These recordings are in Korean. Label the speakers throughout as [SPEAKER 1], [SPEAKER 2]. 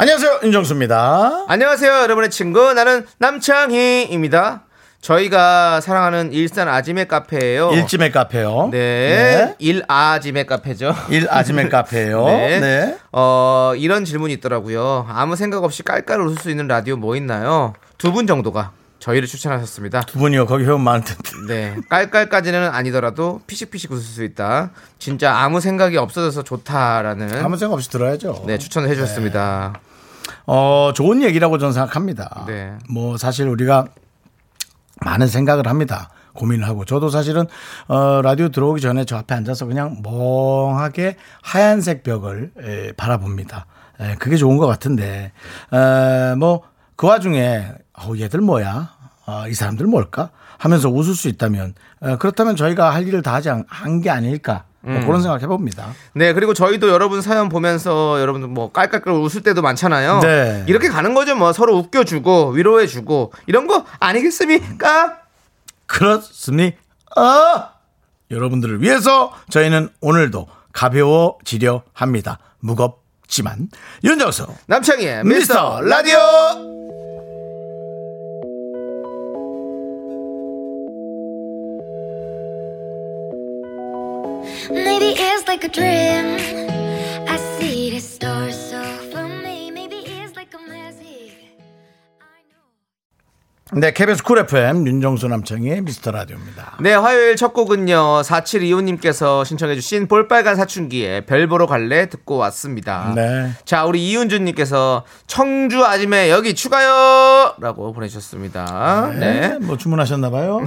[SPEAKER 1] 안녕하세요 윤정수입니다
[SPEAKER 2] 안녕하세요, 여러분의 친구. 나는 남창희입니다. 저희가 사랑하는 일산 아지매 카페예요
[SPEAKER 1] 일찜의 카페요
[SPEAKER 2] 네. 일아지매 카페죠.
[SPEAKER 1] 일 아지맨 카페요
[SPEAKER 2] 네.
[SPEAKER 1] 네.
[SPEAKER 2] 어, 이런 질문이 있더라고요. 아무 생각 없이 깔깔 웃을 수 있는 라디오 뭐 있나요? 두 분 정도가 저희를 추천하셨습니다.
[SPEAKER 1] 두 분이요 거기 회원 많은데
[SPEAKER 2] 네. 깔깔까지는 아니더라도 피식피식 웃을 수 있다. 진짜 아무 생각이 없어져서 좋다라는
[SPEAKER 1] 아무 생각 없이 들어야죠
[SPEAKER 2] 네, 추천을 해
[SPEAKER 1] 네.
[SPEAKER 2] 주셨습니다.
[SPEAKER 1] 어, 좋은 얘기라고 저는 생각합니다.
[SPEAKER 2] 네.
[SPEAKER 1] 뭐 사실 우리가 많은 생각을 합니다. 고민을 하고 저도 사실은 어, 라디오 들어오기 전에 저 앞에 앉아서 그냥 멍하게 하얀색 벽을 에, 바라봅니다. 에, 그게 좋은 것 같은데 뭐 그 와중에 어, 얘들 뭐야? 어, 이 사람들 뭘까? 하면서 웃을 수 있다면 에, 그렇다면 저희가 할 일을 다 하지 한 게 아닐까? 뭐 그런 생각 해봅니다.
[SPEAKER 2] 네, 그리고 저희도 여러분 사연 보면서 여러분 뭐 깔깔깔 웃을 때도 많잖아요.
[SPEAKER 1] 네.
[SPEAKER 2] 이렇게 가는 거죠. 뭐 서로 웃겨주고 위로해주고 이런 거 아니겠습니까?
[SPEAKER 1] 그렇습니까? 아! 여러분들을 위해서 저희는 오늘도 가벼워지려 합니다. 무겁지만 윤정수
[SPEAKER 2] 남창희의
[SPEAKER 1] 미스터
[SPEAKER 2] 미스터
[SPEAKER 1] 라디오
[SPEAKER 3] Maybe it's like a dream. I see the stars so for me. Maybe it's like a magic. I know.
[SPEAKER 1] 네, KBS 쿨 FM 윤정수 남창의 미스터 라디오입니다.
[SPEAKER 2] 네, 화요일 첫 곡은요. 4725님께서 신청해주신 볼빨간 사춘기에 별 보러 갈래 듣고 왔습니다.
[SPEAKER 1] 네.
[SPEAKER 2] 자, 우리 이윤주님께서 청주 아지매 여기 추가요! 라고 보내주셨습니다. 네.
[SPEAKER 1] 네, 뭐 주문하셨나 봐요.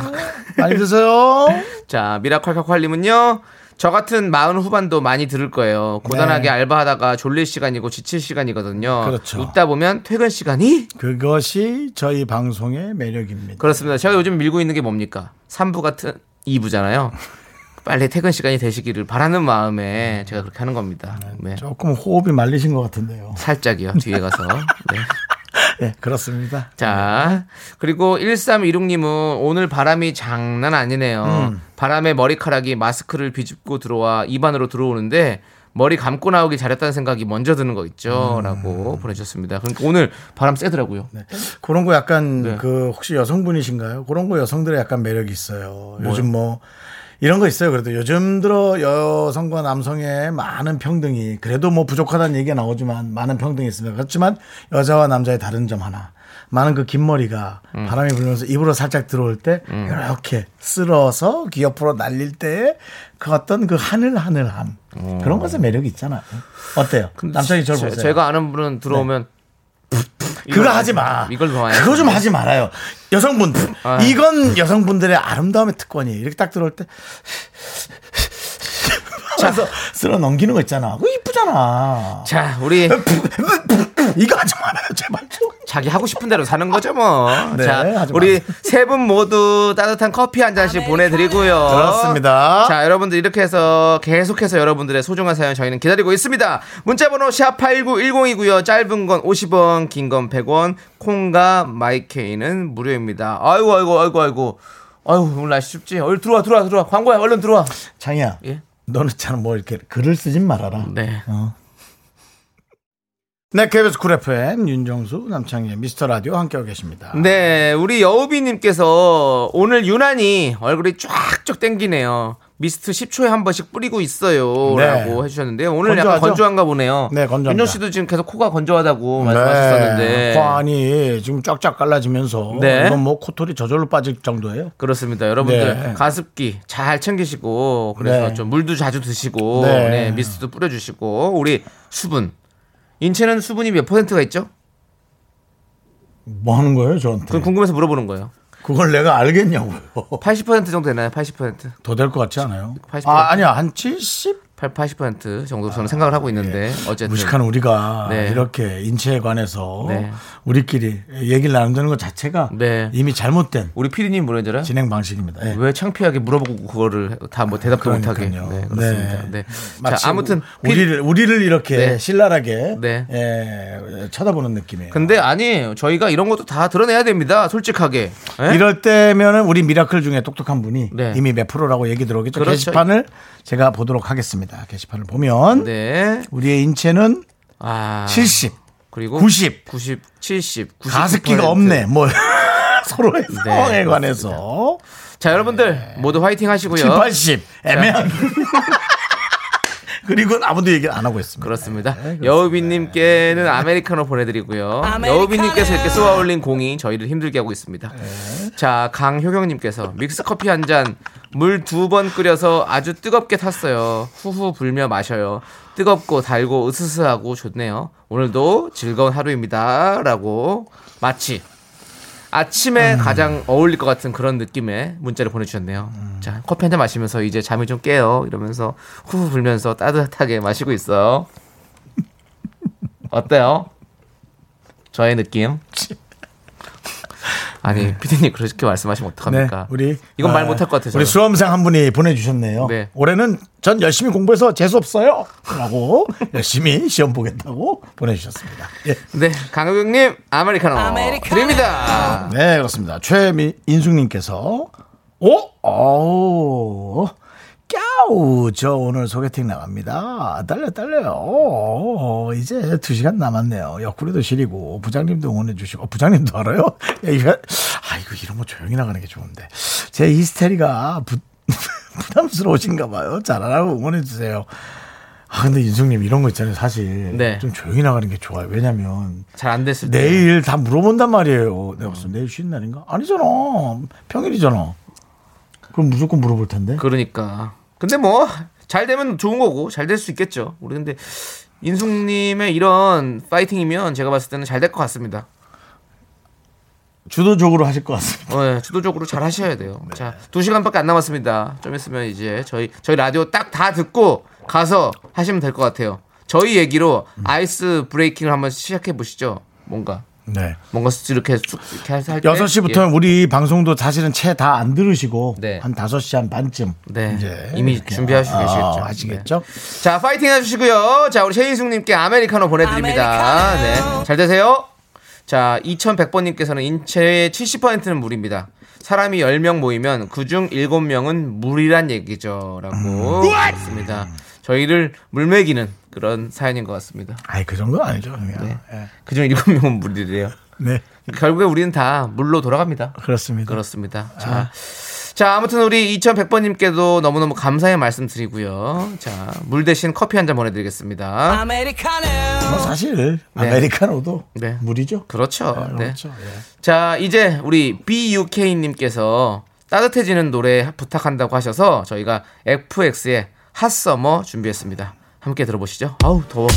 [SPEAKER 1] 많이 드세요.
[SPEAKER 2] 자, 미라콸콸콸님은요. 저 같은 마흔 후반도 많이 들을 거예요. 고단하게
[SPEAKER 1] 네.
[SPEAKER 2] 알바하다가 졸릴 시간이고 지칠 시간이거든요.
[SPEAKER 1] 그렇죠.
[SPEAKER 2] 웃다 보면 퇴근 시간이
[SPEAKER 1] 그것이 저희 방송의 매력입니다.
[SPEAKER 2] 그렇습니다. 제가 요즘 밀고 있는 게 뭡니까? 3부 같은 2부잖아요. 빨리 퇴근 시간이 되시기를 바라는 마음에 제가 그렇게 하는 겁니다. 네.
[SPEAKER 1] 조금 호흡이 말리신 것 같은데요.
[SPEAKER 2] 살짝이요. 뒤에 가서. 네.
[SPEAKER 1] 네, 그렇습니다.
[SPEAKER 2] 자, 그리고 1316님은 오늘 바람이 장난 아니네요.
[SPEAKER 1] 음.
[SPEAKER 2] 바람에 머리카락이 마스크를 비집고 들어와 입안으로 들어오는데 머리 감고 나오길 잘했다는 생각이 먼저 드는 거 있죠. 라고 보내주셨습니다. 그러니까 오늘 바람 세더라고요.
[SPEAKER 1] 음. 네. 그런 거 약간
[SPEAKER 2] 네.
[SPEAKER 1] 그 혹시 여성분이신가요? 그런 거 여성들의 약간 매력이 있어요. 요즘 뭐 이런 거 있어요. 그래도 요즘 들어 여성과 남성의 많은 평등이 그래도 뭐 부족하다는 얘기가 나오지만 많은 평등이 있습니다. 그렇지만 여자와 남자의 다른 점 하나. 많은 그 긴 머리가
[SPEAKER 2] 음.
[SPEAKER 1] 바람이 불면서 입으로 살짝 들어올 때 이렇게 쓸어서 귀 옆으로 날릴 때의 그 어떤 그 하늘하늘함 그런 것에 매력이 있잖아요. 어때요? 남자이 절
[SPEAKER 2] 어. 제-
[SPEAKER 1] 보세요. 네.
[SPEAKER 2] 제가 아는 분은 들어오면
[SPEAKER 1] 그거
[SPEAKER 2] 이걸-
[SPEAKER 1] 하지 마.
[SPEAKER 2] 이걸 좋아해요.
[SPEAKER 1] 그거 좀 하지 말아요. 여성분.
[SPEAKER 2] 아.
[SPEAKER 1] 이건 여성분들의 아름다움의 특권이에요. 이렇게 딱 들어올 때. 자서 쓸어 넘기는 거 있잖아. 그거 이쁘잖아.
[SPEAKER 2] 자, 우리
[SPEAKER 1] 이거 하지 말아요. 제발 좀.
[SPEAKER 2] 자기 하고 싶은 대로 사는 거죠 뭐.
[SPEAKER 1] 네,
[SPEAKER 2] 자,
[SPEAKER 1] 하지
[SPEAKER 2] 우리 세 분 모두 따뜻한 커피 한 잔씩 보내드리고요.
[SPEAKER 1] 그렇습니다.
[SPEAKER 2] 어? 자, 여러분들 이렇게 해서 계속해서 여러분들의 소중한 사연 저희는 기다리고 있습니다. 문자번호 샵 #8910이고요. 짧은 건 50원, 긴 건 100원, 콩과 마이케이는 무료입니다. 아이고, 아이고, 아이고, 아이고. 아유 오늘 날씨 춥지. 얼른 들어와 들어와 들어와 광고야 얼른 들어와.
[SPEAKER 1] 장이야.
[SPEAKER 2] 예?
[SPEAKER 1] 너는 참 뭐 이렇게 글을 쓰진 말아라.
[SPEAKER 2] 네.
[SPEAKER 1] 어. 네, KBS 쿨 FM 윤정수 남창희의 미스터 라디오 함께하고 계십니다.
[SPEAKER 2] 네, 우리 여우비님께서 오늘 유난히 얼굴이 쫙쫙 땡기네요. 미스트 10초에 한 번씩 뿌리고 있어요.
[SPEAKER 1] 네.
[SPEAKER 2] 라고 해주셨는데요. 오늘 약간
[SPEAKER 1] 건조하죠?
[SPEAKER 2] 건조한가 보네요.
[SPEAKER 1] 네, 건조합니다. 네.
[SPEAKER 2] 윤정 씨도 지금 계속 코가 건조하다고 말씀하셨었는데.
[SPEAKER 1] 관이 지금 쫙쫙 갈라지면서
[SPEAKER 2] 네.
[SPEAKER 1] 이건 뭐 코털이 저절로 빠질 정도예요.
[SPEAKER 2] 그렇습니다. 여러분들
[SPEAKER 1] 네.
[SPEAKER 2] 가습기 잘 챙기시고 그래서
[SPEAKER 1] 네.
[SPEAKER 2] 좀 물도 자주 드시고
[SPEAKER 1] 네.
[SPEAKER 2] 네, 미스트도 뿌려주시고 우리 수분. 인체는 수분이 몇 퍼센트가 있죠?
[SPEAKER 1] 뭐 하는 거예요, 저한테?
[SPEAKER 2] 그건 궁금해서 물어보는 거예요.
[SPEAKER 1] 그걸 내가 알겠냐고요.
[SPEAKER 2] 80% 정도 되나요? 80%?
[SPEAKER 1] 더 될 것 같지 않아요?
[SPEAKER 2] 80%?
[SPEAKER 1] 아, 아니야. 한 70?
[SPEAKER 2] 80% 정도 저는 생각을 하고 있는데 어쨌든
[SPEAKER 1] 예. 무식한 우리가
[SPEAKER 2] 네.
[SPEAKER 1] 이렇게 인체에 관해서
[SPEAKER 2] 네.
[SPEAKER 1] 우리끼리 얘기를 나눈다는 것 자체가
[SPEAKER 2] 네.
[SPEAKER 1] 이미 잘못된
[SPEAKER 2] 우리 피디님 뭐라잖아요?
[SPEAKER 1] 진행 방식입니다. 예.
[SPEAKER 2] 왜 창피하게 물어보고 그거를 다 뭐 대답도 못하게
[SPEAKER 1] 그러니까요.
[SPEAKER 2] 네, 그렇습니다.
[SPEAKER 1] 네.
[SPEAKER 2] 네.
[SPEAKER 1] 마치
[SPEAKER 2] 자 아무튼 피-
[SPEAKER 1] 우리를 우리를 이렇게
[SPEAKER 2] 네.
[SPEAKER 1] 신랄하게
[SPEAKER 2] 네.
[SPEAKER 1] 예, 쳐다보는 느낌이에요.
[SPEAKER 2] 근데 아니 저희가 이런 것도 다 드러내야 됩니다. 솔직하게 예?
[SPEAKER 1] 이럴 때면은 우리 미라클 중에 똑똑한 분이
[SPEAKER 2] 네.
[SPEAKER 1] 이미 몇 프로라고 얘기 들어오겠죠.
[SPEAKER 2] 그렇죠.
[SPEAKER 1] 게시판을 제가 보도록 하겠습니다. 게시판을 보면
[SPEAKER 2] 네.
[SPEAKER 1] 우리의 인체는
[SPEAKER 2] 아
[SPEAKER 1] 70,
[SPEAKER 2] 그리고
[SPEAKER 1] 90.
[SPEAKER 2] 90, 70, 90.
[SPEAKER 1] 가습기가 없네. 뭐 서로의
[SPEAKER 2] 네,
[SPEAKER 1] 상황에 관해서
[SPEAKER 2] 자 여러분들 모두 화이팅 하시고요.
[SPEAKER 1] 7, 80 애매한. 그리고 아무도 얘기 안 하고 있습니다.
[SPEAKER 2] 네, 그렇습니다. 여우빈님께는 아메리카노 보내드리고요. 여우빈님께서 이렇게 쏘아 올린 공이 저희를 힘들게 하고 있습니다. 자, 강효경님께서 믹스 커피 한 잔 물 두 번 끓여서 아주 뜨겁게 탔어요. 후후 불며 마셔요. 뜨겁고 달고 으스스하고 좋네요. 오늘도 즐거운 하루입니다.라고 마치 아침에 가장 어울릴 것 같은 그런 느낌의 문자를 보내주셨네요. 자, 커피 한 잔 마시면서 이제 잠이 좀 깨요. 이러면서 후후 불면서 따뜻하게 마시고 있어요. 어때요? 저의 느낌? 아니, 피디님 그렇게 말씀하시면 어떡합니까?
[SPEAKER 1] 네, 우리
[SPEAKER 2] 이건 말
[SPEAKER 1] 아,
[SPEAKER 2] 못할 것 같아서.
[SPEAKER 1] 우리 수험생 한 분이 보내주셨네요.
[SPEAKER 2] 네.
[SPEAKER 1] 올해는 전 열심히 공부해서 재수 없어요라고 열심히 시험 보겠다고 보내주셨습니다. 예.
[SPEAKER 2] 네, 강효경님 아메리카노, 드립니다.
[SPEAKER 1] 네 그렇습니다. 최민숙님께서 어? 오, 오, 까우 저 오늘 소개팅 나갑니다. 딸려 딸려요. 오, 이제 두 시간 남았네요. 옆구리도 시리고 부장님도 응원해 주시고 어, 부장님도 알아요? 야, 이거 아 이거 이런 거 조용히 나가는 게 좋은데 제 히스테리가 부, 부담스러우신가 봐요. 잘하라고 응원해 주세요. 아 근데 인숙님 이런 거 있잖아요. 사실
[SPEAKER 2] 네.
[SPEAKER 1] 좀 조용히 나가는 게 좋아요. 왜냐면
[SPEAKER 2] 잘 안 됐을 때.
[SPEAKER 1] 내일 다 물어본단 말이에요. 내가 무슨 내일 쉬는 날인가? 아니잖아. 평일이잖아. 그럼 무조건 물어볼 텐데.
[SPEAKER 2] 그러니까. 근데 뭐 잘 되면 좋은 거고 잘 될 수 있겠죠. 우리 근데 인숙님의 이런 파이팅이면 제가 봤을 때는 잘 될 것 같습니다.
[SPEAKER 1] 주도적으로 하실 것 같습니다.
[SPEAKER 2] 어, 예, 주도적으로 잘 하셔야 돼요.
[SPEAKER 1] 네.
[SPEAKER 2] 자, 두 시간밖에 안 남았습니다. 좀 있으면 이제 저희 저희 라디오 딱 다 듣고 가서 하시면 될 것 같아요. 저희 얘기로 아이스 브레이킹을 한번 시작해 보시죠. 뭔가
[SPEAKER 1] 네.
[SPEAKER 2] 뭔가 이렇게 쑥 이렇게 할 때.
[SPEAKER 1] 여섯 시부터 우리 방송도 사실은 채 다 안 들으시고
[SPEAKER 2] 예. 네.
[SPEAKER 1] 한 다섯 시 한 반쯤
[SPEAKER 2] 예. 네.
[SPEAKER 1] 이제
[SPEAKER 2] 이미
[SPEAKER 1] 이렇게
[SPEAKER 2] 준비하시고
[SPEAKER 1] 아,
[SPEAKER 2] 계시겠죠.
[SPEAKER 1] 아시겠죠?
[SPEAKER 2] 네. 자, 파이팅 해주시고요. 자, 우리 최인숙님께 아메리카노 보내드립니다. 네. 잘 되세요. 자, 2100번님께서는 인체의 70%는 물입니다. 사람이 10명 모이면 그중 7명은 물이란 얘기죠. 라고.
[SPEAKER 1] 음.
[SPEAKER 2] 했습니다. 저희를 물매기는 그런 사연인 것 같습니다.
[SPEAKER 1] 아이 그 정도는 아니죠. 그냥. 네.
[SPEAKER 2] 그중 7명은 물이래요.
[SPEAKER 1] 네.
[SPEAKER 2] 결국에 우리는 다 물로 돌아갑니다.
[SPEAKER 1] 그렇습니다. 아.
[SPEAKER 2] 그렇습니다. 자. 자, 아무튼 우리 2100번님께도 너무너무 감사의 말씀 드리고요. 자, 물 대신 커피 한 잔 보내드리겠습니다.
[SPEAKER 1] 뭐 사실 아메리카노도
[SPEAKER 2] 네.
[SPEAKER 1] 물이죠.
[SPEAKER 2] 그렇죠.
[SPEAKER 1] 네,
[SPEAKER 2] 네.
[SPEAKER 1] 그렇죠. 예.
[SPEAKER 2] 자, 이제 우리 BUK님께서 따뜻해지는 노래 부탁한다고 하셔서 저희가 FX의 핫서머 준비했습니다. 함께 들어보시죠. 아우, 더워.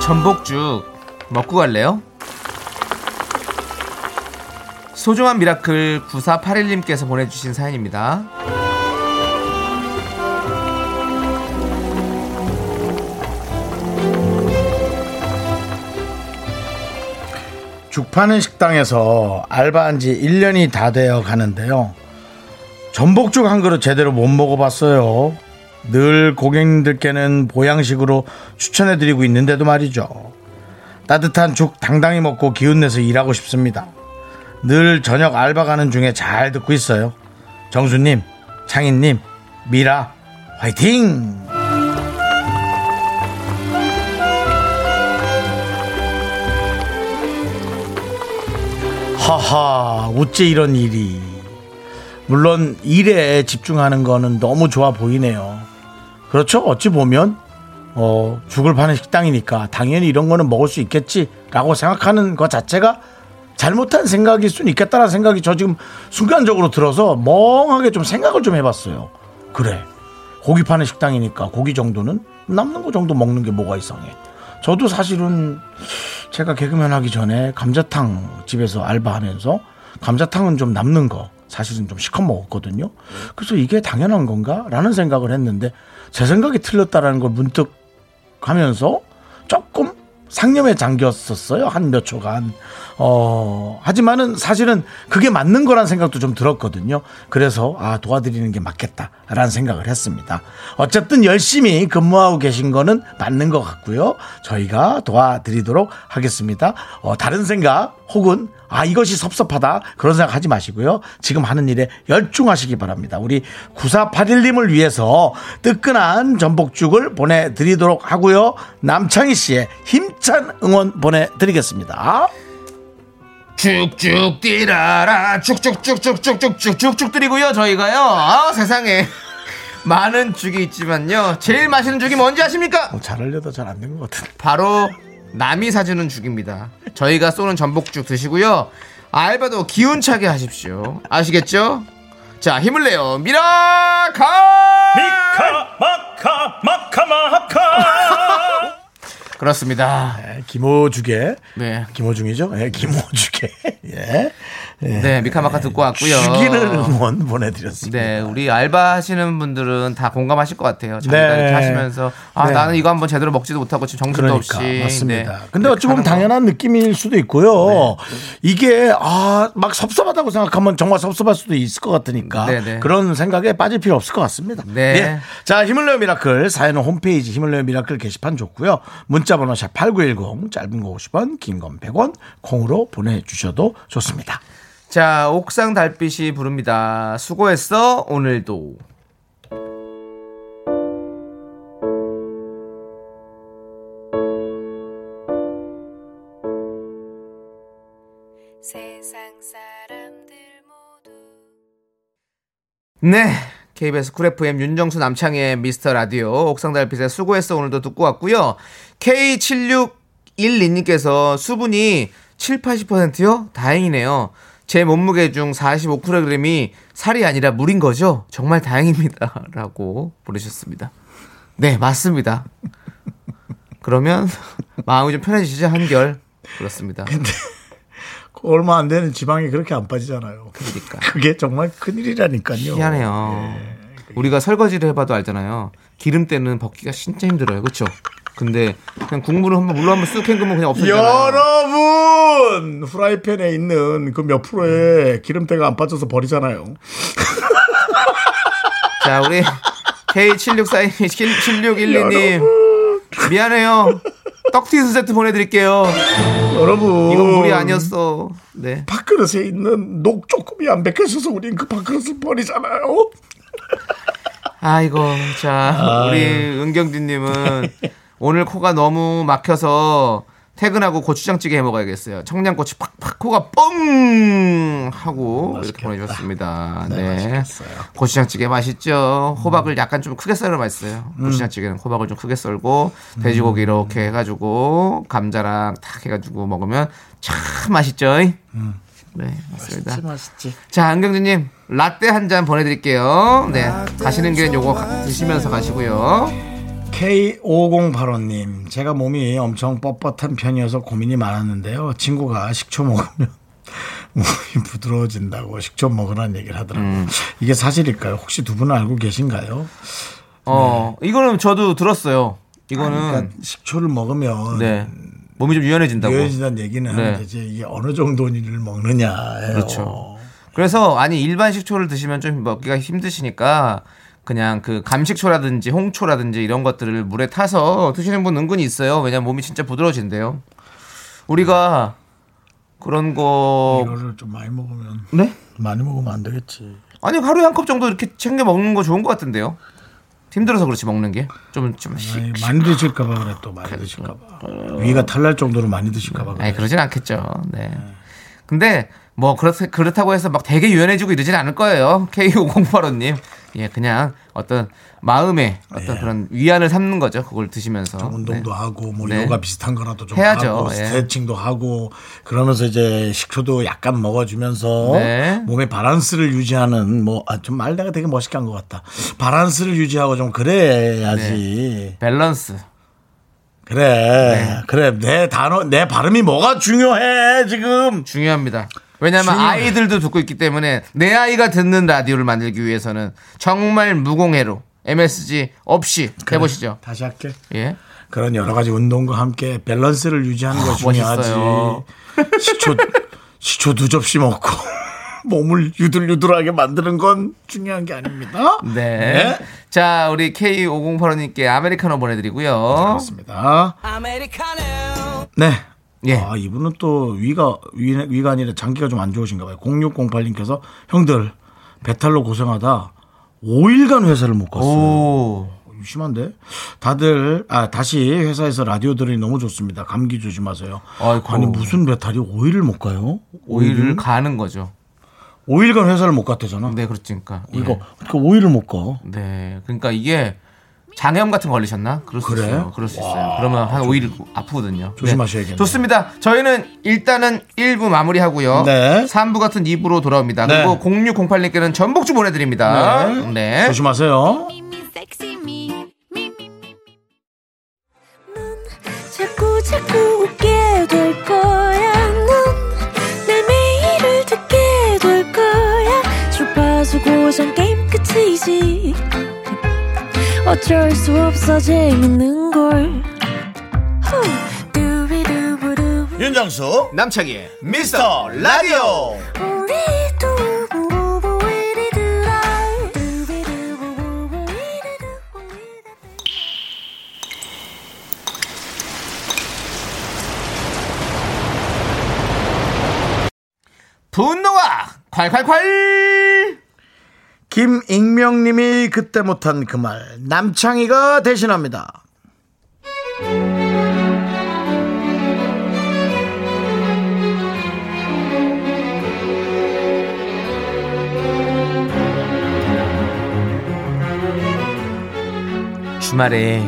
[SPEAKER 2] 전복죽 먹고 갈래요? 소중한 미라클 9481님께서 보내주신 사연입니다.
[SPEAKER 1] 죽 파는 식당에서 알바한 지 1년이 다 되어 가는데요. 전복죽 한 그릇 제대로 못 먹어봤어요. 늘 고객님들께는 보양식으로 추천해드리고 있는데도 말이죠. 따뜻한 죽 당당히 먹고 기운내서 일하고 싶습니다. 늘 저녁 알바 가는 중에 잘 듣고 있어요. 정수님, 창인님, 미라, 화이팅! 하하 어째 이런 일이 물론 일에 집중하는 거는 너무 좋아 보이네요. 그렇죠? 어찌 보면 어, 죽을 파는 식당이니까 당연히 이런 거는 먹을 수 있겠지라고 생각하는 것 자체가 잘못한 생각일 수는 있겠다라는 생각이 저 지금 순간적으로 들어서 멍하게 좀 생각을 좀 해봤어요. 그래. 고기 파는 식당이니까 고기 정도는 남는 거 정도 먹는 게 뭐가 이상해. 저도 사실은 제가 개그맨 하기 전에 감자탕 집에서 알바하면서 감자탕은 좀 남는 거 사실은 좀 시커 먹었거든요. 그래서 이게 당연한 건가라는 생각을 했는데 제 생각이 틀렸다라는 걸 문득 하면서 조금 상념에 잠겼었어요 한 몇 초간. 어 하지만은 사실은 그게 맞는 거란 생각도 좀 들었거든요. 그래서 아 도와드리는 게 맞겠다라는 생각을 했습니다. 어쨌든 열심히 근무하고 계신 거는 맞는 것 같고요. 저희가 도와드리도록 하겠습니다. 어, 다른 생각 혹은 아 이것이 섭섭하다 그런 생각 하지 마시고요. 지금 하는 일에 열중하시기 바랍니다. 우리 9481님을 위해서 뜨끈한 전복죽을 보내드리도록 하고요. 남창희 씨의 힘찬 응원 보내드리겠습니다.
[SPEAKER 2] 쭉쭉 뛰라라 쭉쭉쭉쭉쭉쭉쭉쭉 드리고요 저희가요 아 세상에 많은 죽이 있지만요 제일 맛있는 죽이 뭔지 아십니까?
[SPEAKER 1] 어, 잘하려다 잘 안 된 것 같은데.
[SPEAKER 2] 바로 남이 사주는 죽입니다. 저희가 쏘는 전복죽 드시고요. 알바도 기운차게 하십시오. 아시겠죠? 자, 힘을 내요. 미라카!
[SPEAKER 4] 미카 마카 마카 마카
[SPEAKER 2] 그렇습니다.
[SPEAKER 1] 네, 김호주게.
[SPEAKER 2] 네.
[SPEAKER 1] 김호중이죠? 예, 김호주게. 예. 예.
[SPEAKER 2] 네, 미카마카 듣고 왔고요.
[SPEAKER 1] 죽이는 응원 보내드렸습니다.
[SPEAKER 2] 네, 우리 알바 하시는 분들은 다 공감하실 것 같아요. 자기가
[SPEAKER 1] 네.
[SPEAKER 2] 이렇게 하시면서 아,
[SPEAKER 1] 네.
[SPEAKER 2] 나는 이거 한번 제대로 먹지도 못하고 지금 정신도
[SPEAKER 1] 그러니까
[SPEAKER 2] 없이.
[SPEAKER 1] 맞습니다.
[SPEAKER 2] 네.
[SPEAKER 1] 근데 어찌 보면
[SPEAKER 2] 하는 거. 네.
[SPEAKER 1] 당연한 느낌일 수도 있고요. 이게 아 막 섭섭하다고 생각하면 정말 섭섭할 수도 있을 것 같으니까
[SPEAKER 2] 네, 네.
[SPEAKER 1] 그런 생각에 빠질 필요 없을 것 같습니다.
[SPEAKER 2] 네.
[SPEAKER 1] 예. 자 힘을 내요 미라클 사연은 홈페이지 힘을 내요 미라클 게시판 좋고요. 문자번호 샵 #8910 짧은 거 50원, 긴 건 100원 콩으로 보내주셔도 좋습니다.
[SPEAKER 2] 자, 옥상 달빛이 부릅니다. 수고했어, 오늘도.
[SPEAKER 5] 세상 사람들 모두
[SPEAKER 2] 네. KBS 쿨 FM 윤정수 남창의 미스터 라디오 옥상달빛의 수고했어 오늘도 듣고 왔고요. K7612님께서 수분이 7, 80%요? 다행이네요. 제 몸무게 중 45kg이 살이 아니라 물인 거죠? 정말 다행입니다. 라고 보내셨습니다. 네, 맞습니다. 그러면 마음이 좀 편해지시죠? 한결. 그렇습니다.
[SPEAKER 1] 얼마 안 되는 지방이 그렇게 안 빠지잖아요.
[SPEAKER 2] 그러니까.
[SPEAKER 1] 그게 정말 큰일이라니까요.
[SPEAKER 2] 희한해요.
[SPEAKER 1] 예.
[SPEAKER 2] 우리가 설거지를 해봐도 알잖아요. 기름 때는 벗기가 진짜 힘들어요. 그렇죠? 근데 그냥 국물을 한번 물로 한번 쑥 헹구면 그냥 없어지잖아요.
[SPEAKER 1] 여러분 후라이팬에 있는 그 몇 프로의 기름때가 안 빠져서 버리잖아요.
[SPEAKER 2] 자, 우리 K76427612님 미안해요. 떡튀순 세트 보내드릴게요.
[SPEAKER 1] 여러분
[SPEAKER 2] 이건 물이 아니었어. 네.
[SPEAKER 1] 밥그릇에 있는 녹 조금이 안 벗겨져서 우린 그 밥그릇을 버리잖아요.
[SPEAKER 2] 아이고, 자, 우리 은경진님은 오늘 코가 너무 막혀서 퇴근하고 고추장찌개 해 먹어야겠어요. 청양고추 팍팍 코가 뻥 하고 이렇게 보내주셨습니다. 네, 고추장찌개 맛있죠. 호박을 약간 좀 크게 썰어 맛있어요. 고추장찌개는 호박을 좀 크게 썰고 돼지고기 이렇게 해가지고 감자랑 탁 해가지고 먹으면 참 맛있죠. 네, 맞습니다.
[SPEAKER 1] 맛있지.
[SPEAKER 2] 자, 안경주님 라떼 한 잔 보내드릴게요. 네, 가시는 길엔 요거 가- 드시면서 가시고요.
[SPEAKER 1] K5085님, 제가 몸이 엄청 뻣뻣한 편이어서 고민이 많았는데요. 친구가 식초 먹으면 몸이 부드러워진다고 식초 먹으라는 얘기를 하더라고요.
[SPEAKER 2] 음.
[SPEAKER 1] 이게 사실일까요? 혹시 두 분은 알고 계신가요?
[SPEAKER 2] 어, 이거는 저도 들었어요. 이거는
[SPEAKER 1] 그러니까 식초를 먹으면
[SPEAKER 2] 음. 네 몸이 좀 유연해진다고.
[SPEAKER 1] 유해진다는 얘기는
[SPEAKER 2] 네.
[SPEAKER 1] 하는데 이제 이게 어느 정도를 어. 먹느냐.
[SPEAKER 2] 그렇죠. 그래서 아니 일반 식초를 드시면 좀 먹기가 힘드시니까 그냥 그 감식초라든지 홍초라든지 이런 것들을 물에 타서 드시는 분 은근히 있어요. 왜냐면 몸이 진짜 부드러워진대요. 우리가 그런 거
[SPEAKER 1] 이거를 좀 많이 먹으면
[SPEAKER 2] 네?
[SPEAKER 1] 많이 먹으면 안 되겠지.
[SPEAKER 2] 아니 하루에 한 컵 정도 이렇게 챙겨 먹는 거 좋은 것 같은데요. 힘들어서 그렇지 먹는 게좀좀
[SPEAKER 1] 많이, 많이 드실까봐
[SPEAKER 2] 그렇죠. 어.
[SPEAKER 1] 그래 또 많이 드실까봐 위가 탈날 정도로 많이 드실까봐 그래.
[SPEAKER 2] 아니 그러진 않겠죠. 네. 근데 뭐 그렇, 그렇다고 해서 막 되게 유연해지고 이러진 않을 거예요. K5085님. 예, 그냥 어떤 마음의 어떤 그런 위안을 삼는 거죠. 그걸 드시면서.
[SPEAKER 1] 예. 운동도
[SPEAKER 2] 네.
[SPEAKER 1] 하고 뭐
[SPEAKER 2] 네.
[SPEAKER 1] 요가 비슷한 거라도 좀
[SPEAKER 2] 해야죠.
[SPEAKER 1] 하고
[SPEAKER 2] 예.
[SPEAKER 1] 스트레칭도 하고 그러면서 이제 식초도 약간 먹어주면서
[SPEAKER 2] 네.
[SPEAKER 1] 몸의 바란스를 유지하는 뭐좀말 내가 되게 멋있게 한 것 같다. 바란스를 유지하고 좀
[SPEAKER 2] 네.
[SPEAKER 1] 그래야지.
[SPEAKER 2] 밸런스.
[SPEAKER 1] 그래
[SPEAKER 2] 네.
[SPEAKER 1] 그래 내 단어 내 발음이 뭐가 중요해 지금.
[SPEAKER 2] 중요합니다. 왜냐하면
[SPEAKER 1] 중요해.
[SPEAKER 2] 아이들도 듣고 있기 때문에 내 아이가 듣는 라디오를 만들기 위해서는 정말 무공해로 MSG 없이 해보시죠.
[SPEAKER 1] 다시 할게.
[SPEAKER 2] 예.
[SPEAKER 1] 그런 여러 가지 운동과 함께 밸런스를 유지하는 거 중요하지.
[SPEAKER 2] 아, 멋있어요.
[SPEAKER 1] 시초 시초 두 접시 먹고 몸을 유들유들하게 만드는 건 중요한 게 아닙니다.
[SPEAKER 2] 네. 자, 우리 K5085님께 아메리카노 보내드리고요.
[SPEAKER 1] 그렇습니다. 네.
[SPEAKER 2] 예.
[SPEAKER 1] 아, 이분은 또 위가 위, 위가 아니라 장기가 좀 안 좋으신가 봐요. 0608님께서 형들 배탈로 고생하다 5일간 회사를 못 갔어요.
[SPEAKER 2] 오.
[SPEAKER 1] 심한데? 다들 아 다시 회사에서 라디오 들으니 너무 좋습니다. 감기 조심하세요.
[SPEAKER 2] 아이고.
[SPEAKER 1] 아니 무슨 배탈이 5일을 못 가요?
[SPEAKER 2] 오일을 가는 거죠.
[SPEAKER 1] 5일간 회사를 못 갔대잖아.
[SPEAKER 2] 네, 그렇지니까.
[SPEAKER 1] 이거 그러니까 5일을 못 가.
[SPEAKER 2] 네. 그러니까 이게 장염 같은 거 걸리셨나? 그럴 수
[SPEAKER 1] 그래?
[SPEAKER 2] 있어요. 그럴 수 있어요. 그러면 한 5일 아프거든요. 네.
[SPEAKER 1] 조심하셔야겠네요.
[SPEAKER 2] 좋습니다. 저희는 일단은 1부 마무리하고요.
[SPEAKER 1] 네.
[SPEAKER 2] 3부 같은 2부로 돌아옵니다.
[SPEAKER 1] 네.
[SPEAKER 2] 그리고 0608님께는 전복주 보내드립니다. 네.
[SPEAKER 1] 조심하세요.
[SPEAKER 6] 자꾸 자꾸 웃게 될 거야. 넌내 매일을 듣게 될 거야. 주파수 고정 게임 끝이지. 어쩔 수 없어 재밌는 걸. 후. 두비두부두.
[SPEAKER 1] 윤정수
[SPEAKER 2] 남창희의 미스터 라디오.
[SPEAKER 6] 우리 두부부부 우리 두라. 두비두부부부 우리 두부 우리 두부.
[SPEAKER 2] 분노가 콸콸콸!
[SPEAKER 1] 김익명님이 그때 못한 그 말 남창희가 대신합니다.
[SPEAKER 2] 주말에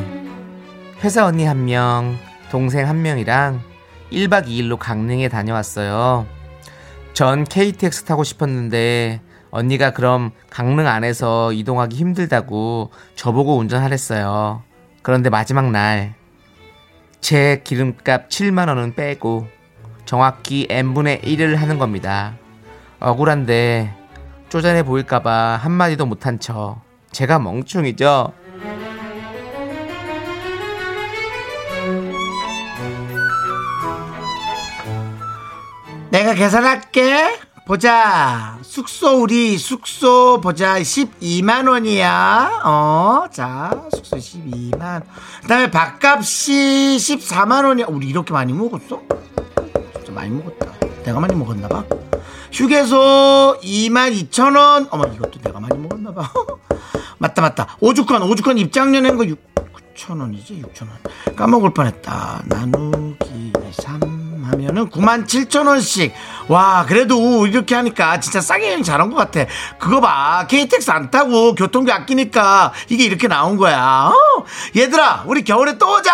[SPEAKER 2] 회사 언니 한 명, 동생 한 명이랑 1박 2일로 강릉에 다녀왔어요. 전 KTX 타고 싶었는데 언니가 그럼 강릉 안에서 이동하기 힘들다고 저보고 운전하랬어요. 그런데 마지막 날, 제 기름값 7만원은 빼고 정확히 n분의 1을 하는 겁니다. 억울한데 쪼잔해 보일까봐 한마디도 못한 척 제가 멍충이죠.
[SPEAKER 1] 내가 계산할게. 보자. 숙소 우리 숙소 보자. 12만 원이야. 어. 자, 숙소 12만. 그다음에 밥값이 14만 원이야. 우리 이렇게 많이 먹었어? 진짜 많이 먹었다. 내가 많이 먹었나 봐. 휴게소 2만 2천 원. 어머, 이것도 내가 많이 먹었나 봐. 맞다 맞다. 오죽헌 오죽헌 입장료 낸거 9천 원이지 6천 원. 까먹을 뻔했다. 나누기 3 하면은 9만 7천 원씩. 와 그래도 이렇게 하니까 진짜 싸게 여행 잘한 것 같아. 그거 봐 KTX 안 타고 교통비 아끼니까 이게 이렇게 나온 거야. 어? 얘들아 우리 겨울에 또 오자.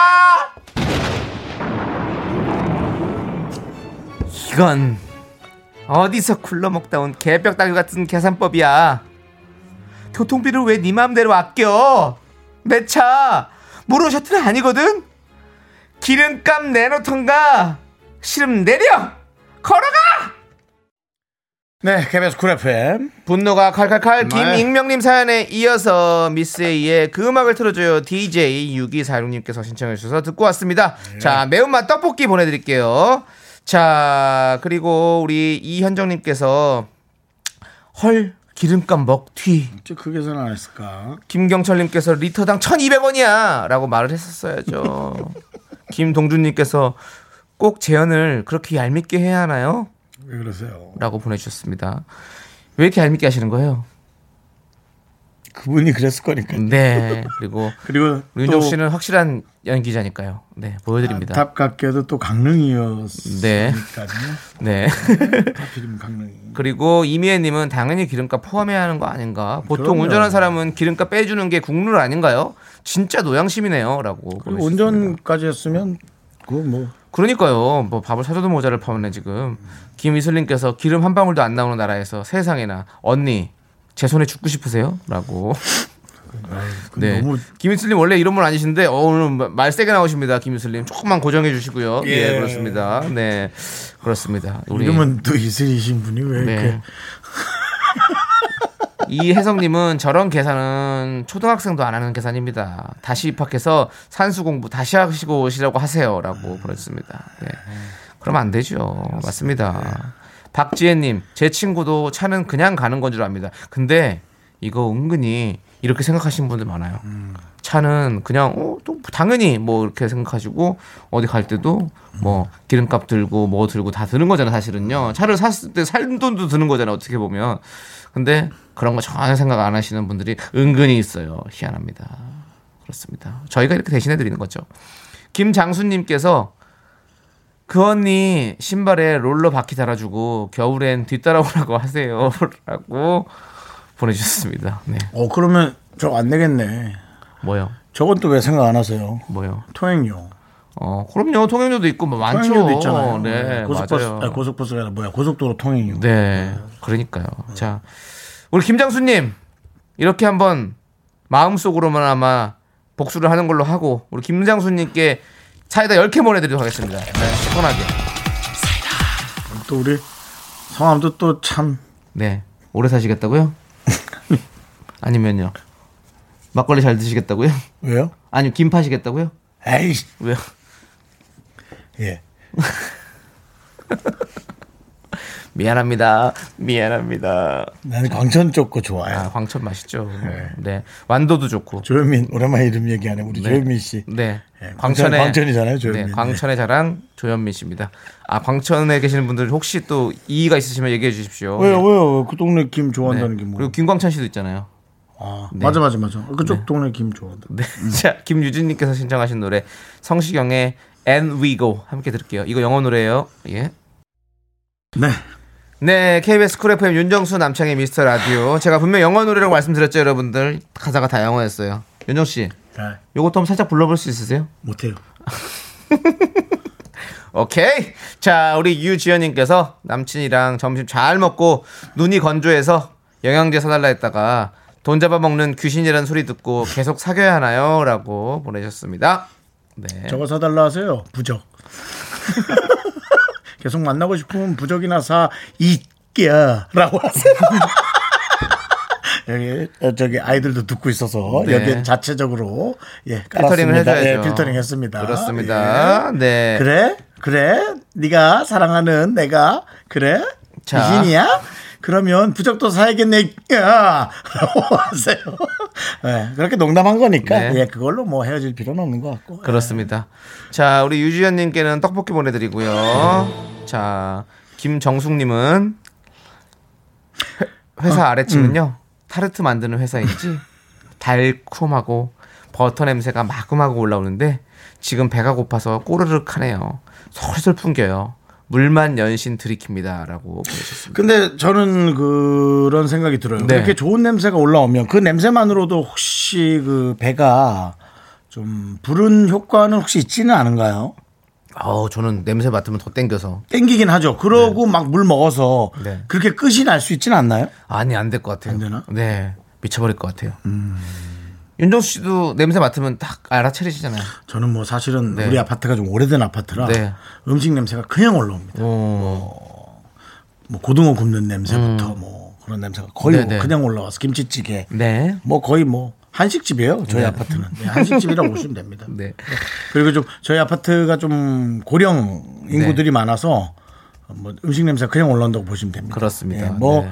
[SPEAKER 2] 이건 어디서 굴러먹다 온 개벽다귀 같은 계산법이야. 교통비를 왜 네 마음대로 아껴? 내 차 무료 셔틀 아니거든. 기름값 내놓던가 싫음 내려 걸어가.
[SPEAKER 1] 네 KBS 쿨 FM
[SPEAKER 2] 분노가
[SPEAKER 1] 네.
[SPEAKER 2] 칼칼칼 김익명님 사연에 이어서 미스에이의 그 음악을 틀어줘요 DJ 6246님께서 신청해 주셔서 듣고 왔습니다 자 매운맛 떡볶이 보내드릴게요 자 그리고 우리 이현정님께서 헐 기름값 먹튀
[SPEAKER 1] 그 계산 안 했을까?
[SPEAKER 2] 김경철님께서 리터당 1200원이야 라고 말을 했었어야죠 김동준님께서 꼭 재현을 그렇게 얄밉게 해야 하나요?
[SPEAKER 1] 왜 그러세요?
[SPEAKER 2] 라고 보내주셨습니다 왜 이렇게 얄밉게 하시는 거예요?
[SPEAKER 1] 그분이 그랬을 거니까.
[SPEAKER 2] 네. 그리고
[SPEAKER 1] 그리고
[SPEAKER 2] 윤종
[SPEAKER 1] 또
[SPEAKER 2] 씨는 확실한 연기자니까요. 네, 보여드립니다.
[SPEAKER 1] 아, 안타깝게도 또 강릉이었으니까요.
[SPEAKER 2] 네. 네.
[SPEAKER 1] 하필이면 강릉이.
[SPEAKER 2] 그리고 이미애님은 당연히 기름값 포함해야 하는 거 아닌가? 보통
[SPEAKER 1] 그럼요.
[SPEAKER 2] 운전한 사람은 기름값 빼주는 게 국룰 아닌가요? 진짜 노양심이네요라고.
[SPEAKER 1] 그리고
[SPEAKER 2] 보내주셨습니다.
[SPEAKER 1] 운전까지 했으면 그뭐
[SPEAKER 2] 그러니까요. 뭐 밥을 사줘도 모자를 파네 지금. 김이슬님께서 기름 한 방울도 안 나오는 나라에서 세상에나 언니 제 손에 죽고 싶으세요?라고. 네.
[SPEAKER 1] 너무
[SPEAKER 2] 김이슬님 원래 이런 분 아니신데 어, 오늘 마- 말 세게 나오십니다. 김이슬님 조금만 고정해 주시고요. 예,
[SPEAKER 1] 예.
[SPEAKER 2] 그렇습니다. 네 그렇습니다. 우리
[SPEAKER 1] 이름은 또 이슬이신 분이 왜
[SPEAKER 2] 네.
[SPEAKER 1] 이렇게
[SPEAKER 2] 이혜성님은 저런 계산은 초등학생도 안 하는 계산입니다. 다시 입학해서 산수 공부 다시 하시고 오시라고 하세요라고 보냈습니다. 네. 그럼 안 되죠. 맞습니다. 네. 박지혜님, 제 친구도 차는 그냥 가는 건 줄 압니다. 근데 이거 은근히 이렇게 생각하시는 분들 많아요. 차는 그냥 어, 또 당연히 뭐 이렇게 생각하시고 어디 갈 때도 뭐 기름값 들고 뭐 들고 다 드는 거잖아 사실은요 차를 샀을 때 살 돈도 드는 거잖아 어떻게 보면 근데 그런 거 전혀 생각 안 하시는 분들이 은근히 있어요 희한합니다 그렇습니다 저희가 이렇게 대신해 드리는 거죠 김장수님께서 그 언니 신발에 롤러 바퀴 달아주고 겨울엔 뒤따라오라고 하세요라고 보내주셨습니다 네
[SPEAKER 1] 어 그러면 저거 안 되겠네.
[SPEAKER 2] 뭐요
[SPEAKER 1] 저건 또 왜 생각 안 하세요?
[SPEAKER 2] 뭐요
[SPEAKER 1] 통행료.
[SPEAKER 2] 어, 그럼요. 통행료도 있고 뭐 많죠.
[SPEAKER 1] 통행료도 있잖아요.
[SPEAKER 2] 네,
[SPEAKER 1] 고속버스,
[SPEAKER 2] 맞아요.
[SPEAKER 1] 아니, 고속버스가 아니라 뭐야 고속도로 통행료.
[SPEAKER 2] 네, 그러니까요. 자, 우리 김장수님 이렇게 한번 마음속으로만 아마 복수를 하는 걸로 하고 우리 김장수님께 차에다 10개 보내드리도록 하겠습니다. 네, 시원하게.
[SPEAKER 1] 또 우리 성함도 또 참
[SPEAKER 2] 네, 오래 사시겠다고요? 아니면요? 막걸리 잘 드시겠다고요?
[SPEAKER 1] 왜요?
[SPEAKER 2] 아니면 김 파시겠다고요?
[SPEAKER 1] 에이
[SPEAKER 2] 왜요?
[SPEAKER 1] 예.
[SPEAKER 2] 미안합니다. 미안합니다.
[SPEAKER 1] 나는 광천 쪽 거 좋아해.
[SPEAKER 2] 아, 황천 맛있죠. 네. 완도도 좋고.
[SPEAKER 1] 조현민 오랜만에 이름 얘기하네. 우리 조현민 씨.
[SPEAKER 2] 네.
[SPEAKER 1] 예,
[SPEAKER 2] 광천에
[SPEAKER 1] 광천- 광천이잖아요, 조현민.
[SPEAKER 2] 네, 광천의 자랑 조현민 씨입니다. 아, 광천에 계시는 분들 혹시 또 이의가 있으시면 얘기해 주십시오.
[SPEAKER 1] 왜요 왜요? 그 동네 김
[SPEAKER 2] 네.
[SPEAKER 1] 좋아한다는 게 뭐?
[SPEAKER 2] 그리고 네. 김광천 씨도 있잖아요.
[SPEAKER 1] 아, 맞아 맞아 맞아. 그쪽 동네 김 좋아한다.
[SPEAKER 2] 네. 자, 김유진 님께서 신청하신 노래 성시경의 And We Go 함께 들을게요. 이거 영어 노래예요. 예.
[SPEAKER 1] 네.
[SPEAKER 2] 네, KBS 쿨 FM 윤정수 남창의 미스터 라디오. 제가 분명 영어 노래라고 말씀드렸죠, 여러분들. 가사가 다 영어였어요. 윤정 씨,
[SPEAKER 1] 잘
[SPEAKER 2] 요것도 한번 살짝 불러볼 수 있으세요?
[SPEAKER 1] 못해요.
[SPEAKER 2] 오케이. 자, 우리 유지연님께서 남친이랑 점심 잘 먹고 눈이 건조해서 영양제 사달라 했다가 돈 잡아먹는 귀신이라는 소리 듣고 계속 사귀어야 하나요? 라고 보내셨습니다. 네.
[SPEAKER 1] 저거 사달라 하세요. 부적. 계속 만나고 싶으면 부적이나 사 이끼야라고 하세요. 여기 어, 저기 아이들도 듣고 있어서
[SPEAKER 2] 네.
[SPEAKER 1] 여기 자체적으로 예
[SPEAKER 2] 필터링을
[SPEAKER 1] 깔았습니다.
[SPEAKER 2] 해줘야죠.
[SPEAKER 1] 예, 필터링 했습니다.
[SPEAKER 2] 그렇습니다.
[SPEAKER 1] 예.
[SPEAKER 2] 네.
[SPEAKER 1] 그래 그래 네가 사랑하는 내가 그래
[SPEAKER 2] 자.
[SPEAKER 1] 미신이야? 그러면 부적도 사야겠네. 야라고 하세요. 예, 그렇게 농담한 거니까
[SPEAKER 2] 네.
[SPEAKER 1] 예 그걸로 뭐 헤어질 필요는 없는 것 같고.
[SPEAKER 2] 그렇습니다. 자, 우리 유지연님께는 떡볶이 보내드리고요. 자, 김정숙님은 회- 회사 아래층은요 음. 타르트 만드는 회사인지 달콤하고 버터 냄새가 마구마구 올라오는데 지금 배가 고파서 꼬르륵하네요. 솔솔 풍겨요. 물만 연신 들이킵니다라고 보내셨습니다.
[SPEAKER 1] 근데 저는 그런 생각이 들어요.
[SPEAKER 2] 네.
[SPEAKER 1] 그렇게 좋은 냄새가 올라오면 그 냄새만으로도 혹시 그 배가 좀 부른 효과는 혹시 있지는 않은가요?
[SPEAKER 2] 아우 어, 저는 냄새 맡으면 더 땡겨서
[SPEAKER 1] 땡기긴 하죠. 그러고 막 물 먹어서
[SPEAKER 2] 네.
[SPEAKER 1] 그렇게 끝이 날 수 있지는 않나요?
[SPEAKER 2] 아니 안 될 것 같아요.
[SPEAKER 1] 안 되나? 음.
[SPEAKER 2] 네 미쳐버릴 것 같아요. 윤정수 씨도 냄새 맡으면 딱 알아차리시잖아요.
[SPEAKER 1] 저는 뭐 사실은
[SPEAKER 2] 네.
[SPEAKER 1] 우리 아파트가 좀 오래된 아파트라
[SPEAKER 2] 네.
[SPEAKER 1] 음식 냄새가 그냥 올라옵니다.
[SPEAKER 2] 오,
[SPEAKER 1] 뭐 고등어 굽는 냄새부터 뭐 그런 냄새가 거의 뭐
[SPEAKER 2] 음. 네네.
[SPEAKER 1] 그냥 올라와서 김치찌개
[SPEAKER 2] 네.
[SPEAKER 1] 뭐 거의 뭐 한식집이에요. 저희 아파트는 네, 한식집이라고 보시면 됩니다.
[SPEAKER 2] 네.
[SPEAKER 1] 그리고 좀 저희 아파트가 좀 고령 인구들이
[SPEAKER 2] 네.
[SPEAKER 1] 많아서 뭐 음식 냄새 그냥 올라온다고 보시면 됩니다.
[SPEAKER 2] 그렇습니다.
[SPEAKER 1] 뭐
[SPEAKER 2] 네.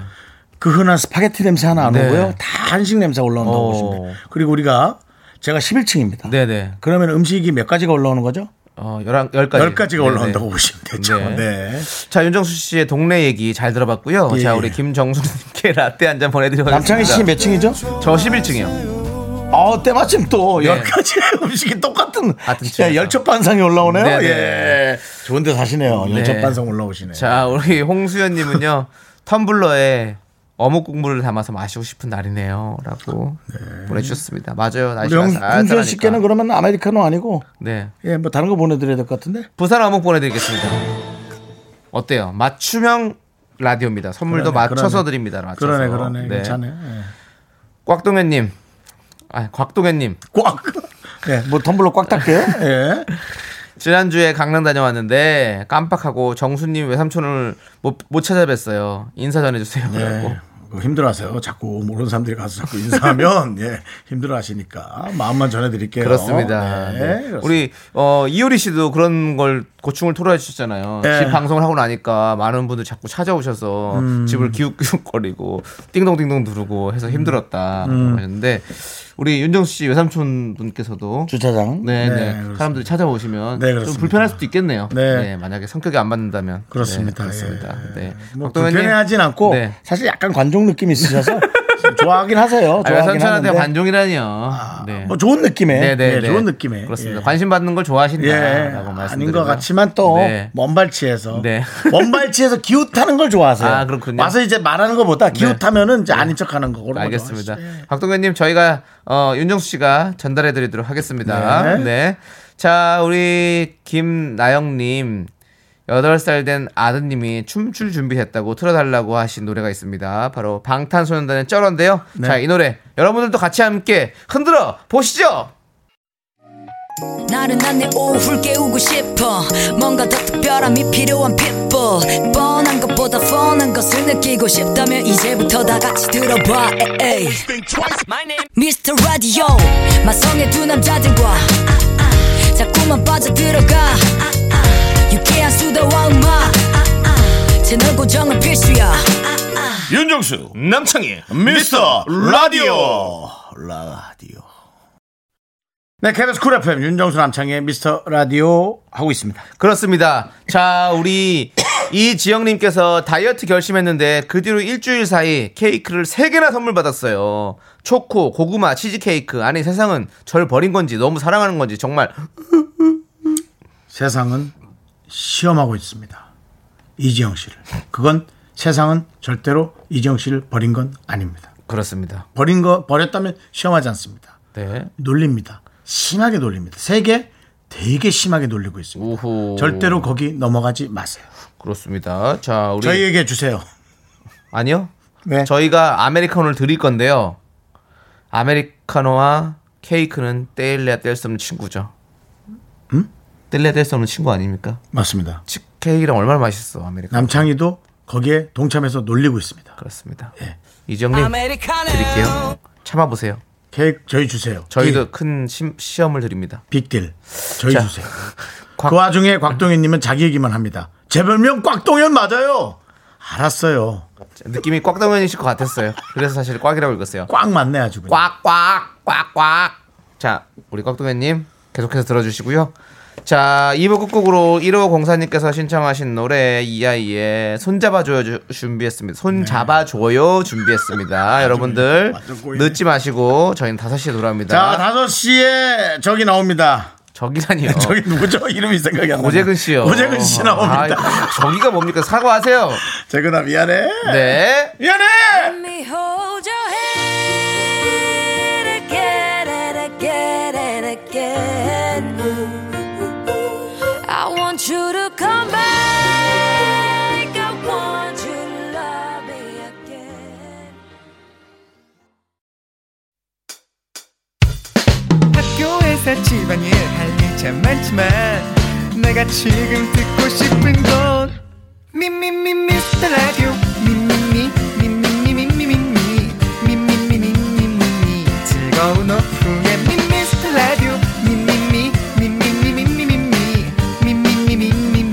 [SPEAKER 1] 그 흔한 스파게티 냄새 하나 안
[SPEAKER 2] 네.
[SPEAKER 1] 오고요. 다 한식 냄새 올라온다고
[SPEAKER 2] 오.
[SPEAKER 1] 보시면 돼요. 그리고 우리가 제가 11층입니다.
[SPEAKER 2] 네네.
[SPEAKER 1] 그러면 음식이 몇 가지가 올라오는 거죠?
[SPEAKER 2] 어, 11, 10가지.
[SPEAKER 1] 10가지가 올라온다고
[SPEAKER 2] 네네.
[SPEAKER 1] 보시면 되죠.
[SPEAKER 2] 네.
[SPEAKER 1] 네.
[SPEAKER 2] 자, 윤정수 씨의 동네 얘기 잘 들어봤고요.
[SPEAKER 1] 예,
[SPEAKER 2] 자,
[SPEAKER 1] 예.
[SPEAKER 2] 우리 김정수님께 라떼 한 잔 보내드리겠습니다.
[SPEAKER 1] 남창희 씨 몇 층이죠?
[SPEAKER 2] 저 11층이요.
[SPEAKER 1] 어, 때마침 또
[SPEAKER 2] 네.
[SPEAKER 1] 열 10가지의 음식이 똑같은
[SPEAKER 2] 같은
[SPEAKER 1] 야,
[SPEAKER 2] 층에서.
[SPEAKER 1] 열첩반상이 올라오네요.
[SPEAKER 2] 네네.
[SPEAKER 1] 예. 좋은데 사시네요.
[SPEAKER 2] 네.
[SPEAKER 1] 열첩반상 올라오시네요.
[SPEAKER 2] 자, 우리 홍수연님은요. 텀블러에 어묵 국물을 담아서 마시고 싶은 날이네요. 라고 보내주셨습니다. 맞아요.
[SPEAKER 1] 우리
[SPEAKER 2] 날씨가
[SPEAKER 1] 형,
[SPEAKER 2] 쌀쌀하니까.
[SPEAKER 1] 홍준 씨께는 그러면 아메리카노 아니고
[SPEAKER 2] 네.
[SPEAKER 1] 예, 뭐 다른 거 보내드려야 될 것 같은데.
[SPEAKER 2] 부산 어묵 보내드리겠습니다. 어때요? 맞춤형 라디오입니다. 선물도
[SPEAKER 1] 그러네,
[SPEAKER 2] 맞춰서
[SPEAKER 1] 그러네.
[SPEAKER 2] 드립니다. 맞춰서.
[SPEAKER 1] 그러네, 그러네.
[SPEAKER 2] 네.
[SPEAKER 1] 괜찮아요. 예.
[SPEAKER 2] 꽉동현님. 아, 곽동현님.
[SPEAKER 1] 꽉. 예, 뭐 텀블러 꽉 닦게요. 예.
[SPEAKER 2] 지난주에 강릉 다녀왔는데 깜빡하고 정수님 외삼촌을 못, 못 찾아뵀어요. 인사 전해주세요. 라고.
[SPEAKER 1] 예. 그거 힘들어하세요. 자꾸 모르는 사람들이 가서 자꾸 인사하면 예, 힘들어하시니까 마음만 전해드릴게요. 네,
[SPEAKER 2] 그렇습니다. 네.
[SPEAKER 1] 그렇습니다.
[SPEAKER 2] 우리 어, 이효리 씨도 그런 걸 고충을 토로해 주셨잖아요.
[SPEAKER 1] 네.
[SPEAKER 2] 집 방송을 하고 나니까 많은 분들 자꾸 찾아오셔서
[SPEAKER 1] 음.
[SPEAKER 2] 집을 기웃기웃거리고 띵동띵동 누르고 해서 힘들었다
[SPEAKER 1] 음.
[SPEAKER 2] 하셨는데 우리 윤정수 씨 외삼촌 분께서도
[SPEAKER 1] 주차장.
[SPEAKER 2] 네,
[SPEAKER 1] 네,
[SPEAKER 2] 네.
[SPEAKER 1] 그렇습니다.
[SPEAKER 2] 사람들이 찾아오시면
[SPEAKER 1] 네,
[SPEAKER 2] 좀
[SPEAKER 1] 그렇습니다.
[SPEAKER 2] 불편할 수도 있겠네요. 네.
[SPEAKER 1] 네.
[SPEAKER 2] 만약에 성격이 안 맞는다면
[SPEAKER 1] 그렇습니다.
[SPEAKER 2] 네, 그렇습니다.
[SPEAKER 1] 예.
[SPEAKER 2] 네.
[SPEAKER 1] 뭐
[SPEAKER 2] 박동현님.
[SPEAKER 1] 불편해하진 않고
[SPEAKER 2] 네.
[SPEAKER 1] 사실 약간 관종 느낌이 있으셔서 좋아하긴 하세요.
[SPEAKER 2] 아,
[SPEAKER 1] 좋아하긴 하는데
[SPEAKER 2] 삼촌한테 관종이라니요. 네.
[SPEAKER 1] 뭐 좋은 느낌에
[SPEAKER 2] 네, 네,
[SPEAKER 1] 예,
[SPEAKER 2] 네.
[SPEAKER 1] 좋은 느낌에
[SPEAKER 2] 그렇습니다.
[SPEAKER 1] 예.
[SPEAKER 2] 관심 받는 걸
[SPEAKER 1] 예,
[SPEAKER 2] 좋아하신다라고 말씀드리고.
[SPEAKER 1] 아닌 것 같지만 또뭐
[SPEAKER 2] 네.
[SPEAKER 1] 먼발치에서
[SPEAKER 2] 네.
[SPEAKER 1] 먼발치에서 기웃하는 걸 좋아하세요.
[SPEAKER 2] 아, 그렇군요. 네.
[SPEAKER 1] 와서 이제 말하는 것보다 기웃하면은 이제 아닌 척하는 거. 그런 거
[SPEAKER 2] 알겠습니다.
[SPEAKER 1] 좋아하시죠. 예.
[SPEAKER 2] 박동현님 저희가 어, 윤정수 씨가 전달해드리도록 하겠습니다. 네.
[SPEAKER 1] 네.
[SPEAKER 2] 자 우리 김나영님 8살 된 아드님이 춤출 준비됐다고 틀어달라고 하신 노래가 있습니다. 바로 방탄소년단의 쩔어인데요.
[SPEAKER 1] 네.
[SPEAKER 2] 자 이 노래 여러분들도 같이 함께 흔들어 보시죠.
[SPEAKER 7] 나른한 내 오후를 깨우고 싶어 뭔가 더 특별함이 필요한 people 뻔한 것보다 뻔한 것을 느끼고 싶다면 이제부터 다 같이 들어봐 에이. Mr. Radio 마성의 두 남자들과 자꾸만 빠져들어가 유쾌한 수다와 음악 채널 고정은 필수야
[SPEAKER 1] 윤정수 남창희 미스터 라디오 라디오 네 KBS 쿨 FM 윤정수 남창희 미스터 라디오 하고 있습니다
[SPEAKER 2] 그렇습니다. 자, 우리 이지영님께서 다이어트 결심했는데 그 뒤로 일주일 사이 케이크를 세개나 선물 받았어요. 초코, 고구마, 치즈케이크. 아니, 세상은 절 버린 건지 너무 사랑하는 건지 정말.
[SPEAKER 1] 세상은 시험하고 있습니다 이지영 씨를 그건 세상은 절대로 이지영 씨를 버린 건 아닙니다
[SPEAKER 2] 그렇습니다.
[SPEAKER 1] 버린 거 버렸다면 시험하지 않습니다
[SPEAKER 2] 네.
[SPEAKER 1] 놀립니다 심하게 놀립니다 세계 되게 심하게 놀리고 있습니다
[SPEAKER 2] 우후.
[SPEAKER 1] 절대로 거기 넘어가지 마세요
[SPEAKER 2] 그렇습니다. 자, 우리.
[SPEAKER 1] 저희에게 주세요
[SPEAKER 2] 아니요.
[SPEAKER 1] 네.
[SPEAKER 2] 저희가 아메리카노를 드릴 건데요. 아메리카노와 케이크는 떼일래야 뗄 수 없는 친구죠. 음? 뗄래야 뗄 수 없는 친구 아닙니까?
[SPEAKER 1] 맞습니다
[SPEAKER 2] 치- 케이크랑 얼마나 맛있어, 아메리카노.
[SPEAKER 1] 남창희도 거기에 동참해서 놀리고 있습니다.
[SPEAKER 2] 그렇습니다.
[SPEAKER 1] 예.
[SPEAKER 2] 이정님 드릴게요. 참아보세요.
[SPEAKER 1] 케이크 저희 주세요.
[SPEAKER 2] 저희도 큰 시, 험을 드립니다.
[SPEAKER 1] 빅- 빅딜 저희
[SPEAKER 2] 자.
[SPEAKER 1] 주세요.
[SPEAKER 2] 곽-
[SPEAKER 1] 그 와중에 곽동현님은 자기 얘기만 합니다. 제 별명 곽동현 맞아요. 알았어요.
[SPEAKER 2] 느낌이 꽉다운이실 것 같았어요. 그래서 사실 꽉이라고 읽었어요.
[SPEAKER 1] 꽉 맞네 아주. 그냥.
[SPEAKER 2] 꽉, 꽉, 꽉, 꽉. 자, 우리 꽉동현님 계속해서 들어주시고요. 자, 2부 끝곡으로 1호 공사님께서 신청하신 노래 이아이의 손잡아줘요 주- 준비했습니다. 네. 손잡아줘요 준비했습니다. 여러분들
[SPEAKER 1] 완전 꼬이네.
[SPEAKER 2] 늦지 마시고 저희는 5시에
[SPEAKER 1] 자
[SPEAKER 2] 돌아옵니다.
[SPEAKER 1] 다섯 시에 저기 나옵니다.
[SPEAKER 2] 저기라니요.
[SPEAKER 1] 저기 누구죠? 이름이 생각이 안 나.
[SPEAKER 2] 고재근 어. 씨요.
[SPEAKER 1] 고재근 씨 나옵니다.
[SPEAKER 2] 아, 저기가 뭡니까? 사과하세요.
[SPEAKER 1] 재근아 미안해.
[SPEAKER 2] 네.
[SPEAKER 1] 미안해.
[SPEAKER 7] me hold your hand again and again and again. I want you to come back. I want you to love me again.
[SPEAKER 8] 학교에서 집안일 할 일 참 많지만 내가 지금 듣고 싶은 건 미미미 미스터 라디오 미미미 미미미 미미미 미미미 미미미 즐거운 오후에 미스터 라디오 미미미 미미미 미미미 미미미 미미미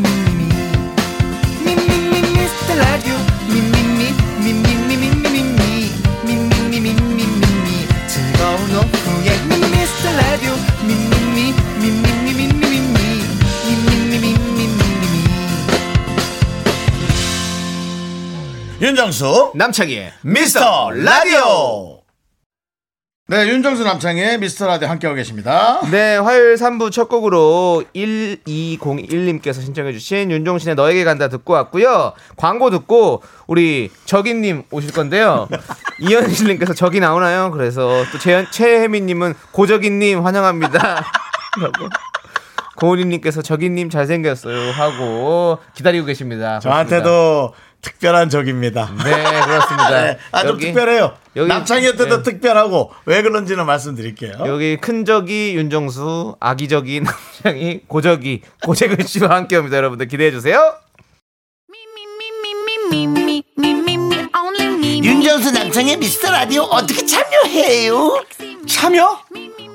[SPEAKER 8] 미미미 미스터 라디오 미미미 미미미 미미미 미미미 미미미 즐거운 오후에 미스터 라디오 미미미 미미미 미미미
[SPEAKER 1] 윤정수
[SPEAKER 2] 남창희의
[SPEAKER 1] 미스터 라디오. 네, 윤정수 남창의 미스터 라디오 함께하고 계십니다.
[SPEAKER 2] 네, 화요일 3부 첫 곡으로 1201님께서 신청해주신 윤종신의 너에게 간다 듣고 왔고요. 광고 듣고 우리 적인님 오실 건데요. 이현실님께서 적이 나오나요? 그래서 또 최현, 최혜민님은 고적인님 환영합니다. 라고. 고은희님께서 적인님 잘생겼어요 하고 기다리고 계십니다.
[SPEAKER 1] 저한테도 특별한 적입니다.
[SPEAKER 2] 그렇습니다. 네 그렇습니다.
[SPEAKER 1] 네, 아, 좀
[SPEAKER 2] 여기-
[SPEAKER 1] 특별해요.
[SPEAKER 2] 여기-
[SPEAKER 1] 남창희한테도
[SPEAKER 2] 네.
[SPEAKER 1] 특별하고 왜 그런지는 말씀드릴게요.
[SPEAKER 2] 여기 큰 적이 윤정수, 아기 적이 남장이, 고적이 고재근 씨와 함께합니다. 여러분들 기대해 주세요.
[SPEAKER 1] 윤정수 남창의 미스터 라디오 어떻게 참여해요?
[SPEAKER 2] 참여?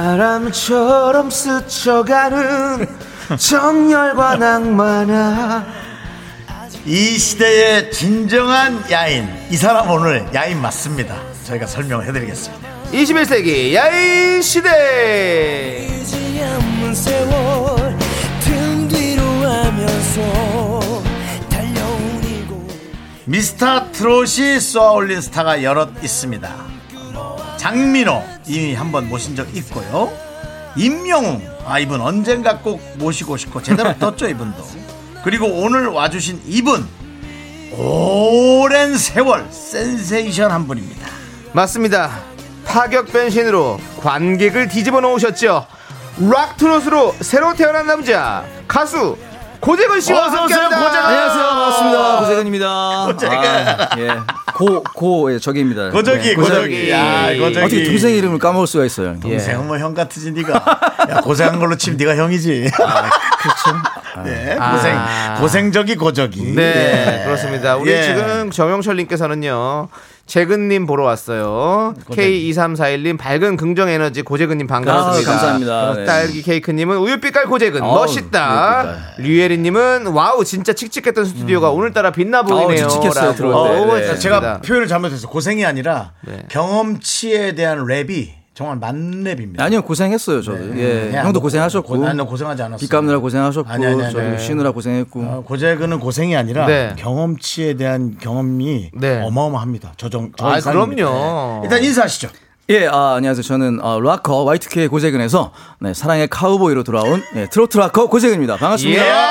[SPEAKER 2] 바람처럼 스쳐가는 정열과 낭만아
[SPEAKER 1] 이 시대의 진정한 야인. 이 사람 오늘 야인 맞습니다. 저희가 설명을 해드리겠습니다.
[SPEAKER 2] 21세기 야인 시대
[SPEAKER 1] 미스터 트롯이 쏘아올린 스타가 여럿 있습니다. 뭐, 장민호 이미 한번 모신 적 있고요. 임영웅 아 이분 언젠가 꼭 모시고 싶고 제대로 떴죠 이분도. 그리고 오늘 와주신 이분 오랜 세월 센세이션 한 분입니다.
[SPEAKER 2] 맞습니다 파격 변신으로 관객을 뒤집어 놓으셨죠 락 트롯으로 새로 태어난 남자 가수 고재근 씨와
[SPEAKER 1] 어서 오세요,
[SPEAKER 2] 함께합니다 예.
[SPEAKER 1] 고재근.
[SPEAKER 8] 안녕하세요. 반갑습니다. 고재근입니다.
[SPEAKER 1] 고재근.
[SPEAKER 8] 아, 예. 고, 고, 예, 저기입니다.
[SPEAKER 1] 고저기
[SPEAKER 8] 네,
[SPEAKER 1] 고저기 야 아, 고저기
[SPEAKER 8] 어떻게 동생 이름을 까먹을 수가 있어요.
[SPEAKER 2] 예.
[SPEAKER 1] 동생은 뭐형 같으지 네가 야, 고생한 걸로 치면 네가 형이지. 그렇죠. 네 고생
[SPEAKER 2] 아.
[SPEAKER 1] 고생적이 고저기.
[SPEAKER 2] 네,
[SPEAKER 1] 예.
[SPEAKER 2] 그렇습니다. 우리
[SPEAKER 1] 예.
[SPEAKER 2] 지금 정영철님께서는요. 재근님 보러 왔어요. K2341님 밝은 긍정 에너지 고재근님 반갑습니다.
[SPEAKER 8] 아, 감사합니다. 네.
[SPEAKER 2] 딸기 케이크님은 우유빛깔 고재근
[SPEAKER 8] 아우,
[SPEAKER 2] 멋있다. 류예리님은 와우 진짜 칙칙했던 스튜디오가 오늘따라 빛나 보이네요.
[SPEAKER 8] 음. 칙칙했어요,
[SPEAKER 2] 라고
[SPEAKER 8] 들어올 때.
[SPEAKER 2] 어우,
[SPEAKER 8] 네.
[SPEAKER 2] 좋습니다.
[SPEAKER 1] 제가 표현을 잘못해서 고생이 아니라
[SPEAKER 2] 네.
[SPEAKER 1] 경험치에 대한 랩이 정말 만렙입니다.
[SPEAKER 8] 아니요, 고생했어요, 저도. 예.
[SPEAKER 1] 그냥
[SPEAKER 8] 형도
[SPEAKER 1] 뭐
[SPEAKER 8] 고생하셨고.
[SPEAKER 1] 고- 아니, 나 고생하지 않았어요.
[SPEAKER 8] 비 감느라 고생하셨고.
[SPEAKER 1] 아니, 아니, 아니,
[SPEAKER 8] 저도
[SPEAKER 1] 아니.
[SPEAKER 8] 쉬느라 고생했고.
[SPEAKER 1] 어, 고재근은 고생이 아니라
[SPEAKER 2] 네.
[SPEAKER 1] 경험치에 대한 경험이
[SPEAKER 2] 네.
[SPEAKER 1] 어마어마합니다. 저정
[SPEAKER 2] 아, 그럼요.
[SPEAKER 1] 일단 인사하시죠.
[SPEAKER 8] 예, 아, 안녕하세요. 저는 어, 락커 Y2K 고재근에서 네, 사랑의 카우보이로 돌아온 예, 트로트 락커 고재근입니다.
[SPEAKER 2] 예.
[SPEAKER 1] 예.
[SPEAKER 8] 반갑습니다.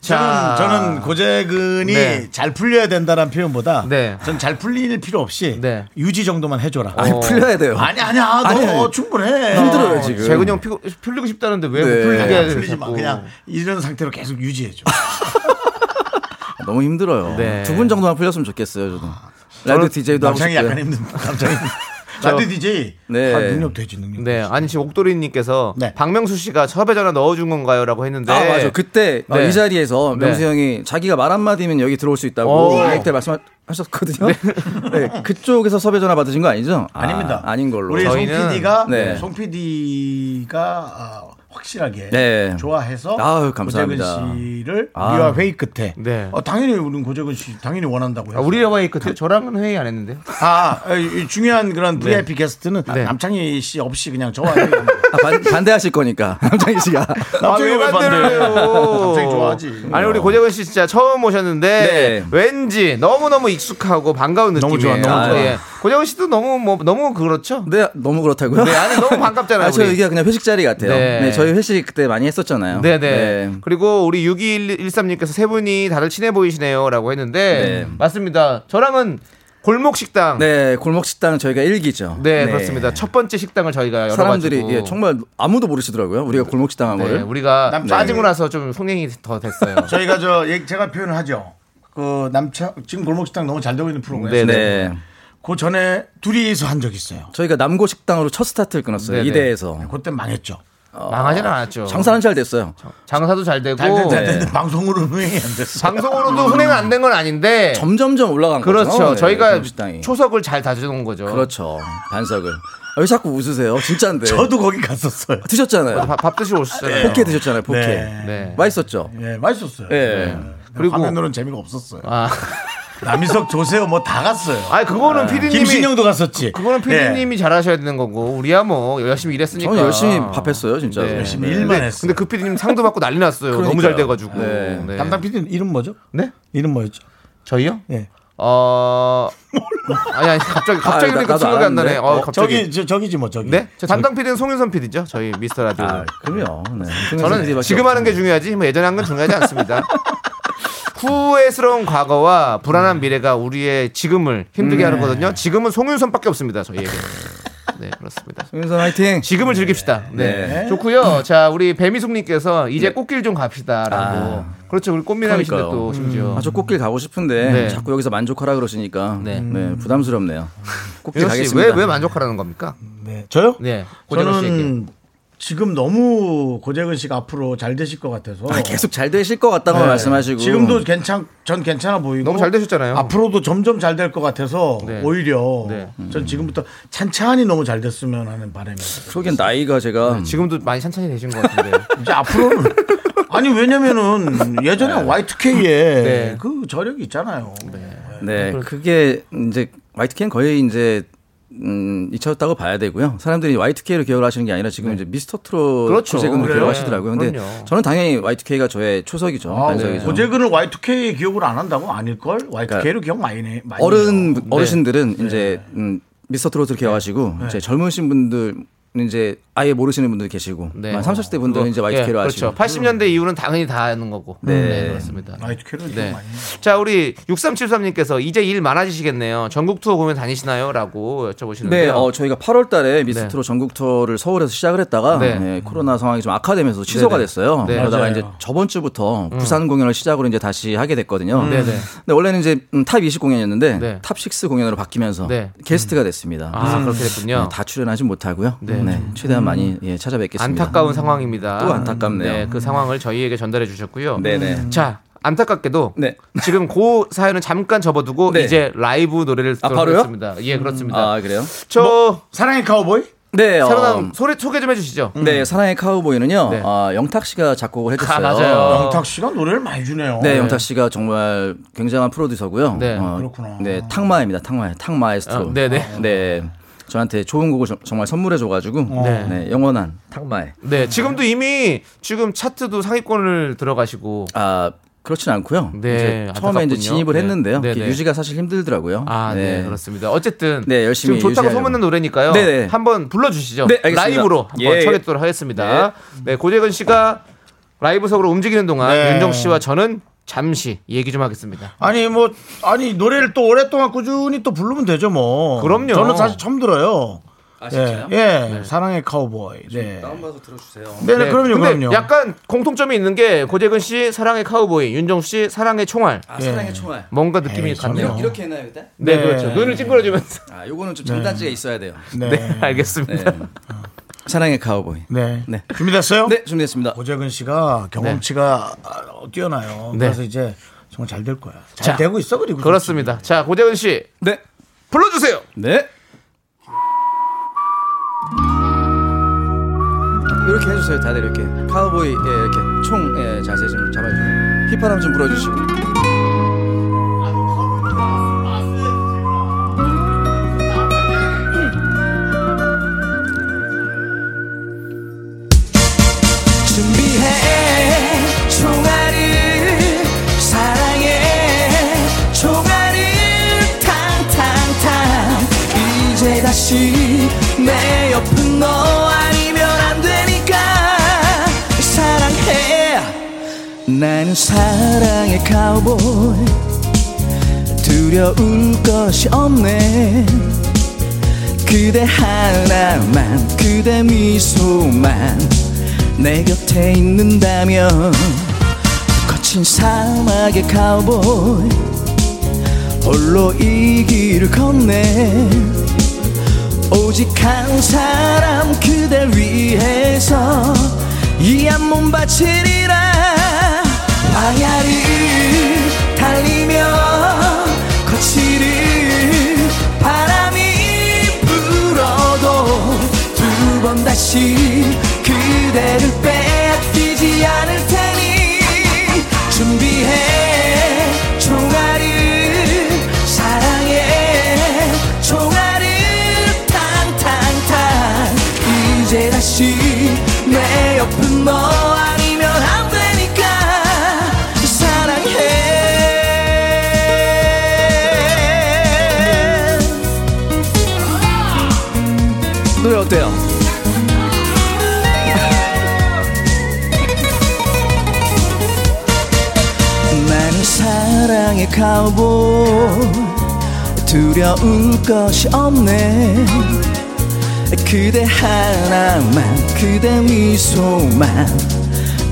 [SPEAKER 1] 저는,
[SPEAKER 2] 자.
[SPEAKER 1] 저는 고재근이
[SPEAKER 2] 네.
[SPEAKER 1] 잘 풀려야 된다는 표현보다
[SPEAKER 2] 네.
[SPEAKER 1] 전 잘 풀릴 필요 없이
[SPEAKER 2] 네.
[SPEAKER 1] 유지 정도만 해줘라.
[SPEAKER 8] 아니,
[SPEAKER 2] 어.
[SPEAKER 8] 풀려야 돼요.
[SPEAKER 1] 아니 아니야 너
[SPEAKER 8] 아니, 아니.
[SPEAKER 1] 충분해.
[SPEAKER 8] 힘들어요,
[SPEAKER 2] 어,
[SPEAKER 8] 네, 지금.
[SPEAKER 2] 재근이 형 피고- 풀리고 싶다는데 왜
[SPEAKER 8] 네.
[SPEAKER 2] 풀리게 해야
[SPEAKER 1] 풀리지 마.
[SPEAKER 2] 되고
[SPEAKER 1] 그냥 이런 상태로 계속 유지해줘.
[SPEAKER 8] 아, 너무 힘들어요.
[SPEAKER 2] 네.
[SPEAKER 8] 두 분 정도만 풀렸으면 좋겠어요, 저도. 라디오 DJ도 하고
[SPEAKER 1] 아. 남창이
[SPEAKER 8] 싶고요.
[SPEAKER 1] 약간 힘든 남창이 라디오 DJ
[SPEAKER 8] 네.
[SPEAKER 1] 아, 능력 되지 능력
[SPEAKER 2] 네, 아니 지금 옥돌이님께서
[SPEAKER 1] 네.
[SPEAKER 2] 박명수 씨가 섭외 전화 넣어준 건가요라고 했는데
[SPEAKER 8] 아 맞아 그때 어,
[SPEAKER 2] 네.
[SPEAKER 8] 이 자리에서
[SPEAKER 2] 네.
[SPEAKER 8] 명수 형이 자기가 말 한마디면 여기 들어올 수
[SPEAKER 2] 오.
[SPEAKER 8] 있다고 그때 말씀하셨거든요. 네. 그쪽에서 섭외 전화 받으신 거 아니죠? 아,
[SPEAKER 1] 아닙니다
[SPEAKER 8] 아닌 걸로.
[SPEAKER 1] 우리
[SPEAKER 2] 저희는-
[SPEAKER 1] 송 PD가
[SPEAKER 8] 네.
[SPEAKER 1] 송 PD가 아, 확실하게
[SPEAKER 8] 네.
[SPEAKER 1] 좋아해서
[SPEAKER 8] 아유, 감사합니다.
[SPEAKER 1] 고재근 씨를
[SPEAKER 8] 아.
[SPEAKER 1] 우리와 회의 끝에
[SPEAKER 2] 네.
[SPEAKER 1] 어, 당연히 우리는 고재근 씨 당연히 원한다고
[SPEAKER 2] 아,
[SPEAKER 1] 해요.
[SPEAKER 2] 우리 영화 이끝 저랑은 회의 안 했는데요.
[SPEAKER 1] 아 이- 이 중요한 그런 VIP 게스트는
[SPEAKER 2] 네.
[SPEAKER 1] 남창희 씨 없이 그냥 저와 회의
[SPEAKER 8] 아, 반, 반대하실 거니까 남창희 씨가.
[SPEAKER 1] 남창희 왜 반대해요?
[SPEAKER 2] 갑자기
[SPEAKER 1] 남창희 좋아하지.
[SPEAKER 2] 아니 우리 고재근 씨 진짜 처음 오셨는데
[SPEAKER 8] 네.
[SPEAKER 2] 왠지 너무 너무 익숙하고 반가운
[SPEAKER 1] 너무
[SPEAKER 2] 느낌이에요.
[SPEAKER 1] 좋아, 너무
[SPEAKER 2] 아,
[SPEAKER 1] 좋아.
[SPEAKER 2] 고재근 씨도 너무 뭐 너무 그렇죠.
[SPEAKER 8] 네 너무 그렇다고요?
[SPEAKER 2] 네, 아니 너무 반갑잖아요.
[SPEAKER 8] 아, 저
[SPEAKER 2] 우리.
[SPEAKER 8] 이게 그냥 회식 자리 같아요.
[SPEAKER 2] 네.
[SPEAKER 8] 네. 저희 회식 그때 많이 했었잖아요.
[SPEAKER 2] 네네. 그리고 우리 6213님께서 세 분이 다들 친해 보이시네요라고 했는데
[SPEAKER 8] 네.
[SPEAKER 2] 맞습니다. 저랑은 골목 식당. 네.
[SPEAKER 8] 네, 골목 식당 저희가 일기죠. 네.
[SPEAKER 1] 네.
[SPEAKER 2] 그렇습니다. 첫 번째 식당을 저희가
[SPEAKER 8] 사람들이
[SPEAKER 2] 열어가지고
[SPEAKER 8] 예, 정말 아무도 모르시더라고요. 우리가 골목 식당 한
[SPEAKER 2] 네,
[SPEAKER 8] 거를.
[SPEAKER 2] 우리가
[SPEAKER 1] 남편이-
[SPEAKER 2] 빠지고 나서 좀 성행이 더 됐어요.
[SPEAKER 1] 저희가 저 얘- 제가 표현을 하죠. 그 남창 지금 골목식당 너무 잘 되고 있는 프로그램.
[SPEAKER 2] 네,
[SPEAKER 8] 네.
[SPEAKER 1] 그 전에 둘이서 한 적 있어요.
[SPEAKER 8] 저희가 남고 식당으로 첫 스타트를 끊었어요.
[SPEAKER 2] 네네.
[SPEAKER 8] 이대에서
[SPEAKER 1] 그때 망했죠.
[SPEAKER 2] 망하진 않았죠.
[SPEAKER 8] 장사는 잘 됐어요.
[SPEAKER 2] 장사도 잘 되고
[SPEAKER 1] 잘 됐는데
[SPEAKER 2] 예.
[SPEAKER 1] 방송으로 흥행이 안 됐어.
[SPEAKER 2] 방송으로도 흥행 안 된 건 아닌데
[SPEAKER 8] 점점점 올라간
[SPEAKER 2] 그렇죠.
[SPEAKER 8] 거죠. 네,
[SPEAKER 2] 저희가
[SPEAKER 8] 식당이.
[SPEAKER 2] 초석을 잘 다져놓은 거죠.
[SPEAKER 8] 그렇죠. 반석을. 아, 왜 자꾸 웃으세요? 진짜인데.
[SPEAKER 2] 네.
[SPEAKER 1] 저도 거기 갔었어요.
[SPEAKER 8] 드셨잖아요.
[SPEAKER 2] 밥, 밥 드시고 오셨잖아요.
[SPEAKER 8] 포케 드셨잖아요. 포케.
[SPEAKER 1] 네.
[SPEAKER 2] 네.
[SPEAKER 8] 맛있었죠.
[SPEAKER 1] 예, 맛있었어요.
[SPEAKER 8] 예.
[SPEAKER 1] 그리고
[SPEAKER 2] 그리고-
[SPEAKER 1] 화면으로는 재미가 없었어요.
[SPEAKER 2] 아,
[SPEAKER 1] 남희석, 조세호 뭐 다 갔어요.
[SPEAKER 2] 아니 그거는
[SPEAKER 8] 네.
[SPEAKER 2] 피디님이
[SPEAKER 1] 김신영도 갔었지. 네.
[SPEAKER 2] 그거는 피디님이 잘하셔야 되는 거고 우리야 뭐 열심히 일했으니까.
[SPEAKER 8] 저는 열심히 밥했어요, 진짜.
[SPEAKER 2] 네.
[SPEAKER 8] 로
[SPEAKER 1] 열심히 일만 했어요.
[SPEAKER 2] 근데 그 피디님 상도 받고 난리 났어요. 너무 잘 돼가지고.
[SPEAKER 8] 네.
[SPEAKER 1] 예.
[SPEAKER 2] 네.
[SPEAKER 1] 담당 피디 는 이름 뭐죠?
[SPEAKER 2] 네?
[SPEAKER 1] 이름 뭐였죠?
[SPEAKER 2] 저희요?
[SPEAKER 1] 예.
[SPEAKER 2] 어. 아니 아니 갑자기 갑자기
[SPEAKER 8] 아,
[SPEAKER 2] 이렇게
[SPEAKER 8] 나도
[SPEAKER 2] 생각이 안 나네.
[SPEAKER 8] 알았는데.
[SPEAKER 2] 어 갑자기.
[SPEAKER 1] 저기 저, 저기지 뭐 저기. 아,
[SPEAKER 2] 네? 저 담당 PD는 송윤선 PD죠. 저희 미스터 라디오.
[SPEAKER 8] 그럼요. 네.
[SPEAKER 2] 저는 지금 하는 게 중요하지 뭐 예전에 한 건 중요하지 않습니다. 후회스러운 과거와
[SPEAKER 8] 음.
[SPEAKER 2] 불안한 미래가 우리의 지금을 힘들게 하거든요. 지금은 송윤선밖에 없습니다. 저희에게. 네 그렇습니다.
[SPEAKER 8] 윤선 화이팅.
[SPEAKER 2] 지금을 즐깁시다. 네.
[SPEAKER 8] 음.
[SPEAKER 2] 좋고요. 자, 우리 배미숙님께서 이제 꽃길 좀 갑시다라고. 그렇죠. 우리 꽃미남이신데
[SPEAKER 8] 네. 아. 그러니까요.
[SPEAKER 2] 또 심지어.
[SPEAKER 8] 아, 저 꽃길 가고 싶은데
[SPEAKER 2] 네.
[SPEAKER 8] 자꾸 여기서 만족하라 그러시니까
[SPEAKER 2] 네.
[SPEAKER 8] 네, 부담스럽네요. 꽃길
[SPEAKER 2] 윤호 씨,
[SPEAKER 8] 가겠습니다.
[SPEAKER 2] 왜, 왜 만족하라는 겁니까?
[SPEAKER 1] 네. 저요?
[SPEAKER 2] 네. 고정호 씨에게.
[SPEAKER 1] 저는 지금 너무 고재근 씨가 앞으로 잘 되실 것 같아서
[SPEAKER 8] 아, 계속 잘 되실 것 같다고
[SPEAKER 1] 네.
[SPEAKER 8] 말씀하시고
[SPEAKER 1] 지금도 괜찮 전 괜찮아 보이고
[SPEAKER 2] 너무 잘 되셨잖아요.
[SPEAKER 1] 앞으로도 점점 잘 될 것 같아서
[SPEAKER 2] 네.
[SPEAKER 1] 오히려
[SPEAKER 2] 네.
[SPEAKER 1] 전 지금부터 찬찬히 너무 잘 됐으면 하는 바람이
[SPEAKER 8] 그러기엔 나이가 제가
[SPEAKER 2] 지금도 많이 천천히 되신 것 같은데.
[SPEAKER 1] 이제 앞으로는 아니 왜냐면은 예전에 Y2K에
[SPEAKER 2] 네.
[SPEAKER 1] 그 저력이 있잖아요.
[SPEAKER 8] 네 그게 이제 Y2K는 거의 이제 음, 잊혔다고 봐야 되고요. 사람들이 Y2K로 기억을 하시는 게 아니라 지금 이제 미스터 트롯
[SPEAKER 2] 네. 그렇죠.
[SPEAKER 8] 고재근으로
[SPEAKER 2] 그래요.
[SPEAKER 8] 기억하시더라고요. 근데
[SPEAKER 2] 그럼요. 네.
[SPEAKER 8] 저는 당연히 Y2K가 저의 초석이죠.
[SPEAKER 1] 아,
[SPEAKER 8] 반석이죠.
[SPEAKER 1] 고재근을 Y2K 기억을 안 한다고 아닐 걸? Y2K로 기억 많이 내. 많이
[SPEAKER 8] 그러니까 어른
[SPEAKER 2] 네.
[SPEAKER 1] 해요.
[SPEAKER 8] 어르신들은 이제 음, 미스터 트롯을 기억하시고
[SPEAKER 2] 네.
[SPEAKER 8] 이제 젊으신 분들 이제 아예 모르시는 분들 계시고
[SPEAKER 2] 네.
[SPEAKER 8] 한 30대 분들은 이제
[SPEAKER 2] 예,
[SPEAKER 8] Y2K로 음.
[SPEAKER 2] 그렇죠.
[SPEAKER 8] 아시고
[SPEAKER 2] 80년대 이후는 당연히 다 아는 거고. 네. 그렇습니다.
[SPEAKER 1] Y2K로 기억
[SPEAKER 2] 네.
[SPEAKER 1] 많이. 해요.
[SPEAKER 2] 자, 우리 6373님께서 이제 일 많아지시겠네요. 전국 투어 보면 다니시나요? 라고 여쭤보시는데요.
[SPEAKER 8] 네, 어, 저희가 8월 달에
[SPEAKER 2] 네.
[SPEAKER 8] 미스트로 전국 투어를 서울에서 시작을 했다가
[SPEAKER 2] 네.
[SPEAKER 8] 네, 코로나 상황이 좀 악화되면서 취소가
[SPEAKER 2] 네네.
[SPEAKER 8] 됐어요.
[SPEAKER 2] 네. 음.
[SPEAKER 8] 그러다가
[SPEAKER 1] 맞아요.
[SPEAKER 8] 이제 저번 주부터 부산 공연을 시작으로 이제 다시 하게 됐거든요.
[SPEAKER 2] 네네.
[SPEAKER 8] 근데 원래는 이제 음, 탑 20 공연이었는데
[SPEAKER 2] 네.
[SPEAKER 8] 탑 6 공연으로 바뀌면서
[SPEAKER 2] 네.
[SPEAKER 8] 게스트가 됐습니다.
[SPEAKER 2] 아, 그렇게
[SPEAKER 8] 네,
[SPEAKER 2] 됐군요.
[SPEAKER 8] 다 출연하진 못하고요.
[SPEAKER 2] 네.
[SPEAKER 8] 네. 최대한 많이 예, 찾아뵙겠습니다.
[SPEAKER 2] 안타까운 상황입니다.
[SPEAKER 8] 또 안타깝네요.
[SPEAKER 2] 네, 그 상황을 저희에게 전달해 주셨고요.
[SPEAKER 8] 네네.
[SPEAKER 2] 자, 안타깝게도
[SPEAKER 8] 네.
[SPEAKER 2] 지금 그 사연은 잠깐 접어두고
[SPEAKER 8] 네.
[SPEAKER 2] 이제 라이브 노래를
[SPEAKER 8] 아,
[SPEAKER 2] 듣도록
[SPEAKER 8] 바로요?
[SPEAKER 2] 하겠습니다. 예, 그렇습니다.
[SPEAKER 8] 아 그래요?
[SPEAKER 2] 저
[SPEAKER 1] 사랑의 카우보이?
[SPEAKER 8] 네, 어,
[SPEAKER 2] 새로운 소리 소개 좀 해주시죠.
[SPEAKER 8] 네 사랑의 카우보이는요.
[SPEAKER 2] 네.
[SPEAKER 8] 아, 영탁 씨가 작곡을 해줬어요.
[SPEAKER 2] 아, 맞아요.
[SPEAKER 1] 영탁 씨가 노래를 많이 주네요.
[SPEAKER 8] 네, 영탁 씨가 정말 굉장한 프로듀서고요.
[SPEAKER 2] 네.
[SPEAKER 1] 그렇구나.
[SPEAKER 8] 네, 탕마입니다. 탕마, 탕마에스트로.
[SPEAKER 2] 아, 네네.
[SPEAKER 8] 네, 저한테 좋은 곡을 정- 정말 선물해줘가지고
[SPEAKER 2] 네.
[SPEAKER 8] 네. 영원한 탕마에.
[SPEAKER 2] 네, 지금도 이미 지금 차트도 상위권을 들어가시고
[SPEAKER 8] 아 그렇진 않고요.
[SPEAKER 2] 네,
[SPEAKER 8] 이제 처음에
[SPEAKER 2] 안타깝군요.
[SPEAKER 8] 이제 진입을
[SPEAKER 2] 네.
[SPEAKER 8] 했는데요.
[SPEAKER 2] 네,
[SPEAKER 8] 이게
[SPEAKER 2] 네.
[SPEAKER 8] 유지가 사실 힘들더라고요.
[SPEAKER 2] 아, 네. 그렇습니다. 어쨌든
[SPEAKER 8] 네, 열심히
[SPEAKER 2] 지금 좋다고
[SPEAKER 8] 유지하려고.
[SPEAKER 2] 소문난 노래니까요.
[SPEAKER 8] 네네.
[SPEAKER 2] 한번 불러주시죠.
[SPEAKER 8] 네, 알겠습니다.
[SPEAKER 2] 라이브로 한번
[SPEAKER 8] 예.
[SPEAKER 2] 청해듣도록 하겠습니다. 네, 고재근 씨가 라이브석으로 움직이는 동안
[SPEAKER 1] 네.
[SPEAKER 2] 윤정 씨와 저는 잠시 얘기 좀 하겠습니다.
[SPEAKER 1] 아니 뭐 아니 노래를 또 오랫동안 꾸준히 또 부르면 되죠 뭐.
[SPEAKER 2] 그럼요.
[SPEAKER 1] 저는 사실 처음 들어요.
[SPEAKER 8] 아,
[SPEAKER 1] 예,
[SPEAKER 8] 진짜요?
[SPEAKER 1] 예. 사랑의 카우보이. 네.
[SPEAKER 8] 다운받아서 들어주세요.
[SPEAKER 1] 네, 네,
[SPEAKER 2] 네,
[SPEAKER 1] 그럼요,
[SPEAKER 2] 근데
[SPEAKER 1] 그럼요.
[SPEAKER 2] 약간 공통점이 있는 게 고재근 씨 사랑의 카우보이, 윤정 씨 사랑의 총알.
[SPEAKER 8] 아 사랑의 총알.
[SPEAKER 2] 뭔가 느낌이
[SPEAKER 1] 에이,
[SPEAKER 2] 같네요.
[SPEAKER 1] 전혀.
[SPEAKER 8] 이렇게 했나요 그때?
[SPEAKER 2] 네,
[SPEAKER 1] 네.
[SPEAKER 2] 그렇죠. 눈을 찡그려주면서.
[SPEAKER 8] 아 요거는 좀 장단지가 있어야 돼요.
[SPEAKER 1] 네.
[SPEAKER 2] 네,
[SPEAKER 1] 네.
[SPEAKER 8] 네.
[SPEAKER 2] 알겠습니다.
[SPEAKER 8] 사랑의 카우보이.
[SPEAKER 1] 네.
[SPEAKER 8] 네.
[SPEAKER 1] 준비됐어요?
[SPEAKER 8] 네, 준비됐습니다.
[SPEAKER 2] 뭐
[SPEAKER 1] 고재근 씨가 경험치가 아, 뛰어나요.
[SPEAKER 2] 네.
[SPEAKER 1] 그래서 이제 정말 잘 될 거야. 잘
[SPEAKER 2] 자,
[SPEAKER 1] 되고 있어 그리고
[SPEAKER 2] 그렇습니다. 자, 고재근 씨
[SPEAKER 8] 네,
[SPEAKER 2] 불러주세요.
[SPEAKER 8] 네. 이렇게 해주세요, 다들 이렇게 카우보이 예, 이렇게 총 예, 자세 좀 잡아주고 휘파람 좀 불어주시고. 준비해 총알을 사랑해 총알을 탕탕탕 이제 다시 내 옆은 너 아니면 안 되니까 사랑해 나는 사랑의 카우보이 두려울 것이 없네 그대 하나만 그대 미소만 내 곁에 있는다면 거친 사막의 카우보이
[SPEAKER 7] 홀로 이 길을 걷네 오직 한 사람 그댈 위해서 이 한 몸 바치리라 광야를 달리며 거칠은 바람이 불어도 두 번 다시 그대를 빼앗기지 않을 테니 준비해 총알을 사랑해 총알을 탕탕탕 이제 다시 내 옆은 너 아니면 안 되니까 사랑해 노래 어때요? 나는 사랑의 카우보이 두려울 것이 없네 그대 하나만 그대 미소만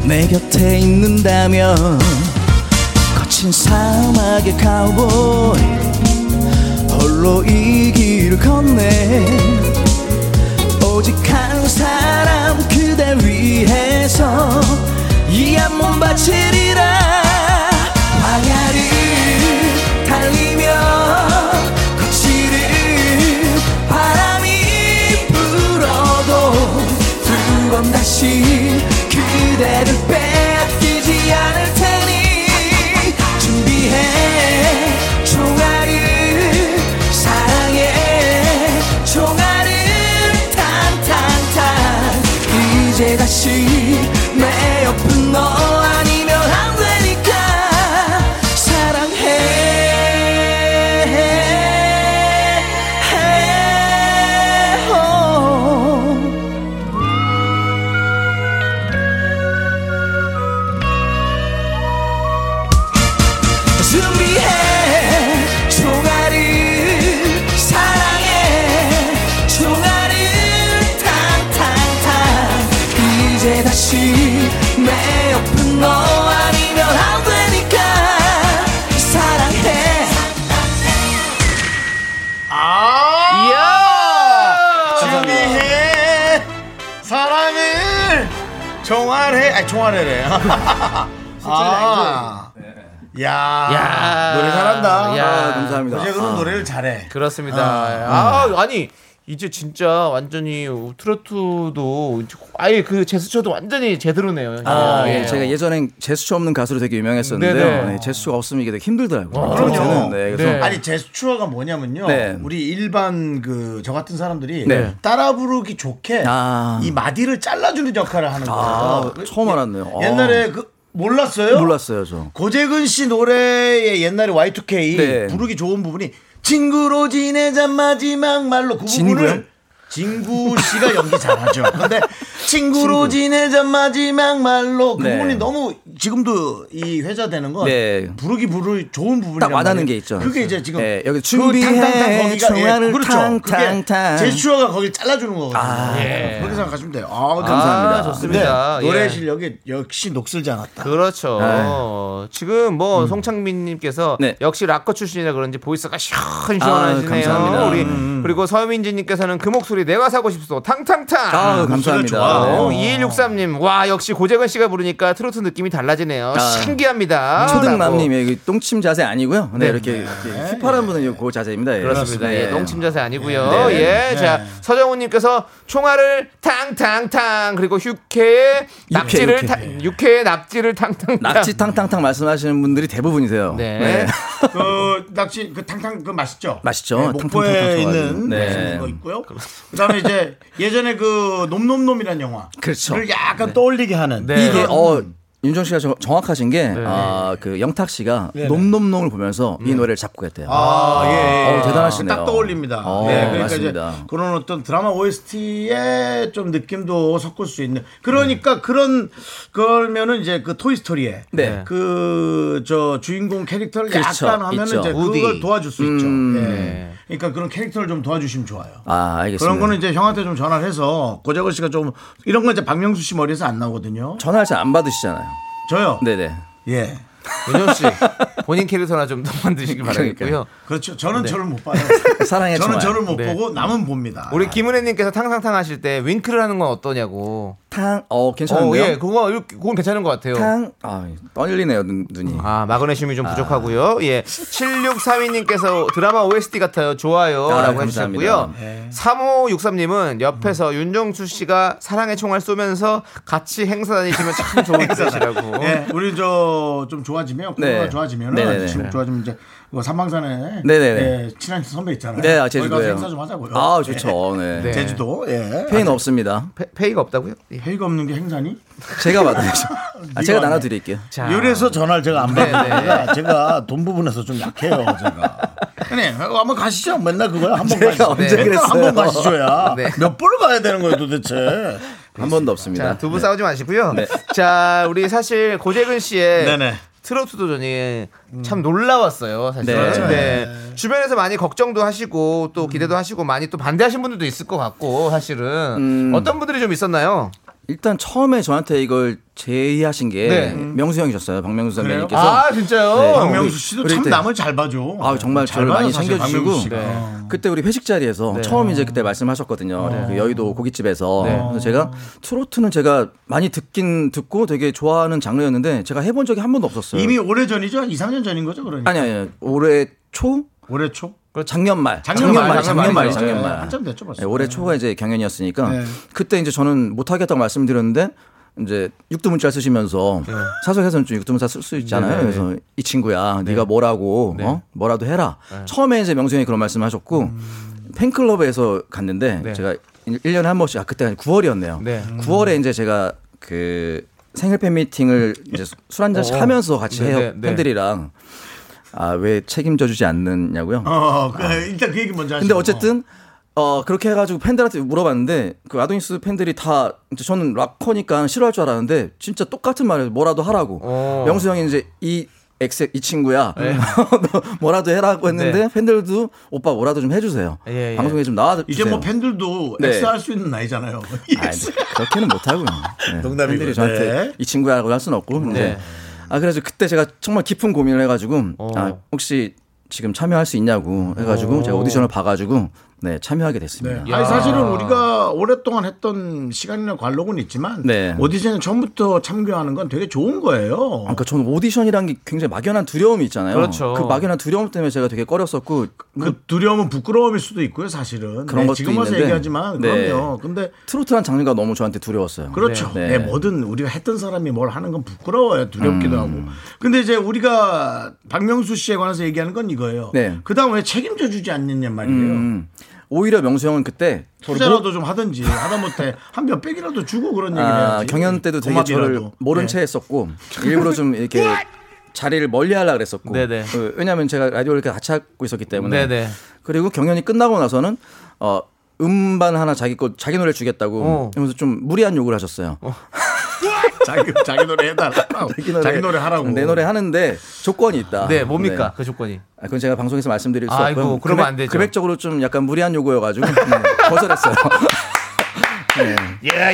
[SPEAKER 7] 내 곁에 있는다면 거친 사막의 카우보이 홀로 이 길을 걷네 오직 한 사람 그대 위해서 이 한 몸 바치리라 광야를 달리며 거칠은 바람이 불어도 두 번 다시 그대를 빼앗기지 않을 테니 준비해 총알을 사랑해 총알을 탕탕탕 이제 다시 내 옆은 너 아니면 안 되니까 사랑해 준비해 총알을 사랑해 총알을 탕탕탕 이제 다시 내 옆은 너 아니면 안 되니까 사랑해
[SPEAKER 2] 이야!
[SPEAKER 1] 준비해 사랑을 종아래 아니 종아래래 아, 야,
[SPEAKER 2] 야.
[SPEAKER 1] 노래 잘한다.
[SPEAKER 2] 야.
[SPEAKER 8] 아, 감사합니다.
[SPEAKER 1] 어제도
[SPEAKER 8] 아.
[SPEAKER 1] 노래를 잘해.
[SPEAKER 2] 그렇습니다. 아, 아니 이제 진짜 완전히 트로트도 이제 아예 그 제스처도 완전히 제대로네요.
[SPEAKER 8] 아,
[SPEAKER 2] 예.
[SPEAKER 8] 예. 제가 예전엔 제스처 없는 가수로 되게 유명했었는데
[SPEAKER 2] 네네.
[SPEAKER 8] 네, 제스처가 없으면 이게 되게 힘들더라고요.
[SPEAKER 1] 아,
[SPEAKER 2] 그럼요.
[SPEAKER 8] 저는, 네, 그래서
[SPEAKER 2] 네.
[SPEAKER 1] 아니 제스처가 뭐냐면요.
[SPEAKER 8] 네.
[SPEAKER 1] 우리 일반 그 저 같은 사람들이
[SPEAKER 8] 네.
[SPEAKER 1] 따라 부르기 좋게
[SPEAKER 8] 아.
[SPEAKER 1] 이 마디를 잘라주는 역할을 하는 거예요.
[SPEAKER 8] 아, 처음 알았네요. 아.
[SPEAKER 1] 옛날에 그 몰랐어요?
[SPEAKER 8] 몰랐어요, 저.
[SPEAKER 1] 고재근 씨 노래의 옛날에 Y2K
[SPEAKER 8] 네.
[SPEAKER 1] 부르기 좋은 부분이 친구로 지내자 마지막 말로 그
[SPEAKER 8] 친구요?
[SPEAKER 1] 부분을 진구 씨가 연기 잘하죠. 근데 친구로 지내자 마지막 말로 그
[SPEAKER 8] 네.
[SPEAKER 1] 부분이 너무 지금도 이 회자되는 건
[SPEAKER 8] 네.
[SPEAKER 1] 부르기 부르기 좋은 부분이
[SPEAKER 8] 딱 와닿는 게 있죠.
[SPEAKER 1] 그게 이제 지금
[SPEAKER 8] 네, 여기
[SPEAKER 1] 그
[SPEAKER 8] 준비해,
[SPEAKER 1] 탕탕탕 거기가
[SPEAKER 8] 종아를
[SPEAKER 1] 그렇죠.
[SPEAKER 8] 탕탕탕. 아.
[SPEAKER 1] 그게 제스처가 거기 잘라주는 거거든요.
[SPEAKER 2] 예.
[SPEAKER 1] 그렇게 생각하시면 돼요. 아,
[SPEAKER 2] 감사합니다.
[SPEAKER 1] 근데
[SPEAKER 2] 좋습니다.
[SPEAKER 1] 노래
[SPEAKER 2] 예.
[SPEAKER 1] 실력이 역시 녹슬지 않았다.
[SPEAKER 2] 그렇죠. 지금 뭐 송창민님께서
[SPEAKER 8] 아. 음. 네.
[SPEAKER 2] 역시 락커 출신이라 그런지 보이스가
[SPEAKER 8] 아,
[SPEAKER 2] 시원시원하시네요.
[SPEAKER 8] 감사합니다. 음.
[SPEAKER 2] 우리 그리고 서민지님께서는 그 목소리 내가 사고 싶소 탕탕탕.
[SPEAKER 8] 아,
[SPEAKER 1] 좋아.
[SPEAKER 8] 감사합니다.
[SPEAKER 2] 오,
[SPEAKER 8] 네.
[SPEAKER 2] 2163님, 와, 역시 고재근 씨가 부르니까 트로트 느낌이 달라지네요.
[SPEAKER 8] 아.
[SPEAKER 2] 신기합니다.
[SPEAKER 8] 초등맘님,
[SPEAKER 2] 라고.
[SPEAKER 8] 예, 똥침 자세 아니고요.
[SPEAKER 2] 네.
[SPEAKER 8] 네, 이렇게, 이렇게 휘파람 부는 요그 자세입니다. 예.
[SPEAKER 2] 그렇습니다.
[SPEAKER 8] 네.
[SPEAKER 2] 예, 농침 자세 아니고요. 예, 자 서정훈님께서 총알을 탕탕탕 그리고 휴케의 납지를
[SPEAKER 8] 육회.
[SPEAKER 2] 타- 육회의 납지를 탕탕탕.
[SPEAKER 8] 낙지 탕탕탕 말씀하시는 분들이 대부분이세요.
[SPEAKER 2] 네.
[SPEAKER 1] 그 낙지 그 탕탕 그 맛있죠?
[SPEAKER 8] 맛있죠.
[SPEAKER 1] 목포에
[SPEAKER 8] 탕탕탕
[SPEAKER 1] 있는
[SPEAKER 8] 좋아하는. 네.
[SPEAKER 1] 맛있는 거 있고요. 그다음에 이제 예전에 그 놈놈놈이란 영화.
[SPEAKER 8] 그렇죠.
[SPEAKER 1] 를 약간 떠올리게 하는.
[SPEAKER 2] 네.
[SPEAKER 8] 이게 어 윤정 씨가 저- 정확하신 게 아, 그 영탁 씨가 놈놈놈을 보면서 이 노래를 작곡했대요.
[SPEAKER 1] 아, 예. 예.
[SPEAKER 8] 어우, 대단하시네요.
[SPEAKER 1] 딱 떠올립니다.
[SPEAKER 8] 어,
[SPEAKER 1] 네, 그러니까 이제
[SPEAKER 8] 맞습니다.
[SPEAKER 1] 그런 어떤 드라마 OST의 좀 느낌도 섞을 수 있는. 그러니까 그런 그러면은 이제 그 토이 스토리에
[SPEAKER 8] 네.
[SPEAKER 1] 그 저 주인공 캐릭터를
[SPEAKER 8] 그렇죠.
[SPEAKER 1] 약간 하면은
[SPEAKER 8] 있죠.
[SPEAKER 1] 이제
[SPEAKER 2] 우디.
[SPEAKER 1] 그걸 도와줄 수
[SPEAKER 8] 음.
[SPEAKER 1] 있죠. 예. 그러니까 그런 캐릭터를 좀 도와주시면 좋아요.
[SPEAKER 8] 아, 알겠습니다.
[SPEAKER 1] 그런 거는 이제 형한테 좀 전화를 해서 고재걸 씨가 좀 이런 건 이제 박명수 씨 머리에서 안 나오거든요.
[SPEAKER 8] 전화를 잘 안 받으시잖아요.
[SPEAKER 1] 저, 요
[SPEAKER 8] 네네.
[SPEAKER 1] 예.
[SPEAKER 2] 윤정 씨 본인 캐릭터나 좀 더 만드시길 바라겠고요.
[SPEAKER 1] 그렇죠. 저는
[SPEAKER 2] 네.
[SPEAKER 1] 저를 못 봐요.
[SPEAKER 2] 사랑의
[SPEAKER 1] 저는
[SPEAKER 2] 정화.
[SPEAKER 1] 저를 못
[SPEAKER 2] 네.
[SPEAKER 1] 보고 남은 봅니다.
[SPEAKER 2] 우리 김은혜님께서 탕상탕 하실 때 윙크를 하는 건 어떠냐고.
[SPEAKER 8] 탕, 어 괜찮은데요?
[SPEAKER 2] 예, 그거 이렇게- 그건 괜찮은 것 같아요.
[SPEAKER 8] 탕, 아 떨리네요 눈, 이
[SPEAKER 2] 아 마그네슘이 좀
[SPEAKER 8] 아.
[SPEAKER 2] 부족하고요. 예, 7642님께서 드라마 OST 같아요. 좋아요라고
[SPEAKER 8] 아,
[SPEAKER 2] 해주셨고요.
[SPEAKER 8] 감사합니다. 네. 음.
[SPEAKER 2] 3563님은 옆에서 윤정수 씨가 사랑의 총알 쏘면서 같이 행사 다니시면 참 좋은 뜻이라고.
[SPEAKER 8] 네.
[SPEAKER 2] 어?
[SPEAKER 1] 예, 우리 저 좀 좋아지면 코로나
[SPEAKER 2] 네.
[SPEAKER 1] 좋아지면은
[SPEAKER 8] 어? 네네네.
[SPEAKER 1] 지금 좋아지면 이제 그 삼방산에
[SPEAKER 8] 네네네.
[SPEAKER 1] 예, 친한 선배 있잖아요.
[SPEAKER 8] 네,
[SPEAKER 1] 거기
[SPEAKER 8] 아,
[SPEAKER 1] 가서
[SPEAKER 8] 제주도요.
[SPEAKER 1] 행사 좀 하자고요.
[SPEAKER 8] 아,
[SPEAKER 1] 예.
[SPEAKER 8] 좋죠. 네.
[SPEAKER 1] 네. 제주도, 예.
[SPEAKER 8] 페이는 없습니다.
[SPEAKER 2] 페, 이가 없다고요? 예.
[SPEAKER 1] 페이가 없는 게 행사니?
[SPEAKER 8] 제가 받아야죠.
[SPEAKER 1] 네가
[SPEAKER 8] 아, 제가
[SPEAKER 1] 하네.
[SPEAKER 8] 나눠드릴게요.
[SPEAKER 1] 요래서 전화를 제가 안
[SPEAKER 8] 네,
[SPEAKER 1] 받는
[SPEAKER 8] 네.
[SPEAKER 1] 거예요. 제가 돈 부분에서 좀 약해요, 제가. 형님, 한번 가시죠. 맨날 그걸 한번
[SPEAKER 8] 제가
[SPEAKER 1] 가시죠.
[SPEAKER 8] 언제
[SPEAKER 1] 맨날
[SPEAKER 8] 그랬어요?
[SPEAKER 1] 한번 가시죠야.
[SPEAKER 8] 네.
[SPEAKER 1] 몇 번을 가야 되는 거예요, 도대체?
[SPEAKER 8] 한 번도 없습니다. 네.
[SPEAKER 2] 자, 두 분 싸우지 마시고요. 자, 우리 사실 고재근
[SPEAKER 8] 네.
[SPEAKER 2] 씨의 트로트 도전이 참 놀라웠어요, 사실.
[SPEAKER 8] 음. 네. 음.
[SPEAKER 2] 네.
[SPEAKER 8] 맞아요.
[SPEAKER 2] 주변에서 많이 걱정도 하시고 또 기대도 하시고 많이 또 반대하신 분들도 있을 것 같고 사실은
[SPEAKER 8] 음.
[SPEAKER 2] 어떤 분들이 좀 있었나요?
[SPEAKER 8] 일단 처음에 저한테 이걸 제의하신 게
[SPEAKER 2] 네.
[SPEAKER 8] 명수 형이셨어요. 박명수
[SPEAKER 2] 그래요?
[SPEAKER 8] 선배님께서.
[SPEAKER 2] 아, 진짜요?
[SPEAKER 1] 박명수 씨도 참 남을 잘 봐줘.
[SPEAKER 8] 네. 아, 정말
[SPEAKER 1] 잘
[SPEAKER 8] 잘
[SPEAKER 1] 봐요,
[SPEAKER 8] 많이
[SPEAKER 1] 사실 박명수
[SPEAKER 8] 챙겨주시고.
[SPEAKER 1] 씨가. 네.
[SPEAKER 8] 그때 우리 회식 자리에서
[SPEAKER 1] 네.
[SPEAKER 8] 처음 이제 그때 말씀하셨거든요.
[SPEAKER 1] 네.
[SPEAKER 8] 그 여의도 고깃집에서.
[SPEAKER 1] 네.
[SPEAKER 8] 그래서 제가 트로트는 제가 많이 듣긴 듣고 되게 좋아하는 장르였는데 제가 해본 적이 한 번도 없었어요.
[SPEAKER 1] 이미 오래 전이죠? 한 2, 3년 전인 거죠, 그러니까.
[SPEAKER 8] 네. 아니 아니 올해 초
[SPEAKER 1] 올해 초
[SPEAKER 8] 작년 말
[SPEAKER 1] 그렇죠. 작년 말, 작년
[SPEAKER 8] 작년 말 작년
[SPEAKER 1] 말이죠.
[SPEAKER 8] 말
[SPEAKER 1] 네, 한참 됐죠, 벌써.
[SPEAKER 8] 네, 올해 초가 이제 경연이었으니까
[SPEAKER 2] 네.
[SPEAKER 8] 그때 이제 저는 못 하겠다고 말씀드렸는데 이제 육두문자 쓰시면서 사석에서는 좀 육두문자 쓸 수 있잖아요.
[SPEAKER 2] 네, 네, 네.
[SPEAKER 8] 그래서 이 친구야 네가 뭐라고 어? 뭐라도 해라.
[SPEAKER 2] 네.
[SPEAKER 8] 처음에 이제 명수 형이 그런 말씀하셨고
[SPEAKER 2] 음.
[SPEAKER 8] 팬클럽에서 갔는데 제가 1년에 한 번씩 아 그때 9월이었네요.
[SPEAKER 2] 네.
[SPEAKER 8] 9월에 이제 제가 그 생일 팬미팅을 이제 술 한 잔씩
[SPEAKER 2] 어.
[SPEAKER 8] 하면서 같이
[SPEAKER 2] 네,
[SPEAKER 8] 해요.
[SPEAKER 2] 네, 네.
[SPEAKER 8] 팬들이랑 아 왜 책임져 주지 않느냐고요.
[SPEAKER 2] 아,
[SPEAKER 1] 어, 그, 일단 그 얘기 먼저 하시죠.
[SPEAKER 8] 아. 근데 어쨌든 어 그렇게 해가지고 팬들한테 물어봤는데 그 아도니스 팬들이 다 이제 저는 락커니까 싫어할 줄 알았는데 진짜 똑같은 말을 뭐라도 하라고
[SPEAKER 1] 어.
[SPEAKER 8] 명수 형이 이제 이 엑셀 이 친구야 너 뭐라도 해라고 했는데
[SPEAKER 1] 네.
[SPEAKER 8] 팬들도 오빠 뭐라도 좀 해주세요
[SPEAKER 1] 예, 예.
[SPEAKER 8] 방송에 좀 나와주세요
[SPEAKER 1] 이제 뭐 팬들도
[SPEAKER 8] 네.
[SPEAKER 1] 엑스 할수 있는 나이잖아요.
[SPEAKER 8] 아, 이제 그렇게는 못하고요. 네.
[SPEAKER 1] 농담이고요.
[SPEAKER 8] 팬들이 저한테
[SPEAKER 1] 네.
[SPEAKER 8] 이 친구라고 할 수는 없고. 근데
[SPEAKER 1] 네.
[SPEAKER 8] 아 그래서 그때 제가 정말 깊은 고민을 해가지고
[SPEAKER 1] 어.
[SPEAKER 8] 아, 혹시 지금 참여할 수 있냐고 해가지고
[SPEAKER 1] 오.
[SPEAKER 8] 제가 오디션을 봐가지고 네 참여하게 됐습니다.
[SPEAKER 1] 아니 사실은 우리가 오랫동안 했던 시간이나 관록은 있지만
[SPEAKER 8] 네.
[SPEAKER 1] 오디션에 처음부터 참여하는 건 되게 좋은 거예요.
[SPEAKER 8] 그러니까 저는 오디션이란 게 굉장히 막연한 두려움이 있잖아요.
[SPEAKER 1] 그렇죠.
[SPEAKER 8] 그 막연한 두려움 때문에 제가 되게 꺼렸었고
[SPEAKER 1] 그 두려움은 부끄러움일 수도 있고요, 사실은.
[SPEAKER 8] 그런
[SPEAKER 1] 네,
[SPEAKER 8] 것도
[SPEAKER 1] 지금 와서
[SPEAKER 8] 있는데.
[SPEAKER 1] 얘기하지만
[SPEAKER 8] 네.
[SPEAKER 1] 그럼요. 근데
[SPEAKER 8] 트로트란 장르가 너무 저한테 두려웠어요.
[SPEAKER 1] 그렇죠.
[SPEAKER 8] 네.
[SPEAKER 1] 네, 뭐든 우리가 했던 사람이 뭘 하는 건 부끄러워요.
[SPEAKER 8] 음.
[SPEAKER 1] 두렵기도 하고. 근데 이제 우리가 박명수 씨에 관해서 얘기하는 건 이거예요.
[SPEAKER 8] 네.
[SPEAKER 1] 그 다음 왜 책임져 주지 않느냐 말이에요.
[SPEAKER 8] 음. 오히려 명수 형은 그때
[SPEAKER 1] 투자라도 좀 하든지 하다못해 한 몇 백이라도 주고 그런 얘기를
[SPEAKER 8] 아,
[SPEAKER 1] 해야지.
[SPEAKER 8] 경연 때도 되게
[SPEAKER 1] 고맙이라도.
[SPEAKER 8] 저를 모른
[SPEAKER 1] 네.
[SPEAKER 8] 채 했었고 일부러 좀 이렇게 자리를 멀리 하려고 그랬었고 그, 왜냐하면 제가 라디오를 이렇게 같이 하고 있었기 때문에
[SPEAKER 2] 네네.
[SPEAKER 8] 그리고 경연이 끝나고 나서는 어, 음반 하나 자기 거 자기 노래 주겠다고
[SPEAKER 1] 어.
[SPEAKER 8] 하면서 좀 무리한 욕을 하셨어요.
[SPEAKER 1] 자기, 자기 노래 해달라. 자기 노래, 하라고.
[SPEAKER 8] 내 노래 하는데 조건이 있다.
[SPEAKER 2] 네, 뭡니까? 그 조건이.
[SPEAKER 8] 아, 그건 제가 방송에서 말씀드릴 수
[SPEAKER 2] 아이고,
[SPEAKER 8] 없고요.
[SPEAKER 2] 그러면 안 되죠.
[SPEAKER 8] 금액적으로 좀 약간 무리한 요구여가지고 네, 거절했어요. 네.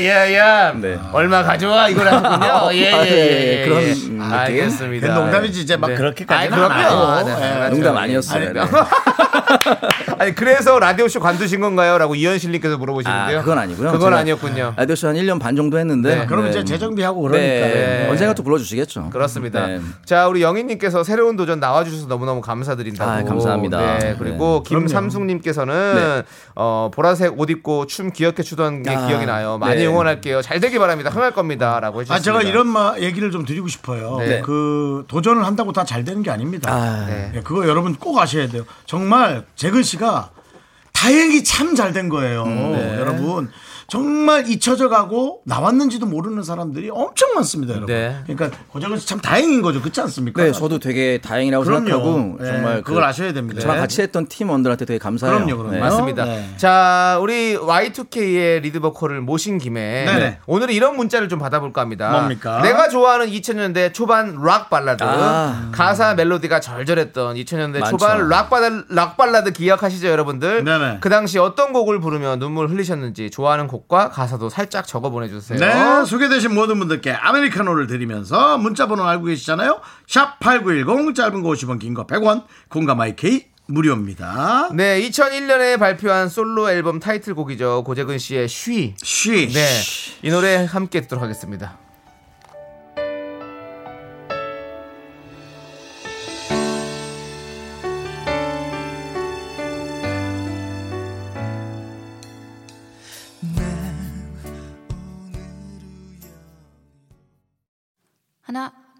[SPEAKER 2] 예예예. 얼마 가져와 이걸 하셨군요. 예예예.
[SPEAKER 8] 아,
[SPEAKER 2] 예, 예, 예.
[SPEAKER 8] 그런
[SPEAKER 2] 음, 알겠습니다.
[SPEAKER 1] 그 농담이지 이제 막
[SPEAKER 2] 네.
[SPEAKER 1] 그렇게까지는
[SPEAKER 2] 아이,
[SPEAKER 1] 안
[SPEAKER 2] 그럼요.
[SPEAKER 1] 하고.
[SPEAKER 2] 네,
[SPEAKER 1] 예.
[SPEAKER 2] 알았죠.
[SPEAKER 8] 농담 아니었어요. 네.
[SPEAKER 2] 아니, 예. 아니, 그래서 라디오쇼 관두신 건가요? 라고 이현실님께서 물어보시는데요.
[SPEAKER 8] 아, 그건 아니고요.
[SPEAKER 2] 그건
[SPEAKER 8] 제가
[SPEAKER 2] 아니었군요.
[SPEAKER 8] 아디오쇼 한 1년 반 정도 했는데.
[SPEAKER 2] 네, 그럼 이제
[SPEAKER 1] 재정비하고
[SPEAKER 2] 그러니까. 네.
[SPEAKER 8] 언젠가 또 불러주시겠죠.
[SPEAKER 2] 그렇습니다.
[SPEAKER 8] 네.
[SPEAKER 2] 자, 우리 영희님께서 새로운 도전 나와주셔서 너무너무 감사드린다고.
[SPEAKER 8] 아, 감사합니다.
[SPEAKER 2] 네, 그리고
[SPEAKER 8] 네.
[SPEAKER 2] 김삼숙님께서는 어, 보라색 옷 입고 춤 귀엽게 추던 게
[SPEAKER 1] 아,
[SPEAKER 2] 기억이 나요. 많이
[SPEAKER 1] 네.
[SPEAKER 2] 응원할게요. 잘 되길 바랍니다. 흥할 겁니다. 라고
[SPEAKER 1] 아,
[SPEAKER 2] 해주셨습니다.
[SPEAKER 1] 제가 이런 마, 얘기를 좀 드리고 싶어요.
[SPEAKER 2] 네.
[SPEAKER 1] 그 도전을 한다고 다 잘 되는 게 아닙니다.
[SPEAKER 8] 아.
[SPEAKER 1] 예, 그거 여러분 꼭 아셔야 돼요. 정말 재근 씨가 다행히 참 잘 된 거예요.
[SPEAKER 2] 네.
[SPEAKER 1] 여러분 정말 잊혀져 가고 나왔는지도 모르는 사람들이 엄청 많습니다, 여러분.
[SPEAKER 8] 네.
[SPEAKER 1] 그러니까 고정은 참 다행인 거죠. 그렇지 않습니까?
[SPEAKER 8] 네, 저도 되게 다행이라고
[SPEAKER 1] 그럼요.
[SPEAKER 8] 생각하고
[SPEAKER 1] 네,
[SPEAKER 8] 정말
[SPEAKER 1] 그걸 아셔야 됩니다.
[SPEAKER 8] 저랑 같이 했던 팀원들한테 되게 감사해요.
[SPEAKER 1] 그럼요, 그럼요. 아,
[SPEAKER 8] 네.
[SPEAKER 2] 맞습니다. 자, 우리 Y2K의 리드 보컬을 모신 김에
[SPEAKER 8] 네네.
[SPEAKER 2] 오늘은 이런 문자를 좀 받아볼까 합니다.
[SPEAKER 8] 뭡니까?
[SPEAKER 2] 내가 좋아하는 2000년대 초반 락 발라드.
[SPEAKER 8] 아.
[SPEAKER 2] 가사 멜로디가 절절했던 2000년대
[SPEAKER 8] 많죠.
[SPEAKER 2] 초반 락 발라드, 락 발라드 기억하시죠, 여러분들? 그 당시 어떤 곡을 부르며 눈물 흘리셨는지 좋아하는 곡과 가사도 살짝 적어 보내주세요.
[SPEAKER 1] 네, 소개되신 모든 분들께 아메리카노를 드리면서 문자 번호 알고 계시잖아요. 샵 8910 짧은 거 50원, 긴 거 100원. 공감 IK 무료입니다.
[SPEAKER 2] 네, 2001년에 발표한 솔로 앨범 타이틀곡이죠. 고재근 씨의 쉬.
[SPEAKER 1] 쉬.
[SPEAKER 2] 네. 이 노래 함께 듣도록 하겠습니다.
[SPEAKER 7] 하나,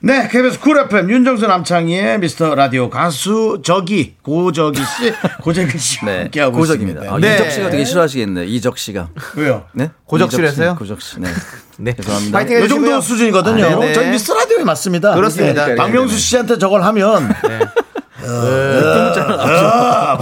[SPEAKER 1] 네 KBS 쿨 FM 윤정수 남창희의 미스터 라디오 가수 저기 고저기 씨 고재근 씨
[SPEAKER 8] 네.
[SPEAKER 1] 함께하고
[SPEAKER 8] 고적입니다.
[SPEAKER 1] 있습니다
[SPEAKER 8] 아,
[SPEAKER 1] 네.
[SPEAKER 8] 이적 씨가 되게 싫어하시겠네. 이적 씨가.
[SPEAKER 1] 왜요?
[SPEAKER 8] 네?
[SPEAKER 2] 고적실에서요?
[SPEAKER 8] 이적 씨, 고적 씨. 네.
[SPEAKER 2] 네.
[SPEAKER 8] 죄송합니다.
[SPEAKER 2] 파이팅
[SPEAKER 1] 요 정도
[SPEAKER 2] 해주시고요.
[SPEAKER 1] 수준이거든요
[SPEAKER 2] 아, 네네.
[SPEAKER 1] 저희 미스터 라디오에 맞습니다
[SPEAKER 2] 그렇습니다.
[SPEAKER 1] 네. 박명수 씨한테 저걸 하면
[SPEAKER 2] 네.
[SPEAKER 1] 어, 아,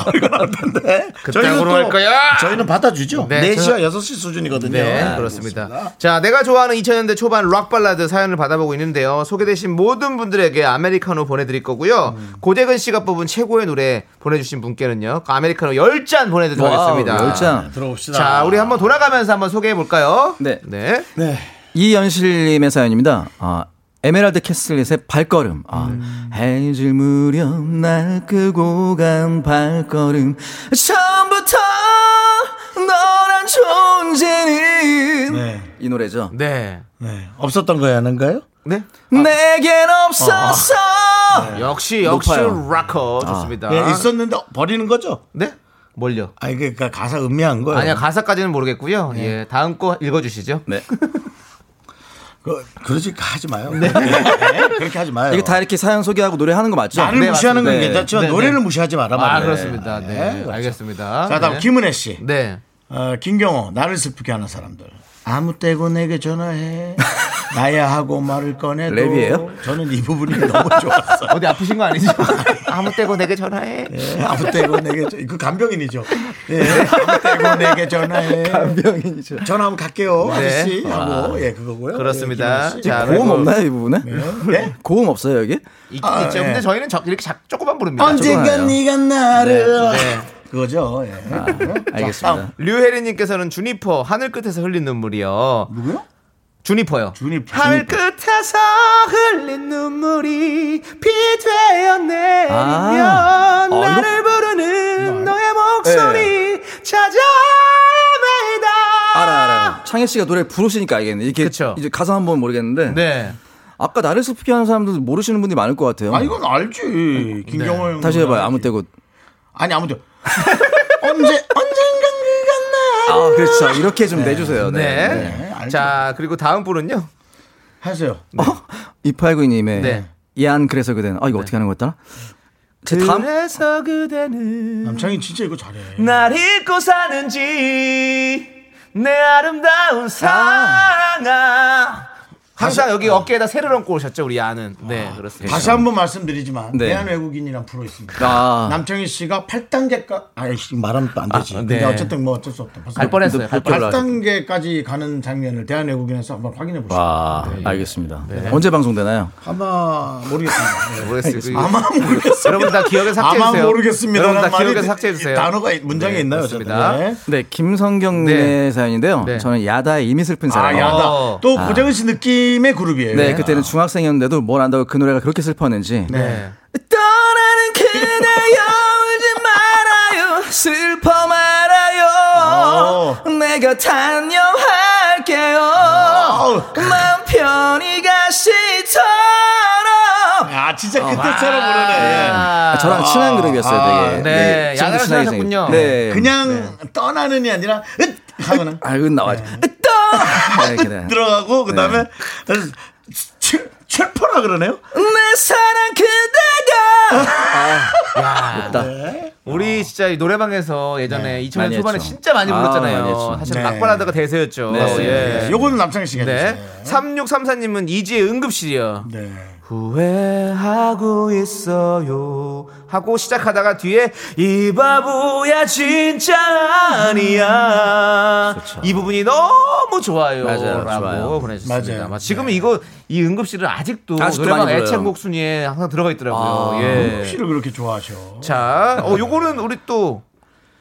[SPEAKER 1] 저희는
[SPEAKER 2] 그땅으로 할 거야.
[SPEAKER 1] 저희는 받아주죠
[SPEAKER 2] 네,
[SPEAKER 1] 4시와 6시 수준이거든요
[SPEAKER 2] 네, 그렇습니다. 자, 내가 좋아하는 2000년대 초반 락 발라드 사연을 받아보고 있는데요. 소개되신 모든 분들에게 아메리카노 보내드릴 거고요.
[SPEAKER 8] 음.
[SPEAKER 2] 고재근 씨가 뽑은 최고의 노래 보내주신 분께는요. 아메리카노 10잔 보내드리도록 하겠습니다.
[SPEAKER 8] 와우, 열장.
[SPEAKER 1] 들어봅시다
[SPEAKER 2] 자, 우리 한번 돌아가면서 한번 소개해볼까요?
[SPEAKER 8] 네.
[SPEAKER 2] 네.
[SPEAKER 1] 네.
[SPEAKER 8] 이연실님의 사연입니다. 아, 에메랄드 캐슬릿의 발걸음. 아, 해질 무렵 날 끄고 간 발걸음. 처음부터 너란 존재는.
[SPEAKER 1] 네.
[SPEAKER 8] 이 노래죠.
[SPEAKER 2] 네.
[SPEAKER 1] 네. 없었던 거야 하는가요?
[SPEAKER 2] 네.
[SPEAKER 8] 내겐 없었어.
[SPEAKER 2] 아. 역시, 역시
[SPEAKER 8] 높아요.
[SPEAKER 2] 락커. 좋습니다.
[SPEAKER 1] 네, 있었는데 버리는 거죠?
[SPEAKER 2] 네? 뭘요?
[SPEAKER 1] 아니 그러니까 가사 음미한 거예요
[SPEAKER 2] 아니야, 가사까지는 모르겠고요. 예, 다음 거 읽어주시죠.
[SPEAKER 8] 네.
[SPEAKER 1] 그, 그러지 하지 마요 네, 그렇게 하지 마요
[SPEAKER 8] 아. 이거 다 이렇게 사연 소개하고 노래하는 거 맞죠?
[SPEAKER 1] 나를
[SPEAKER 2] 네,
[SPEAKER 1] 무시하는 건
[SPEAKER 8] 맞습니다. 네.
[SPEAKER 1] 괜찮지만
[SPEAKER 2] 네, 네.
[SPEAKER 1] 노래를 무시하지 마라
[SPEAKER 2] 아,
[SPEAKER 1] 말이에요.
[SPEAKER 2] 그렇습니다.
[SPEAKER 1] 네,
[SPEAKER 2] 네.
[SPEAKER 1] 그렇죠.
[SPEAKER 2] 알겠습니다.
[SPEAKER 1] 자 다음
[SPEAKER 2] 네.
[SPEAKER 1] 김은혜 씨,
[SPEAKER 2] 네.
[SPEAKER 1] 어, 김경호 나를 슬프게 하는 사람들 아무 때고 내게 전화해 나야 하고 말을 꺼내도
[SPEAKER 8] 랩이에요?
[SPEAKER 1] 저는 이 부분이 너무 좋았어.
[SPEAKER 2] 어디 아프신 거 아니죠? 예. 아무 때고 내게 전화해.
[SPEAKER 1] 네, 아무 때고 내게 전- 그 간병인이죠. 네, 아무 때고 내게 전화해.
[SPEAKER 8] 병인이죠.
[SPEAKER 1] 전화하면 갈게요 아저씨
[SPEAKER 2] 네.
[SPEAKER 1] 하고 예 그거고요.
[SPEAKER 2] 그렇습니다.
[SPEAKER 1] 예, 김은혜
[SPEAKER 2] 자,
[SPEAKER 1] 씨.
[SPEAKER 8] 고음
[SPEAKER 2] 그리고-
[SPEAKER 8] 없나요, 이 부분에?
[SPEAKER 1] 네?
[SPEAKER 8] 고음 없어요, 여기?
[SPEAKER 2] 있,
[SPEAKER 1] 아,
[SPEAKER 2] 있죠.
[SPEAKER 1] 예.
[SPEAKER 2] 근데 저희는 저, 이렇게 작, 조금만 부릅니다.
[SPEAKER 1] 언젠간
[SPEAKER 8] 조금만요. 아.
[SPEAKER 1] 네가 나를
[SPEAKER 2] 네.
[SPEAKER 1] 그거죠. 예.
[SPEAKER 8] 알겠습니다.
[SPEAKER 2] 류혜리님께서는 주니퍼 하늘 끝에서 흘린 눈물이요.
[SPEAKER 1] 누구요?
[SPEAKER 2] 주니퍼요.
[SPEAKER 1] 주니퍼.
[SPEAKER 2] 하늘 끝에서 흘린 눈물이 비 되어 내리면
[SPEAKER 8] 아. 어,
[SPEAKER 2] 나를 부르는 너의 목소리 찾아 헤매다.
[SPEAKER 8] 알아, 알아. 창희 씨가 노래 부르시니까 알겠네. 이게
[SPEAKER 2] 그쵸.
[SPEAKER 8] 이제 가사 한번 모르겠는데.
[SPEAKER 2] 네.
[SPEAKER 8] 아까 나를 슬프게 하는 사람들 모르시는 분이 많을 것 같아요.
[SPEAKER 1] 아 이건 알지. 김경호 형.
[SPEAKER 8] 네. 다시 해봐요. 아무 때고.
[SPEAKER 1] 아니 아무튼 언제 언젠간
[SPEAKER 8] 아, 그렇죠. 이렇게 좀 내주세요.
[SPEAKER 2] 네.
[SPEAKER 8] 네.
[SPEAKER 1] 알죠.
[SPEAKER 2] 자, 그리고 다음 분은요.
[SPEAKER 1] 그가 하세요.
[SPEAKER 8] 이팔구님의
[SPEAKER 2] 네.
[SPEAKER 8] 이안 그래서 그대는 아 이거 어떻게 하는 거였더라? 제 다음
[SPEAKER 2] 그래서 그대는
[SPEAKER 1] 남창이 진짜 이거 잘해.
[SPEAKER 2] 날 잊고 사는지 내 아름다운 사랑아 항상 여기 어깨에다 새를 얹고 오셨죠 우리 아는 네 그렇습니다
[SPEAKER 1] 다시 한번 말씀드리지만
[SPEAKER 8] 네.
[SPEAKER 1] 대한 외국인이란 프로 있습니다.
[SPEAKER 8] 아.
[SPEAKER 1] 남창희 씨가 8단계까 아이씨 말하면 또안 되지.
[SPEAKER 2] 아, 네.
[SPEAKER 1] 근데 어쨌든 뭐 어쩔 수 없다. 벌써
[SPEAKER 2] 갈 뻔했어요 갈 뻔.
[SPEAKER 1] 8단계까지 가는 장면을 대한 외국인에서 한번 확인해 보시죠.
[SPEAKER 8] 와 아, 알겠습니다. 네. 언제 방송되나요?
[SPEAKER 1] 아마 모르겠습니다. 네.
[SPEAKER 2] 모르겠어요
[SPEAKER 1] 아마 모르겠습니다.
[SPEAKER 2] 여러분 다 기억에 삭제해주세요
[SPEAKER 1] 아마 모르겠습니다.
[SPEAKER 2] 여러분 다 기억에
[SPEAKER 1] 말이
[SPEAKER 2] 삭제해주세요 네,
[SPEAKER 1] 단어가 문장에 있나요?
[SPEAKER 2] 그렇습니다.
[SPEAKER 1] 어쨌든. 네.
[SPEAKER 8] 네 김성경님의
[SPEAKER 2] 네.
[SPEAKER 8] 사연인데요.
[SPEAKER 2] 네.
[SPEAKER 8] 저는 야다의 이미 슬픈
[SPEAKER 1] 아,
[SPEAKER 8] 사랑.
[SPEAKER 1] 야다.
[SPEAKER 2] 어.
[SPEAKER 1] 또 고정은 씨 느낌의 그룹이에요.
[SPEAKER 8] 네 그때는 중학생이었는데도 뭘 안다고 그 노래가 그렇게 슬펐는지.
[SPEAKER 2] 네.
[SPEAKER 8] 떠나는 그대여 울지 말아요 슬퍼 말아요
[SPEAKER 1] 어.
[SPEAKER 8] 내가 단념할게요
[SPEAKER 1] 아우.
[SPEAKER 8] 마음 편히 가시처럼
[SPEAKER 1] 아, 진짜 그때처럼 부르네.
[SPEAKER 2] 어. 아,
[SPEAKER 8] 저랑 친한 그룹이었어요
[SPEAKER 1] 아,
[SPEAKER 8] 되게
[SPEAKER 2] 네.
[SPEAKER 8] 친구
[SPEAKER 2] 야간을
[SPEAKER 8] 친하게
[SPEAKER 2] 사셨군요.
[SPEAKER 8] 생겼- 네
[SPEAKER 1] 그냥 떠나는이 아니라 으 하거나
[SPEAKER 8] 아은 나와죠 떠 네, 그래.
[SPEAKER 1] 들어가고
[SPEAKER 2] 네.
[SPEAKER 1] 그다음에 칠- 칠퍼라 그러네요.
[SPEAKER 2] 음.
[SPEAKER 8] 내 사랑 그대가 아, 네.
[SPEAKER 2] 우리 진짜 이 노래방에서 예전에 2000년
[SPEAKER 8] 많이
[SPEAKER 2] 초반에
[SPEAKER 8] 했죠.
[SPEAKER 2] 진짜 많이
[SPEAKER 8] 아, 많이
[SPEAKER 2] 불렀잖아요
[SPEAKER 8] 했죠.
[SPEAKER 2] 사실
[SPEAKER 1] 네.
[SPEAKER 2] 막발라드가 대세였죠
[SPEAKER 8] 네.
[SPEAKER 2] 예.
[SPEAKER 1] 요거는 남창희 씨가
[SPEAKER 2] 네.
[SPEAKER 1] 해주세요.
[SPEAKER 2] 3634님은 이지의 응급실이요
[SPEAKER 1] 네.
[SPEAKER 2] 후회하고 있어요 하고 시작하다가 뒤에 이 바보야 진짜 아니야 이 부분이 너무 좋아요
[SPEAKER 1] 맞아요,
[SPEAKER 2] 라고
[SPEAKER 1] 좋아요.
[SPEAKER 2] 보내주셨습니다
[SPEAKER 1] 맞아요.
[SPEAKER 2] 맞아요. 지금 이거 이 응급실은 아직도,
[SPEAKER 1] 아직도
[SPEAKER 2] 노래방
[SPEAKER 1] 많이 불러요.
[SPEAKER 2] 애창곡 순위에 항상 들어가 있더라고요
[SPEAKER 1] 아,
[SPEAKER 2] 예.
[SPEAKER 1] 혹시를 그렇게 좋아하셔.
[SPEAKER 2] 자, 어, 요거는 우리 또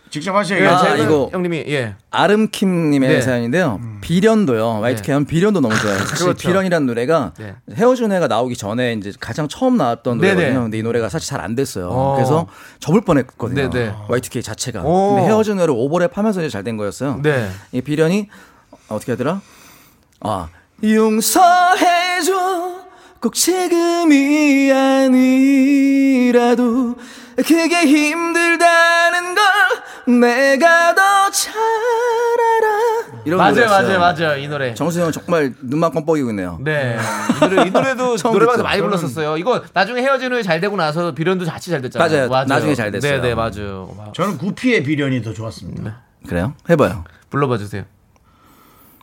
[SPEAKER 1] 직접 하셔야
[SPEAKER 2] 예,
[SPEAKER 8] 아,
[SPEAKER 2] 제가
[SPEAKER 8] 이거.
[SPEAKER 2] 형님이 예.
[SPEAKER 8] 아름킴님의
[SPEAKER 2] 네.
[SPEAKER 8] 사연인데요. 비련도요. YTK 하면 비련도 너무 좋아요. 사실
[SPEAKER 2] 그렇죠.
[SPEAKER 8] 비련이라는 노래가
[SPEAKER 2] 네.
[SPEAKER 8] 헤어진 해가 나오기 전에 이제 가장 처음 나왔던
[SPEAKER 2] 네네.
[SPEAKER 8] 노래거든요. 근데 이 노래가 사실 잘 안 됐어요.
[SPEAKER 2] 어.
[SPEAKER 8] 그래서 접을 뻔했거든요.
[SPEAKER 2] 네네.
[SPEAKER 8] YTK 자체가.
[SPEAKER 2] 오.
[SPEAKER 8] 근데 헤어진 해를 오버랩하면서 이제 잘 된 거였어요.
[SPEAKER 2] 네.
[SPEAKER 8] 이 비련이 어떻게 하더라? 아
[SPEAKER 9] 용서해줘 꼭 지금이 아니라도 그게 힘들다는 걸 내가 더 잘 알아
[SPEAKER 8] 이런
[SPEAKER 2] 맞아요,
[SPEAKER 8] 노래였어요.
[SPEAKER 2] 맞아요, 맞아요. 이 노래.
[SPEAKER 8] 정수영은 정말 눈만 껌뻑이고 있네요.
[SPEAKER 2] 네. 이, 노래, 이 노래도
[SPEAKER 8] 처음
[SPEAKER 2] 노래방에서
[SPEAKER 8] 듣죠.
[SPEAKER 2] 많이
[SPEAKER 8] 저는-
[SPEAKER 2] 불렀었어요. 이거 나중에 헤어진 후에 잘 되고 나서 비련도 같이 잘 됐잖아요.
[SPEAKER 8] 맞아요. 나중에 잘 됐어요.
[SPEAKER 2] 네, 네, 맞아요. 와.
[SPEAKER 1] 저는 구피의 비련이 더 좋았습니다.
[SPEAKER 2] 네.
[SPEAKER 8] 그래요? 해봐요.
[SPEAKER 2] 불러봐 주세요.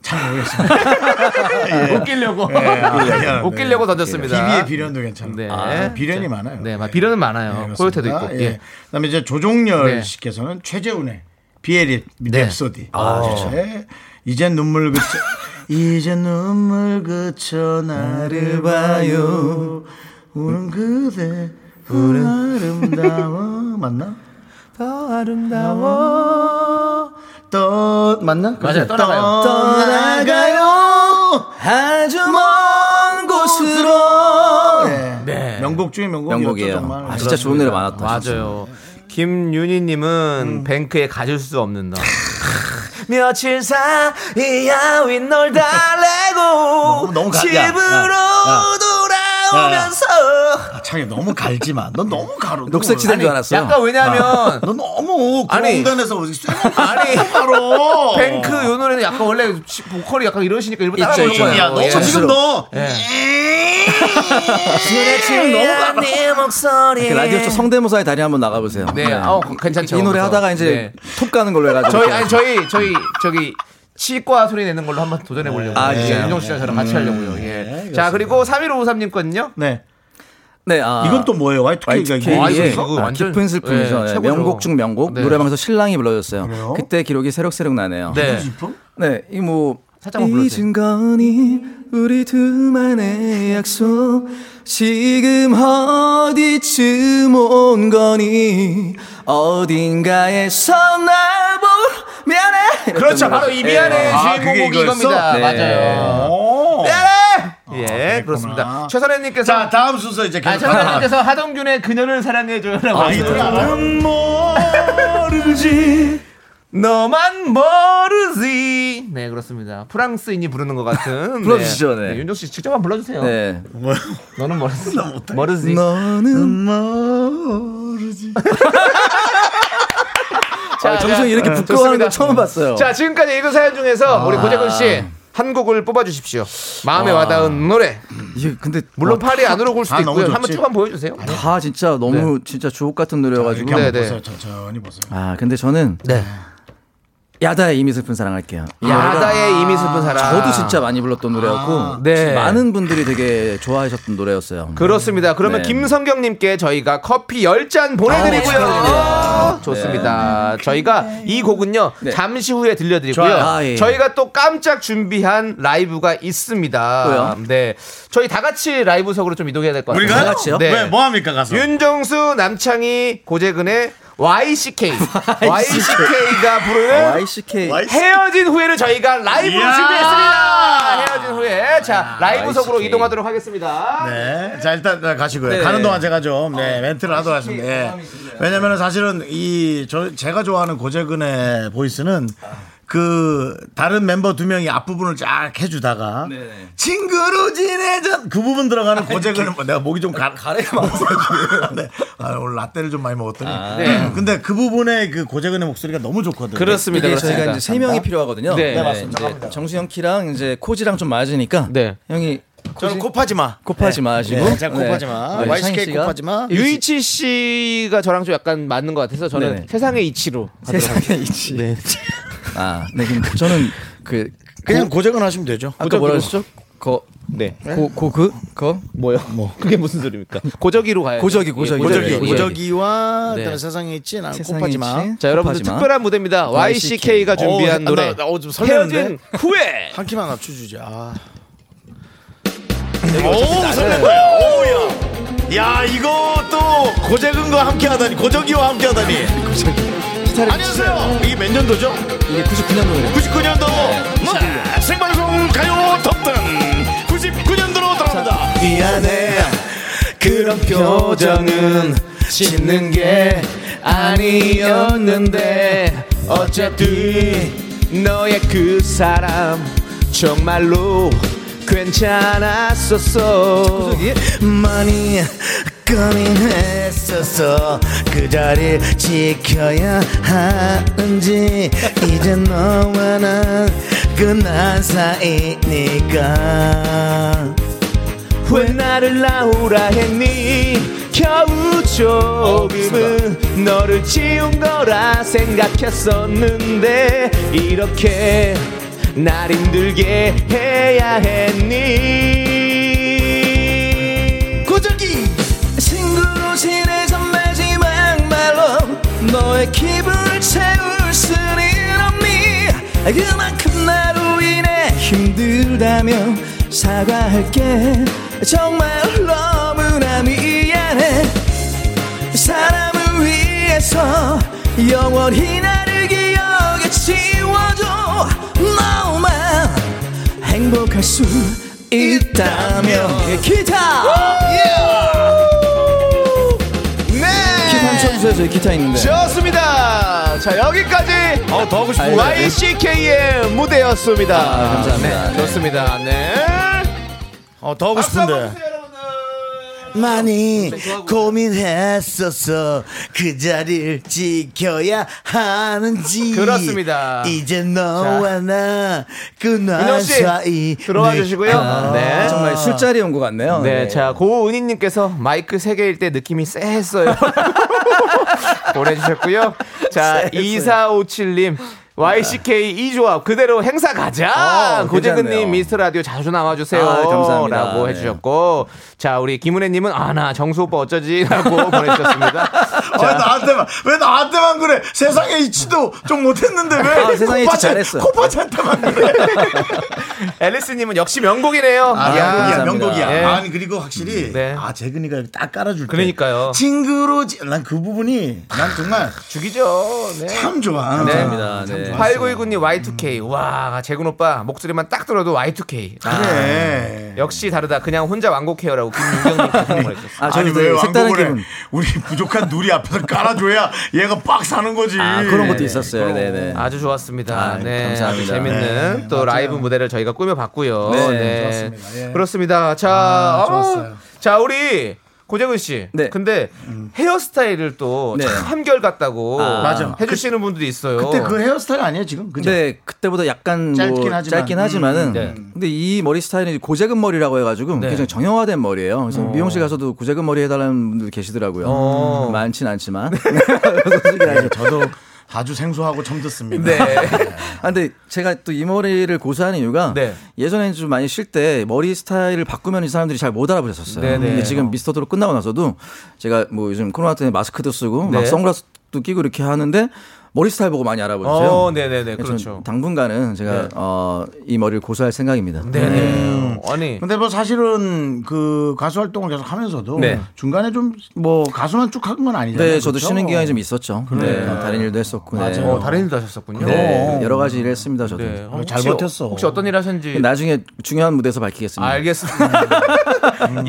[SPEAKER 1] 잘 모르겠습니다. 예.
[SPEAKER 2] 웃기려고.
[SPEAKER 1] 예, 아, 미안합니다.
[SPEAKER 2] 네. 웃기려고 던졌습니다.
[SPEAKER 1] 비비의 비련도 괜찮아요.
[SPEAKER 2] 네.
[SPEAKER 1] 아, 비련이
[SPEAKER 2] 자,
[SPEAKER 1] 많아요.
[SPEAKER 2] 네, 막 비련은 많아요.
[SPEAKER 1] 그렇습니다.
[SPEAKER 2] 코요태도 있고.
[SPEAKER 1] 예.
[SPEAKER 2] 예.
[SPEAKER 1] 그다음에 이제 조종열
[SPEAKER 2] 네.
[SPEAKER 1] 씨께서는 최재훈의 비에리 랩소디.
[SPEAKER 2] 아,
[SPEAKER 1] 예. 이제 눈물 그쳐 이제 눈물 그쳐 나를 봐요. 우는 그대 아름다워 맞나?
[SPEAKER 9] 더 아름다워
[SPEAKER 1] 떠 맞나? 그렇죠.
[SPEAKER 9] 맞아요, 떠나가요.
[SPEAKER 1] 떠나가요.
[SPEAKER 9] 아주 먼 곳으로
[SPEAKER 1] 네.
[SPEAKER 2] 네.
[SPEAKER 1] 명곡 중에 명곡이었죠
[SPEAKER 8] 명곡이에요.
[SPEAKER 1] 정말.
[SPEAKER 8] 아, 진짜 좋은 노래 많았다.
[SPEAKER 2] 맞아요. 김윤희님은
[SPEAKER 1] 음.
[SPEAKER 2] 뱅크에 가질 수 없는 너.
[SPEAKER 9] 며칠 사이야 윗널 달래고
[SPEAKER 1] 너무- 너무 가- 야, 야,
[SPEAKER 9] 집으로
[SPEAKER 1] 야.
[SPEAKER 9] 돌아오면서
[SPEAKER 1] 아, 창이 너무 갈지 마. 넌 너무 가로.
[SPEAKER 8] 녹색지대인 줄 알았어.
[SPEAKER 2] 약간 왜냐면
[SPEAKER 1] 너 너무 그
[SPEAKER 2] 아니.
[SPEAKER 1] 공간에서 쇠는
[SPEAKER 2] 아니
[SPEAKER 1] 바로.
[SPEAKER 2] 뱅크 요 노래는 약간 원래 시- 보컬이 약간 이러시니까 일부러 따라
[SPEAKER 8] 있죠,
[SPEAKER 2] 부른
[SPEAKER 8] 있죠.
[SPEAKER 2] 거예요.
[SPEAKER 1] 아, 야, 너
[SPEAKER 2] 예.
[SPEAKER 1] 지금 너.
[SPEAKER 2] 예.
[SPEAKER 9] 네 목소리
[SPEAKER 8] 그 라디오 쇼 성대모사의 다리 한번 나가보세요.
[SPEAKER 2] 네, 어, 괜찮죠.
[SPEAKER 8] 이 노래
[SPEAKER 2] 그래서.
[SPEAKER 8] 하다가
[SPEAKER 2] 네.
[SPEAKER 8] 이제 톱 가는 걸로 해가지고.
[SPEAKER 2] 저희 아니 저희 저희 저기 치과 소리 내는 걸로 한번 도전해 보려고.
[SPEAKER 8] 아,
[SPEAKER 2] 아, 예.
[SPEAKER 8] 진짜요?
[SPEAKER 2] 윤정 씨랑 저랑 같이 하려고요. 예. 자, 그리고 3153님 건요.
[SPEAKER 1] 네.
[SPEAKER 8] 네, 아,
[SPEAKER 1] 이건 또 뭐예요? Y2K가
[SPEAKER 8] YTK의
[SPEAKER 2] 아,
[SPEAKER 1] 이게.
[SPEAKER 2] 이거 이거 완전-
[SPEAKER 8] 깊은 슬픔이죠.
[SPEAKER 2] 예,
[SPEAKER 8] 네,
[SPEAKER 2] 최고죠.
[SPEAKER 8] 명곡 중 명곡.
[SPEAKER 2] 네.
[SPEAKER 8] 노래방에서 신랑이 불러줬어요.
[SPEAKER 1] 그래요?
[SPEAKER 8] 그때 기록이 새록새록 나네요.
[SPEAKER 2] 네.
[SPEAKER 8] 네, 이뭐
[SPEAKER 2] 살짝만 불러주세요.
[SPEAKER 8] 잊은 거니 우리 둘만의 약속 지금 어디쯤 온 거니 어딘가에서 날 보면해
[SPEAKER 2] 그렇죠. 바로 이 미안해
[SPEAKER 1] 아, 그게
[SPEAKER 2] 주인공곡이
[SPEAKER 1] 이거였어?
[SPEAKER 2] 이겁니다.
[SPEAKER 8] 네.
[SPEAKER 2] 맞아요.
[SPEAKER 1] 오.
[SPEAKER 2] 예. 예, 그렇습니다. 최선혜 님께서
[SPEAKER 1] 자, 다음 순서 이제
[SPEAKER 2] 아, 네,
[SPEAKER 1] 계속
[SPEAKER 2] 최선혜
[SPEAKER 1] 가자.
[SPEAKER 2] 님께서 하동균의 그녀를 사랑해 줘라고
[SPEAKER 1] 아, 이 노래 알아요?
[SPEAKER 2] 모르지 너만 모르지 네 그렇습니다 프랑스인이 부르는 것 같은
[SPEAKER 8] 불러주시죠, 네.
[SPEAKER 2] 윤종 씨 직접 한번 불러주세요
[SPEAKER 8] 네.
[SPEAKER 2] 너는 모르지 모르지
[SPEAKER 8] 너는 음.
[SPEAKER 1] 모르지.
[SPEAKER 2] 자,
[SPEAKER 8] 아, 정수영
[SPEAKER 2] 자,
[SPEAKER 8] 이렇게
[SPEAKER 2] 네,
[SPEAKER 8] 부끄러워하는 거
[SPEAKER 2] 좋습니다.
[SPEAKER 8] 처음 봤어요.
[SPEAKER 2] 자 지금까지 읽은 사연 중에서 우리 고재근 씨 한 곡을 뽑아주십시오 마음에 와닿은 노래
[SPEAKER 8] 이게 근데
[SPEAKER 2] 물론 팔이 안으로 굴
[SPEAKER 1] 아,
[SPEAKER 2] 수도
[SPEAKER 1] 너무
[SPEAKER 2] 있고요
[SPEAKER 1] 좋지.
[SPEAKER 2] 한번 쭉 한번 보여주세요
[SPEAKER 8] 다 진짜 너무 진짜 주옥 같은
[SPEAKER 1] 네.
[SPEAKER 8] 노래여가지고
[SPEAKER 1] 이렇게 한번
[SPEAKER 2] 네, 네.
[SPEAKER 1] 보세요. 천천히 보세요.
[SPEAKER 8] 아 근데 저는
[SPEAKER 2] 네
[SPEAKER 8] 야다의 이미 슬픈 사랑할게요. 이
[SPEAKER 1] 아,
[SPEAKER 8] 노래가
[SPEAKER 2] 야다의 이미 슬픈 사랑
[SPEAKER 8] 저도 진짜 많이 불렀던 노래였고
[SPEAKER 1] 아,
[SPEAKER 2] 네.
[SPEAKER 8] 많은 분들이 되게 좋아하셨던 노래였어요.
[SPEAKER 2] 그렇습니다. 그러면
[SPEAKER 8] 네.
[SPEAKER 2] 김성경님께 저희가 커피 10잔 보내드리고요. 좋습니다. 저희가 이 곡은요,
[SPEAKER 8] 네.
[SPEAKER 2] 잠시 후에 들려드리고요.
[SPEAKER 8] 좋아요. 아, 예.
[SPEAKER 2] 저희가 또 깜짝 준비한 라이브가 있습니다.
[SPEAKER 8] 또요?
[SPEAKER 2] 네. 저희 다 같이 라이브석으로 좀 이동해야 될 것 같아요.
[SPEAKER 8] 다 같이요?
[SPEAKER 2] 네.
[SPEAKER 1] 왜, 뭐 합니까, 가서?
[SPEAKER 2] 윤정수, 남창희, 고재근의 YCK. YCK가 부르는
[SPEAKER 8] YCK
[SPEAKER 2] 헤어진 후에를 저희가 라이브로
[SPEAKER 1] 이야. 아,
[SPEAKER 2] 준비했습니다. 헤어진 후에. 자, 라이브석으로
[SPEAKER 8] YCK.
[SPEAKER 2] 이동하도록 하겠습니다.
[SPEAKER 1] 네. 자, 일단 가시고요.
[SPEAKER 8] 네.
[SPEAKER 1] 가는 동안 제가 좀, 네, 멘트를 하도록 하겠습니다. 예. 왜냐면은 사실은 이, 저, 제가 좋아하는 고재근의 보이스는 그, 다른 멤버 두 명이 앞부분을 쫙 해주다가, 친구로 지내자! 그 부분 들어가는 고재근은 뭐 내가 목이 좀 가, 가래가 많아서. 네. 아, 오늘 라떼를 좀 많이 먹었더니.
[SPEAKER 2] 네.
[SPEAKER 1] 근데 그 부분에 그 고재근의 목소리가 너무 좋거든요.
[SPEAKER 2] 그렇습니다.
[SPEAKER 1] 네,
[SPEAKER 8] 이게
[SPEAKER 2] 그렇습니다.
[SPEAKER 8] 저희가 이제 세 명이 필요하거든요.
[SPEAKER 2] 네. 네,
[SPEAKER 1] 맞습니다.
[SPEAKER 8] 이제 정수영 키랑 이제 코지랑 좀 맞으니까
[SPEAKER 2] 네.
[SPEAKER 8] 형이
[SPEAKER 1] 저는 곱하지 마.
[SPEAKER 8] 곱하지 마시고
[SPEAKER 1] 네, 제가 곱하지 마.
[SPEAKER 8] 네, 창희
[SPEAKER 1] YSK
[SPEAKER 8] 씨가
[SPEAKER 1] 곱하지 마.
[SPEAKER 2] 유이치 씨가 저랑 좀 약간 맞는 것 같아서 저는
[SPEAKER 8] 네네.
[SPEAKER 2] 세상의 이치로
[SPEAKER 8] 세상에 있지.
[SPEAKER 2] 네.
[SPEAKER 8] 아, 네. 그럼 저는 그
[SPEAKER 1] 그냥 고재근 하시면 되죠.
[SPEAKER 8] 아까 뭐라 그랬죠? 거
[SPEAKER 2] 네. 고, 고, 그? 거? 뭐요? 뭐. 그게 무슨 소리입니까? 고저기로 가요.
[SPEAKER 8] 고저기, 고저기. 고저기,
[SPEAKER 1] 고저기와
[SPEAKER 2] 네.
[SPEAKER 1] 어떤 세상에 있진 않고 곱하지마.
[SPEAKER 2] 자, 여러분들 특별한 무대입니다. YCK가 준비한
[SPEAKER 1] 어우,
[SPEAKER 2] 노래.
[SPEAKER 1] 나, 나, 어, 좀
[SPEAKER 2] 헤어진
[SPEAKER 1] 설레는데?
[SPEAKER 2] 후에.
[SPEAKER 1] 한 키만 낮춰주자. 아.
[SPEAKER 2] 어차피
[SPEAKER 1] 오, 설렌
[SPEAKER 2] 나는-
[SPEAKER 1] 거야. 오, 야. 야, 이거 또 고재근과 함께 하다니, 고저기와 함께 하다니. 안녕하세요. 이게 몇 년도죠?
[SPEAKER 8] 이게 99년도예요.
[SPEAKER 1] 99년도. 네, 생방송 가요 톱든 99년도로 돌아옵니다.
[SPEAKER 7] 미안해 그런 표정은 짓는 게 아니었는데 어차피 너의 그 사람 정말로 괜찮았었어
[SPEAKER 1] 많이 고민했었어 그 자리를 지켜야 하는지 이제 너와 난 끝난 사이니까
[SPEAKER 7] 왜 나를 나오라 했니 겨우 좀 입은 너를 지운 거라 생각했었는데 이렇게 날 힘들게 해야 했니 고저기 친구로 지내던 마지막 말로 너의 기분을 채울 순 이없니 그만큼 나로 인해 힘들다며 사과할게 정말 너무나 미안해 사람을 위해서 영원히 나를 기억에 지워줘 너만 행복할 수 있다면 네, 기타 네!
[SPEAKER 8] 기타 한번 쳐주세요. 저희 기타 있는데.
[SPEAKER 2] 좋습니다. 자, 여기까지 더 하고
[SPEAKER 8] 싶은 거예요?
[SPEAKER 2] YCK의 무대였습니다.
[SPEAKER 8] 아, 감사합니다.
[SPEAKER 2] 네, 좋습니다. 네.
[SPEAKER 1] 더 하고 싶은데
[SPEAKER 2] 어,
[SPEAKER 1] 많이 고민했었어 그 자리를 지켜야 하는지
[SPEAKER 2] 그렇습니다.
[SPEAKER 1] 이제 너와 나 끝난
[SPEAKER 2] 민영 씨,
[SPEAKER 1] 사이 아,
[SPEAKER 2] 들어와 주시고요. 네.
[SPEAKER 8] 정말 술자리 온 것 어, 같네요.
[SPEAKER 2] 네, 자, 고은희님께서 마이크 3개일 때 느낌이 쎄했어요. 보내주셨고요. 자, 2457님. YCK 2조합 그대로 행사 가자.
[SPEAKER 8] 네. 어,
[SPEAKER 2] 고재근님
[SPEAKER 8] 괜찮네요.
[SPEAKER 2] 미스터 라디오 자주 나와주세요.
[SPEAKER 8] 아, 감사합니다.
[SPEAKER 2] 라고
[SPEAKER 8] 네.
[SPEAKER 2] 해주셨고, 자 우리 김은혜님은 아나 정수 오빠 어쩌지라고 보내주셨습니다.
[SPEAKER 1] 아, 왜 나한테만 왜 나한테만 그래 세상에 이치도 좀 못했는데 왜
[SPEAKER 2] 아, 세상에 이치 잘했어.
[SPEAKER 1] 코파찬테만 그래
[SPEAKER 2] 앨리스님은 역시 명곡이네요.
[SPEAKER 1] 아,
[SPEAKER 2] 야.
[SPEAKER 1] 명곡이야,
[SPEAKER 2] 감사합니다.
[SPEAKER 1] 명곡이야.
[SPEAKER 2] 예.
[SPEAKER 1] 아니, 그리고 확실히, 아, 재근이가 딱 깔아줄 때.
[SPEAKER 2] 그러니까요.
[SPEAKER 1] 징그러, 난 그 부분이, 난 정말.
[SPEAKER 2] 죽이죠. 네.
[SPEAKER 1] 참 좋아.
[SPEAKER 2] 감사합니다.
[SPEAKER 1] 참
[SPEAKER 2] 네.
[SPEAKER 1] 좋았어.
[SPEAKER 2] 8929님 Y2K. 와, 재근 오빠 목소리만 딱 들어도 Y2K. 아,
[SPEAKER 1] 그래.
[SPEAKER 2] 역시 다르다. 그냥 혼자 완곡해요라고 김윤경님
[SPEAKER 1] 아, 저는 왜
[SPEAKER 8] 그
[SPEAKER 1] 왕복을 해? 우리 부족한 누리 앞에서 깔아줘야 얘가 빡 사는 거지.
[SPEAKER 8] 아, 있었어요. 네네.
[SPEAKER 2] 아주 좋았습니다.
[SPEAKER 8] 아,
[SPEAKER 2] 네,
[SPEAKER 8] 감사합니다.
[SPEAKER 2] 아주 재밌는
[SPEAKER 8] 네,
[SPEAKER 2] 또 라이브 무대를 저희가 꾸며봤고요.
[SPEAKER 8] 네,
[SPEAKER 1] 좋았습니다. 예.
[SPEAKER 2] 그렇습니다. 자,
[SPEAKER 1] 아,
[SPEAKER 2] 어,
[SPEAKER 1] 좋았어요.
[SPEAKER 2] 자 우리 고재근 씨. 근데 헤어스타일을 또
[SPEAKER 8] 네.
[SPEAKER 2] 참 한결 같다고
[SPEAKER 8] 아, 맞아.
[SPEAKER 2] 해주시는 분들이 있어요.
[SPEAKER 1] 그때 그 헤어스타일 아니에요, 지금? 그죠?
[SPEAKER 8] 근데 그때보다 약간 뭐
[SPEAKER 1] 짧긴
[SPEAKER 8] 짧긴,
[SPEAKER 1] 하지만.
[SPEAKER 8] 하지만. 짧긴 하지만
[SPEAKER 1] 음,
[SPEAKER 8] 은
[SPEAKER 1] 네.
[SPEAKER 8] 근데 이 머리 스타일이 고재근 머리라고 해가지고 굉장히 정형화된 머리예요. 그래서 미용실 가서도 고재근 머리 해달라는 분들 계시더라고요.
[SPEAKER 2] 어.
[SPEAKER 8] 많진 않지만.
[SPEAKER 1] 저도 아주 생소하고 처음 듣습니다.
[SPEAKER 8] 아, 근데 제가 또 이 머리를 고수하는 이유가
[SPEAKER 2] 네.
[SPEAKER 8] 예전에 좀 많이 쉴 때 머리 스타일을 바꾸면 이 사람들이 잘 못 알아보셨어요.
[SPEAKER 2] 네네.
[SPEAKER 8] 근데 지금 미스터드로 끝나고 나서도 제가 뭐 요즘 코로나 때문에 마스크도 쓰고
[SPEAKER 2] 네.
[SPEAKER 8] 막 선글라스도 끼고 이렇게 하는데 머리 스타일 보고 많이 알아보세요. 예,
[SPEAKER 2] 어, 네네네. 그렇죠. 네.
[SPEAKER 8] 당분간은 제가 어, 이 머리를 고수할 생각입니다.
[SPEAKER 2] 네네. 아니.
[SPEAKER 1] 근데 뭐 사실은 그 가수 활동을 계속 하면서도
[SPEAKER 8] 네.
[SPEAKER 1] 중간에 좀 뭐 가수만 쭉 한 건 아니잖아요.
[SPEAKER 8] 네, 저도
[SPEAKER 1] 그렇죠?
[SPEAKER 8] 쉬는 기간이 좀 있었죠. 네,
[SPEAKER 1] 그러니까.
[SPEAKER 8] 다른 일도 했었고. 네.
[SPEAKER 2] 어, 다른 일도 하셨었군요. 어.
[SPEAKER 8] 네, 여러 가지 일을 했습니다, 저도.
[SPEAKER 2] 네. 어,
[SPEAKER 1] 잘
[SPEAKER 2] 혹시-
[SPEAKER 1] 버텼어.
[SPEAKER 2] 혹시 어떤 일 하셨는지
[SPEAKER 8] 나중에 중요한 무대에서 밝히겠습니다.
[SPEAKER 2] 음. 알겠습니다.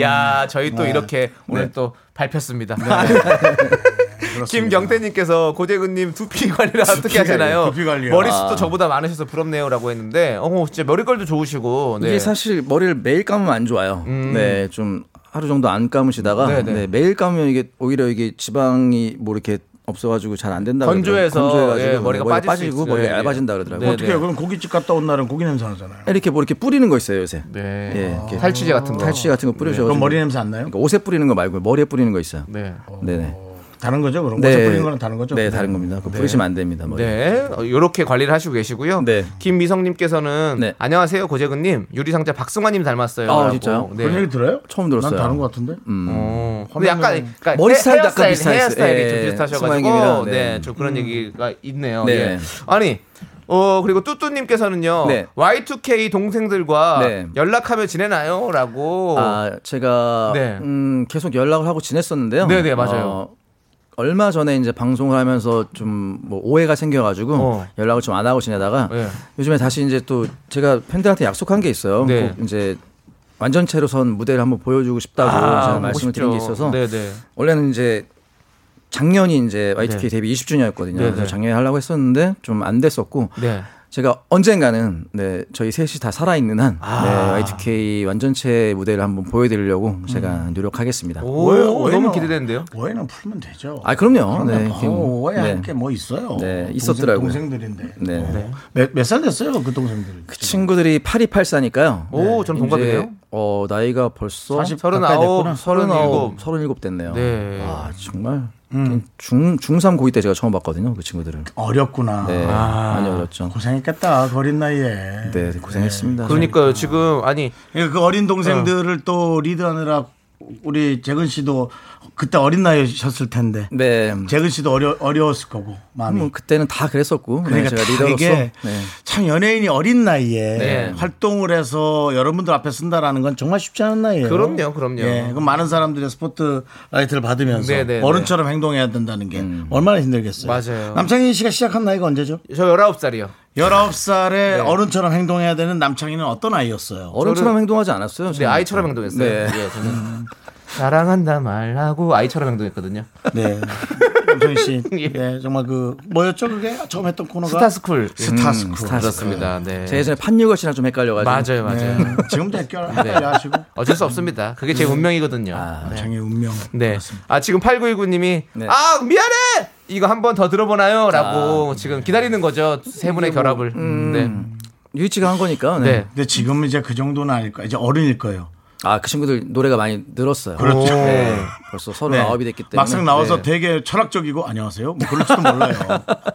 [SPEAKER 2] 야, 저희 또 이렇게 오늘 또 밟혔습니다. 김경태님께서 고재근님 두피 관리를
[SPEAKER 1] 두피
[SPEAKER 2] 어떻게 하시나요?
[SPEAKER 1] 관리, 두피 관리요.
[SPEAKER 2] 머리숱도
[SPEAKER 1] 아.
[SPEAKER 2] 저보다 많으셔서 부럽네요라고 했는데, 어, 진짜 머리결도 좋으시고. 네. 음.
[SPEAKER 8] 이게 사실 머리를 매일 감으면 안 좋아요. 네, 좀 하루 정도 안 감으시다가
[SPEAKER 2] 네네.
[SPEAKER 8] 네, 매일 감으면 이게 오히려 이게 지방이 뭐 이렇게 없어가지고 잘 안 된다.
[SPEAKER 2] 건조해서, 예, 머리가 빠질 수
[SPEAKER 8] 빠지고
[SPEAKER 2] 있어요.
[SPEAKER 8] 머리가
[SPEAKER 2] 예.
[SPEAKER 8] 얇아진다 그러더라고요.
[SPEAKER 1] 어떻게 해요? 그럼 고깃집 갔다 온 날은 고기 냄새 나잖아요.
[SPEAKER 8] 이렇게 뭐 이렇게 뿌리는 거 있어요 요새.
[SPEAKER 2] 네.
[SPEAKER 8] 예, 이렇게
[SPEAKER 2] 탈취제 같은 거. 네.
[SPEAKER 8] 탈취 같은 거 뿌려줘.
[SPEAKER 1] 그럼 머리 냄새 안 나요?
[SPEAKER 8] 그러니까 옷에 뿌리는 거 말고 머리에 뿌리는 거 있어요.
[SPEAKER 2] 네.
[SPEAKER 8] 네네.
[SPEAKER 1] 다른 거죠? 그럼
[SPEAKER 8] 네.
[SPEAKER 1] 꽃에 뿌리는 거랑 다른 거죠?
[SPEAKER 8] 네, 다른 겁니다. 그거 뿌리시면 안 됩니다. 머리.
[SPEAKER 2] 네, 이렇게 관리를 하시고 계시고요. 김미성님께서는 안녕하세요 고재근님 유리상자 박승환님 닮았어요.
[SPEAKER 8] 아,
[SPEAKER 2] 라고.
[SPEAKER 8] 진짜요?
[SPEAKER 2] 네.
[SPEAKER 1] 그런 얘기 들어요?
[SPEAKER 8] 처음 들었어요.
[SPEAKER 1] 난 다른 것 같은데?
[SPEAKER 2] 어,
[SPEAKER 1] 화면은-
[SPEAKER 2] 근데 약간 그러니까
[SPEAKER 8] 머리 스타일도 약간
[SPEAKER 2] 헤어스타일,
[SPEAKER 8] 비슷했어요.
[SPEAKER 2] 헤어스타일이
[SPEAKER 8] 예,
[SPEAKER 2] 좀
[SPEAKER 8] 예.
[SPEAKER 2] 비슷하셔가지고
[SPEAKER 8] 수만경이랑,
[SPEAKER 2] 네,
[SPEAKER 8] 네.
[SPEAKER 2] 좀 그런 얘기가 있네요.
[SPEAKER 8] 네.
[SPEAKER 2] 예. 아니. 어 그리고 뚜뚜님께서는요
[SPEAKER 8] 네.
[SPEAKER 2] Y2K 동생들과
[SPEAKER 8] 네.
[SPEAKER 2] 연락하며 지내나요?라고
[SPEAKER 8] 아, 제가
[SPEAKER 2] 어. 네.
[SPEAKER 8] 음, 계속 연락을 하고 지냈었는데요.
[SPEAKER 2] 네, 네, 맞아요.
[SPEAKER 8] 어, 얼마 전에 이제 방송을 하면서 좀 뭐 오해가 생겨가지고
[SPEAKER 2] 어.
[SPEAKER 8] 연락을 좀 안 하고 지내다가
[SPEAKER 2] 네.
[SPEAKER 8] 요즘에 다시 이제 또 제가 팬들한테 약속한 게 있어요.
[SPEAKER 2] 네.
[SPEAKER 8] 꼭 이제 완전체로 선 무대를 한번 보여주고 싶다고
[SPEAKER 2] 아,
[SPEAKER 8] 제가
[SPEAKER 2] 보고
[SPEAKER 8] 말씀을 드린 게
[SPEAKER 2] 싶죠.
[SPEAKER 8] 있어서
[SPEAKER 2] 네, 네.
[SPEAKER 8] 원래는 이제 작년이 이제 Y2K
[SPEAKER 2] 네.
[SPEAKER 8] 데뷔 20주년이었거든요.
[SPEAKER 2] 네,
[SPEAKER 8] 그래서
[SPEAKER 2] 네.
[SPEAKER 8] 작년에 하려고 했었는데 좀 안 됐었고
[SPEAKER 2] 네.
[SPEAKER 8] 제가 언젠가는 네, 저희 셋이 다 살아있는 한 네, Y2K 완전체 무대를 한번 보여드리려고 제가 노력하겠습니다.
[SPEAKER 1] 뭐,
[SPEAKER 2] 오, 너무 기대되는데요.
[SPEAKER 1] 오해는 풀면 되죠.
[SPEAKER 8] 아 그럼요.
[SPEAKER 1] 그럼요.
[SPEAKER 8] 네,
[SPEAKER 1] 어,
[SPEAKER 8] 지금,
[SPEAKER 1] 오해할
[SPEAKER 8] 네.
[SPEAKER 1] 게 뭐 있어요?
[SPEAKER 8] 네, 있었더라고요.
[SPEAKER 1] 동생, 동생들인데. 어.
[SPEAKER 8] 네.
[SPEAKER 1] 몇 살 됐어요, 그 동생들?
[SPEAKER 8] 그 친구들이 8284니까요.
[SPEAKER 2] 오, 저는 네. 동갑이네요.
[SPEAKER 8] 어, 나이가 벌써
[SPEAKER 2] 40 가까이 됐구나.
[SPEAKER 8] 39, 37 됐네요.
[SPEAKER 2] 네.
[SPEAKER 8] 아, 정말 중, 중3 고이 때 제가 처음 봤거든요. 그 친구들을.
[SPEAKER 1] 어렸구나.
[SPEAKER 8] 네.
[SPEAKER 1] 아.
[SPEAKER 8] 많이 어렸죠.
[SPEAKER 1] 고생했겠다, 어린 나이에.
[SPEAKER 8] 네, 고생했습니다.
[SPEAKER 2] 그러니까요 지금 아니
[SPEAKER 1] 예, 그 어린 동생들을 또 리드하느라 우리 재근 씨도 그때 어린 나이셨을 텐데.
[SPEAKER 8] 네.
[SPEAKER 1] 재근 씨도 어려 어려웠을 거고 마음이.
[SPEAKER 8] 뭐 그때는 다 그랬었고. 네,
[SPEAKER 1] 그러니까
[SPEAKER 8] 제가
[SPEAKER 1] 다
[SPEAKER 8] 리더로서
[SPEAKER 1] 이게
[SPEAKER 8] 네.
[SPEAKER 1] 참 연예인이 어린 나이에
[SPEAKER 8] 네.
[SPEAKER 1] 활동을 해서 여러분들 앞에 쓴다라는 건 정말 쉽지 않은 나이에요.
[SPEAKER 2] 그럼요, 그럼요.
[SPEAKER 1] 예, 그럼 많은 사람들의 스포트 라이트를 받으면서
[SPEAKER 2] 네, 네,
[SPEAKER 1] 어른처럼 행동해야 된다는 게
[SPEAKER 8] 음.
[SPEAKER 1] 얼마나 힘들겠어요.
[SPEAKER 2] 맞아요.
[SPEAKER 1] 남창희 씨가 시작한 나이가 언제죠?
[SPEAKER 2] 저 19살이요.
[SPEAKER 1] 19살에
[SPEAKER 2] 네.
[SPEAKER 1] 어른처럼 행동해야 되는 남창희는 어떤 아이였어요?
[SPEAKER 8] 어른처럼 행동하지 않았어요.
[SPEAKER 2] 네, 아이처럼 행동했어요.
[SPEAKER 8] 네.
[SPEAKER 2] 예, 저는 사랑한다 말하고 아이처럼 행동했거든요.
[SPEAKER 1] 네. 남창희 씨.
[SPEAKER 2] 예.
[SPEAKER 1] 네, 정말 그 뭐였죠 그게 처음 했던 코너가
[SPEAKER 2] 스타스쿨.
[SPEAKER 1] 스타스쿨.
[SPEAKER 8] 음, 스타스쿨.
[SPEAKER 2] 그렇습니다. 네.
[SPEAKER 8] 제 예전에 판유걸 씨랑 좀 헷갈려가지고.
[SPEAKER 2] 맞아요, 맞아요.
[SPEAKER 1] 네, 지금도 헷갈려
[SPEAKER 2] 네.
[SPEAKER 1] 헷갈려 하시고
[SPEAKER 2] 어쩔 수 없습니다. 그게 제 운명이거든요. 네.
[SPEAKER 1] 남창희 운명.
[SPEAKER 2] 네. 아, 지금 8919님이
[SPEAKER 8] 네.
[SPEAKER 2] 아, 미안해! 이거 한 번 더 들어보나요? 라고 지금 기다리는 거죠. 세 분의 결합을. 네.
[SPEAKER 8] 유치가 한 거니까. 네.
[SPEAKER 2] 네.
[SPEAKER 1] 근데 지금 은 이제 그 정도는 아닐 거예요. 이제 어른일 거예요.
[SPEAKER 8] 아, 그 친구들 노래가 많이 늘었어요.
[SPEAKER 1] 그렇죠.
[SPEAKER 8] 네, 벌써
[SPEAKER 1] 네.
[SPEAKER 8] 39이 됐기 때문에.
[SPEAKER 1] 막상 나와서
[SPEAKER 8] 네.
[SPEAKER 1] 되게 철학적이고 안녕하세요. 뭐 그럴지도 몰라요.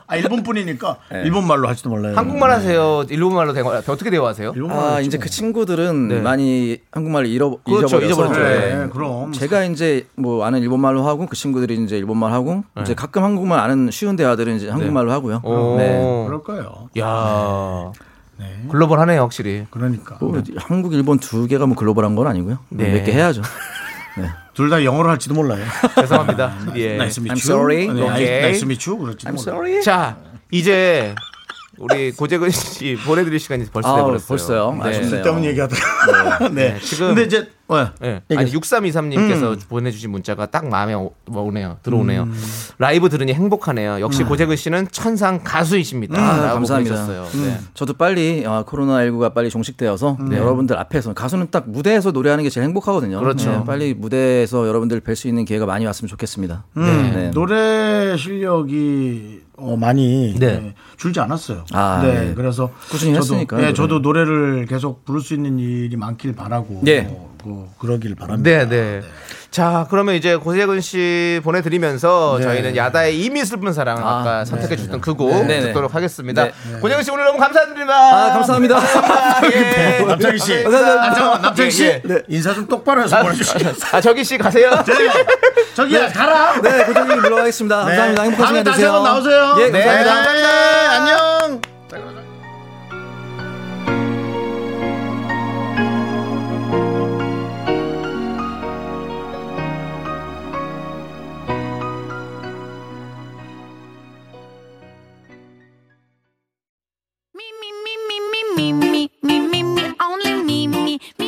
[SPEAKER 1] 아 일본 분이니까
[SPEAKER 8] 네.
[SPEAKER 1] 일본 말로 할지도 몰라요.
[SPEAKER 2] 한국말 하세요? 일본말로 대화, 어떻게 대화하세요?
[SPEAKER 8] 아, 이제 그 친구들은 많이 한국말을 잃어,
[SPEAKER 2] 그렇죠,
[SPEAKER 8] 잊어버려서
[SPEAKER 2] 잊어버렸죠.
[SPEAKER 8] 네.
[SPEAKER 1] 네, 그럼
[SPEAKER 8] 제가 이제 뭐 아는 일본말로 하고 그 친구들이 이제 일본말 하고 이제 가끔 한국말 아는 쉬운 대화들은 이제 한국말로 하고요.
[SPEAKER 2] 오.
[SPEAKER 8] 네.
[SPEAKER 1] 그럴 거예요.
[SPEAKER 2] 야 글로벌하네요, 확실히.
[SPEAKER 1] 그러니까
[SPEAKER 8] 뭐 한국 일본 두 개가 뭐 글로벌한 건 아니고요.
[SPEAKER 2] 네.
[SPEAKER 8] 몇 개 해야죠.
[SPEAKER 1] 둘 다 영어로 할지도 몰라요.
[SPEAKER 2] 죄송합니다. 예.
[SPEAKER 1] 나이스 미추.
[SPEAKER 8] 네. I'm sorry.
[SPEAKER 1] 네, 아이-
[SPEAKER 2] 오케이.
[SPEAKER 1] 나이스 미추 그럴지도 몰라요.
[SPEAKER 2] 자, 이제 우리 고재근 씨 보내드릴 시간이 벌써
[SPEAKER 8] 아,
[SPEAKER 2] 돼버렸어요.
[SPEAKER 8] 벌써요? 아쉽네요.
[SPEAKER 1] 쓸데없는 얘기하다가 네.
[SPEAKER 2] 지금-
[SPEAKER 1] 근데 이제 어,
[SPEAKER 2] 네. 아니 6323님께서
[SPEAKER 8] 음.
[SPEAKER 2] 보내주신 문자가 딱 마음에 오- 오네요. 들어오네요. 라이브 들으니 행복하네요. 역시 고재근 씨는 천상 가수이십니다.
[SPEAKER 8] 음. 아,
[SPEAKER 2] 라고
[SPEAKER 8] 감사합니다. 음.
[SPEAKER 2] 보내셨어요.
[SPEAKER 8] 저도 빨리 아, 코로나19가 빨리 종식되어서
[SPEAKER 1] 음.
[SPEAKER 8] 네,
[SPEAKER 1] 네.
[SPEAKER 8] 여러분들 앞에서 가수는 딱 무대에서 노래하는 게 제일 행복하거든요. 네,
[SPEAKER 2] 그렇죠.
[SPEAKER 8] 빨리 무대에서 여러분들 뵐 수 있는 기회가 많이 왔으면 좋겠습니다.
[SPEAKER 1] 음,
[SPEAKER 8] 네.
[SPEAKER 1] 노래 실력이 어, 많이
[SPEAKER 8] 네.
[SPEAKER 1] 네, 줄지 않았어요.
[SPEAKER 8] 아,
[SPEAKER 1] 네,
[SPEAKER 8] 네.
[SPEAKER 1] 그래서
[SPEAKER 8] 꾸준히
[SPEAKER 1] 저도,
[SPEAKER 8] 했으니까요,
[SPEAKER 1] 네,
[SPEAKER 8] 노래.
[SPEAKER 1] 저도 노래를 계속 부를 수 있는 일이 많길 바라고
[SPEAKER 8] 네.
[SPEAKER 1] 어, 그, 그러길 바랍니다.
[SPEAKER 2] 네, 네. 네. 자, 그러면 이제 고재근 씨 보내드리면서 저희는 야다의 이미 슬픈 사랑
[SPEAKER 8] 네. 아,
[SPEAKER 2] 아, 까 선택해 주셨던 그 곡
[SPEAKER 8] 네, 네.
[SPEAKER 2] 듣도록 하겠습니다.
[SPEAKER 8] 네.
[SPEAKER 2] 고재근 씨 오늘 너무 감사드립니다.
[SPEAKER 8] 아, 감사합니다. 네.
[SPEAKER 2] 예.
[SPEAKER 1] 남창희 씨,
[SPEAKER 2] 감사합니다.
[SPEAKER 1] 아, 잠깐만, 남창희 씨 네.
[SPEAKER 2] 예, 예.
[SPEAKER 1] 인사 좀 똑바로 해서 보내주시죠.
[SPEAKER 2] 아, 저기 씨 가세요.
[SPEAKER 1] 저기야 가라. 네.
[SPEAKER 8] 네, 고정님 물러가겠습니다. 감사합니다. 행복한
[SPEAKER 1] 다음에
[SPEAKER 8] 시간
[SPEAKER 1] 다시
[SPEAKER 8] 되세요.
[SPEAKER 1] 한번 나오세요.
[SPEAKER 8] 예, 감사합니다.
[SPEAKER 1] 네, 안녕.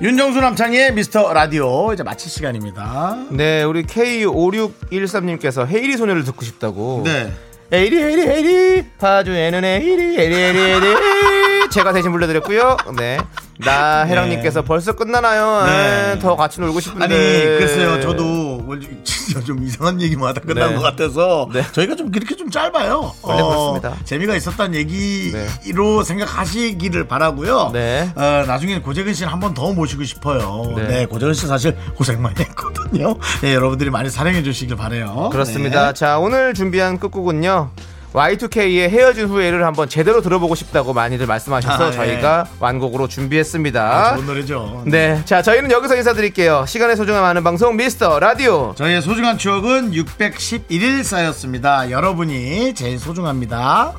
[SPEAKER 1] 윤정수 남창의 미스터 라디오 이제 마칠 시간입니다.
[SPEAKER 2] 네, 우리 K5613님께서 헤이리 소녀를 듣고 싶다고.
[SPEAKER 1] 네.
[SPEAKER 2] 에이리 에이리 에이리 파주에는 에이리 에이리 에이리 에이리 제가 대신 불러드렸고요. 네. 나 해랑님께서 벌써 끝나나요?
[SPEAKER 1] 네.
[SPEAKER 2] 에이, 더 같이 놀고 싶은데.
[SPEAKER 1] 아니 글쎄요 저도 원래 진짜 좀 이상한 얘기만 뭐 하다 끝난
[SPEAKER 2] 네.
[SPEAKER 1] 것 같아서 저희가 좀 그렇게 좀 짧아요. 어,
[SPEAKER 2] 원래 그렇습니다. 네.
[SPEAKER 1] 재미가 있었다는 얘기로 생각하시기를 바라고요. 어, 나중에는 고재근 씨를 한 번 더 모시고 싶어요. 네,
[SPEAKER 2] 네.
[SPEAKER 1] 고재근 씨 사실 고생 많이 했거든요. 네, 여러분들이 많이 사랑해 주시길 바래요.
[SPEAKER 2] 그렇습니다.
[SPEAKER 1] 네.
[SPEAKER 2] 자, 오늘 준비한 끝곡은요. Y2K의 헤어진 후회를 한번 제대로 들어보고 싶다고 많이들 말씀하셔서
[SPEAKER 1] 아, 네.
[SPEAKER 2] 저희가 완곡으로 준비했습니다.
[SPEAKER 1] 아, 좋은 노래죠.
[SPEAKER 2] 네. 자, 저희는 여기서 인사드릴게요. 시간의 소중함 아는 방송 미스터 라디오.
[SPEAKER 1] 저희의 소중한 추억은 611일 쌓였습니다. 여러분이 제일 소중합니다.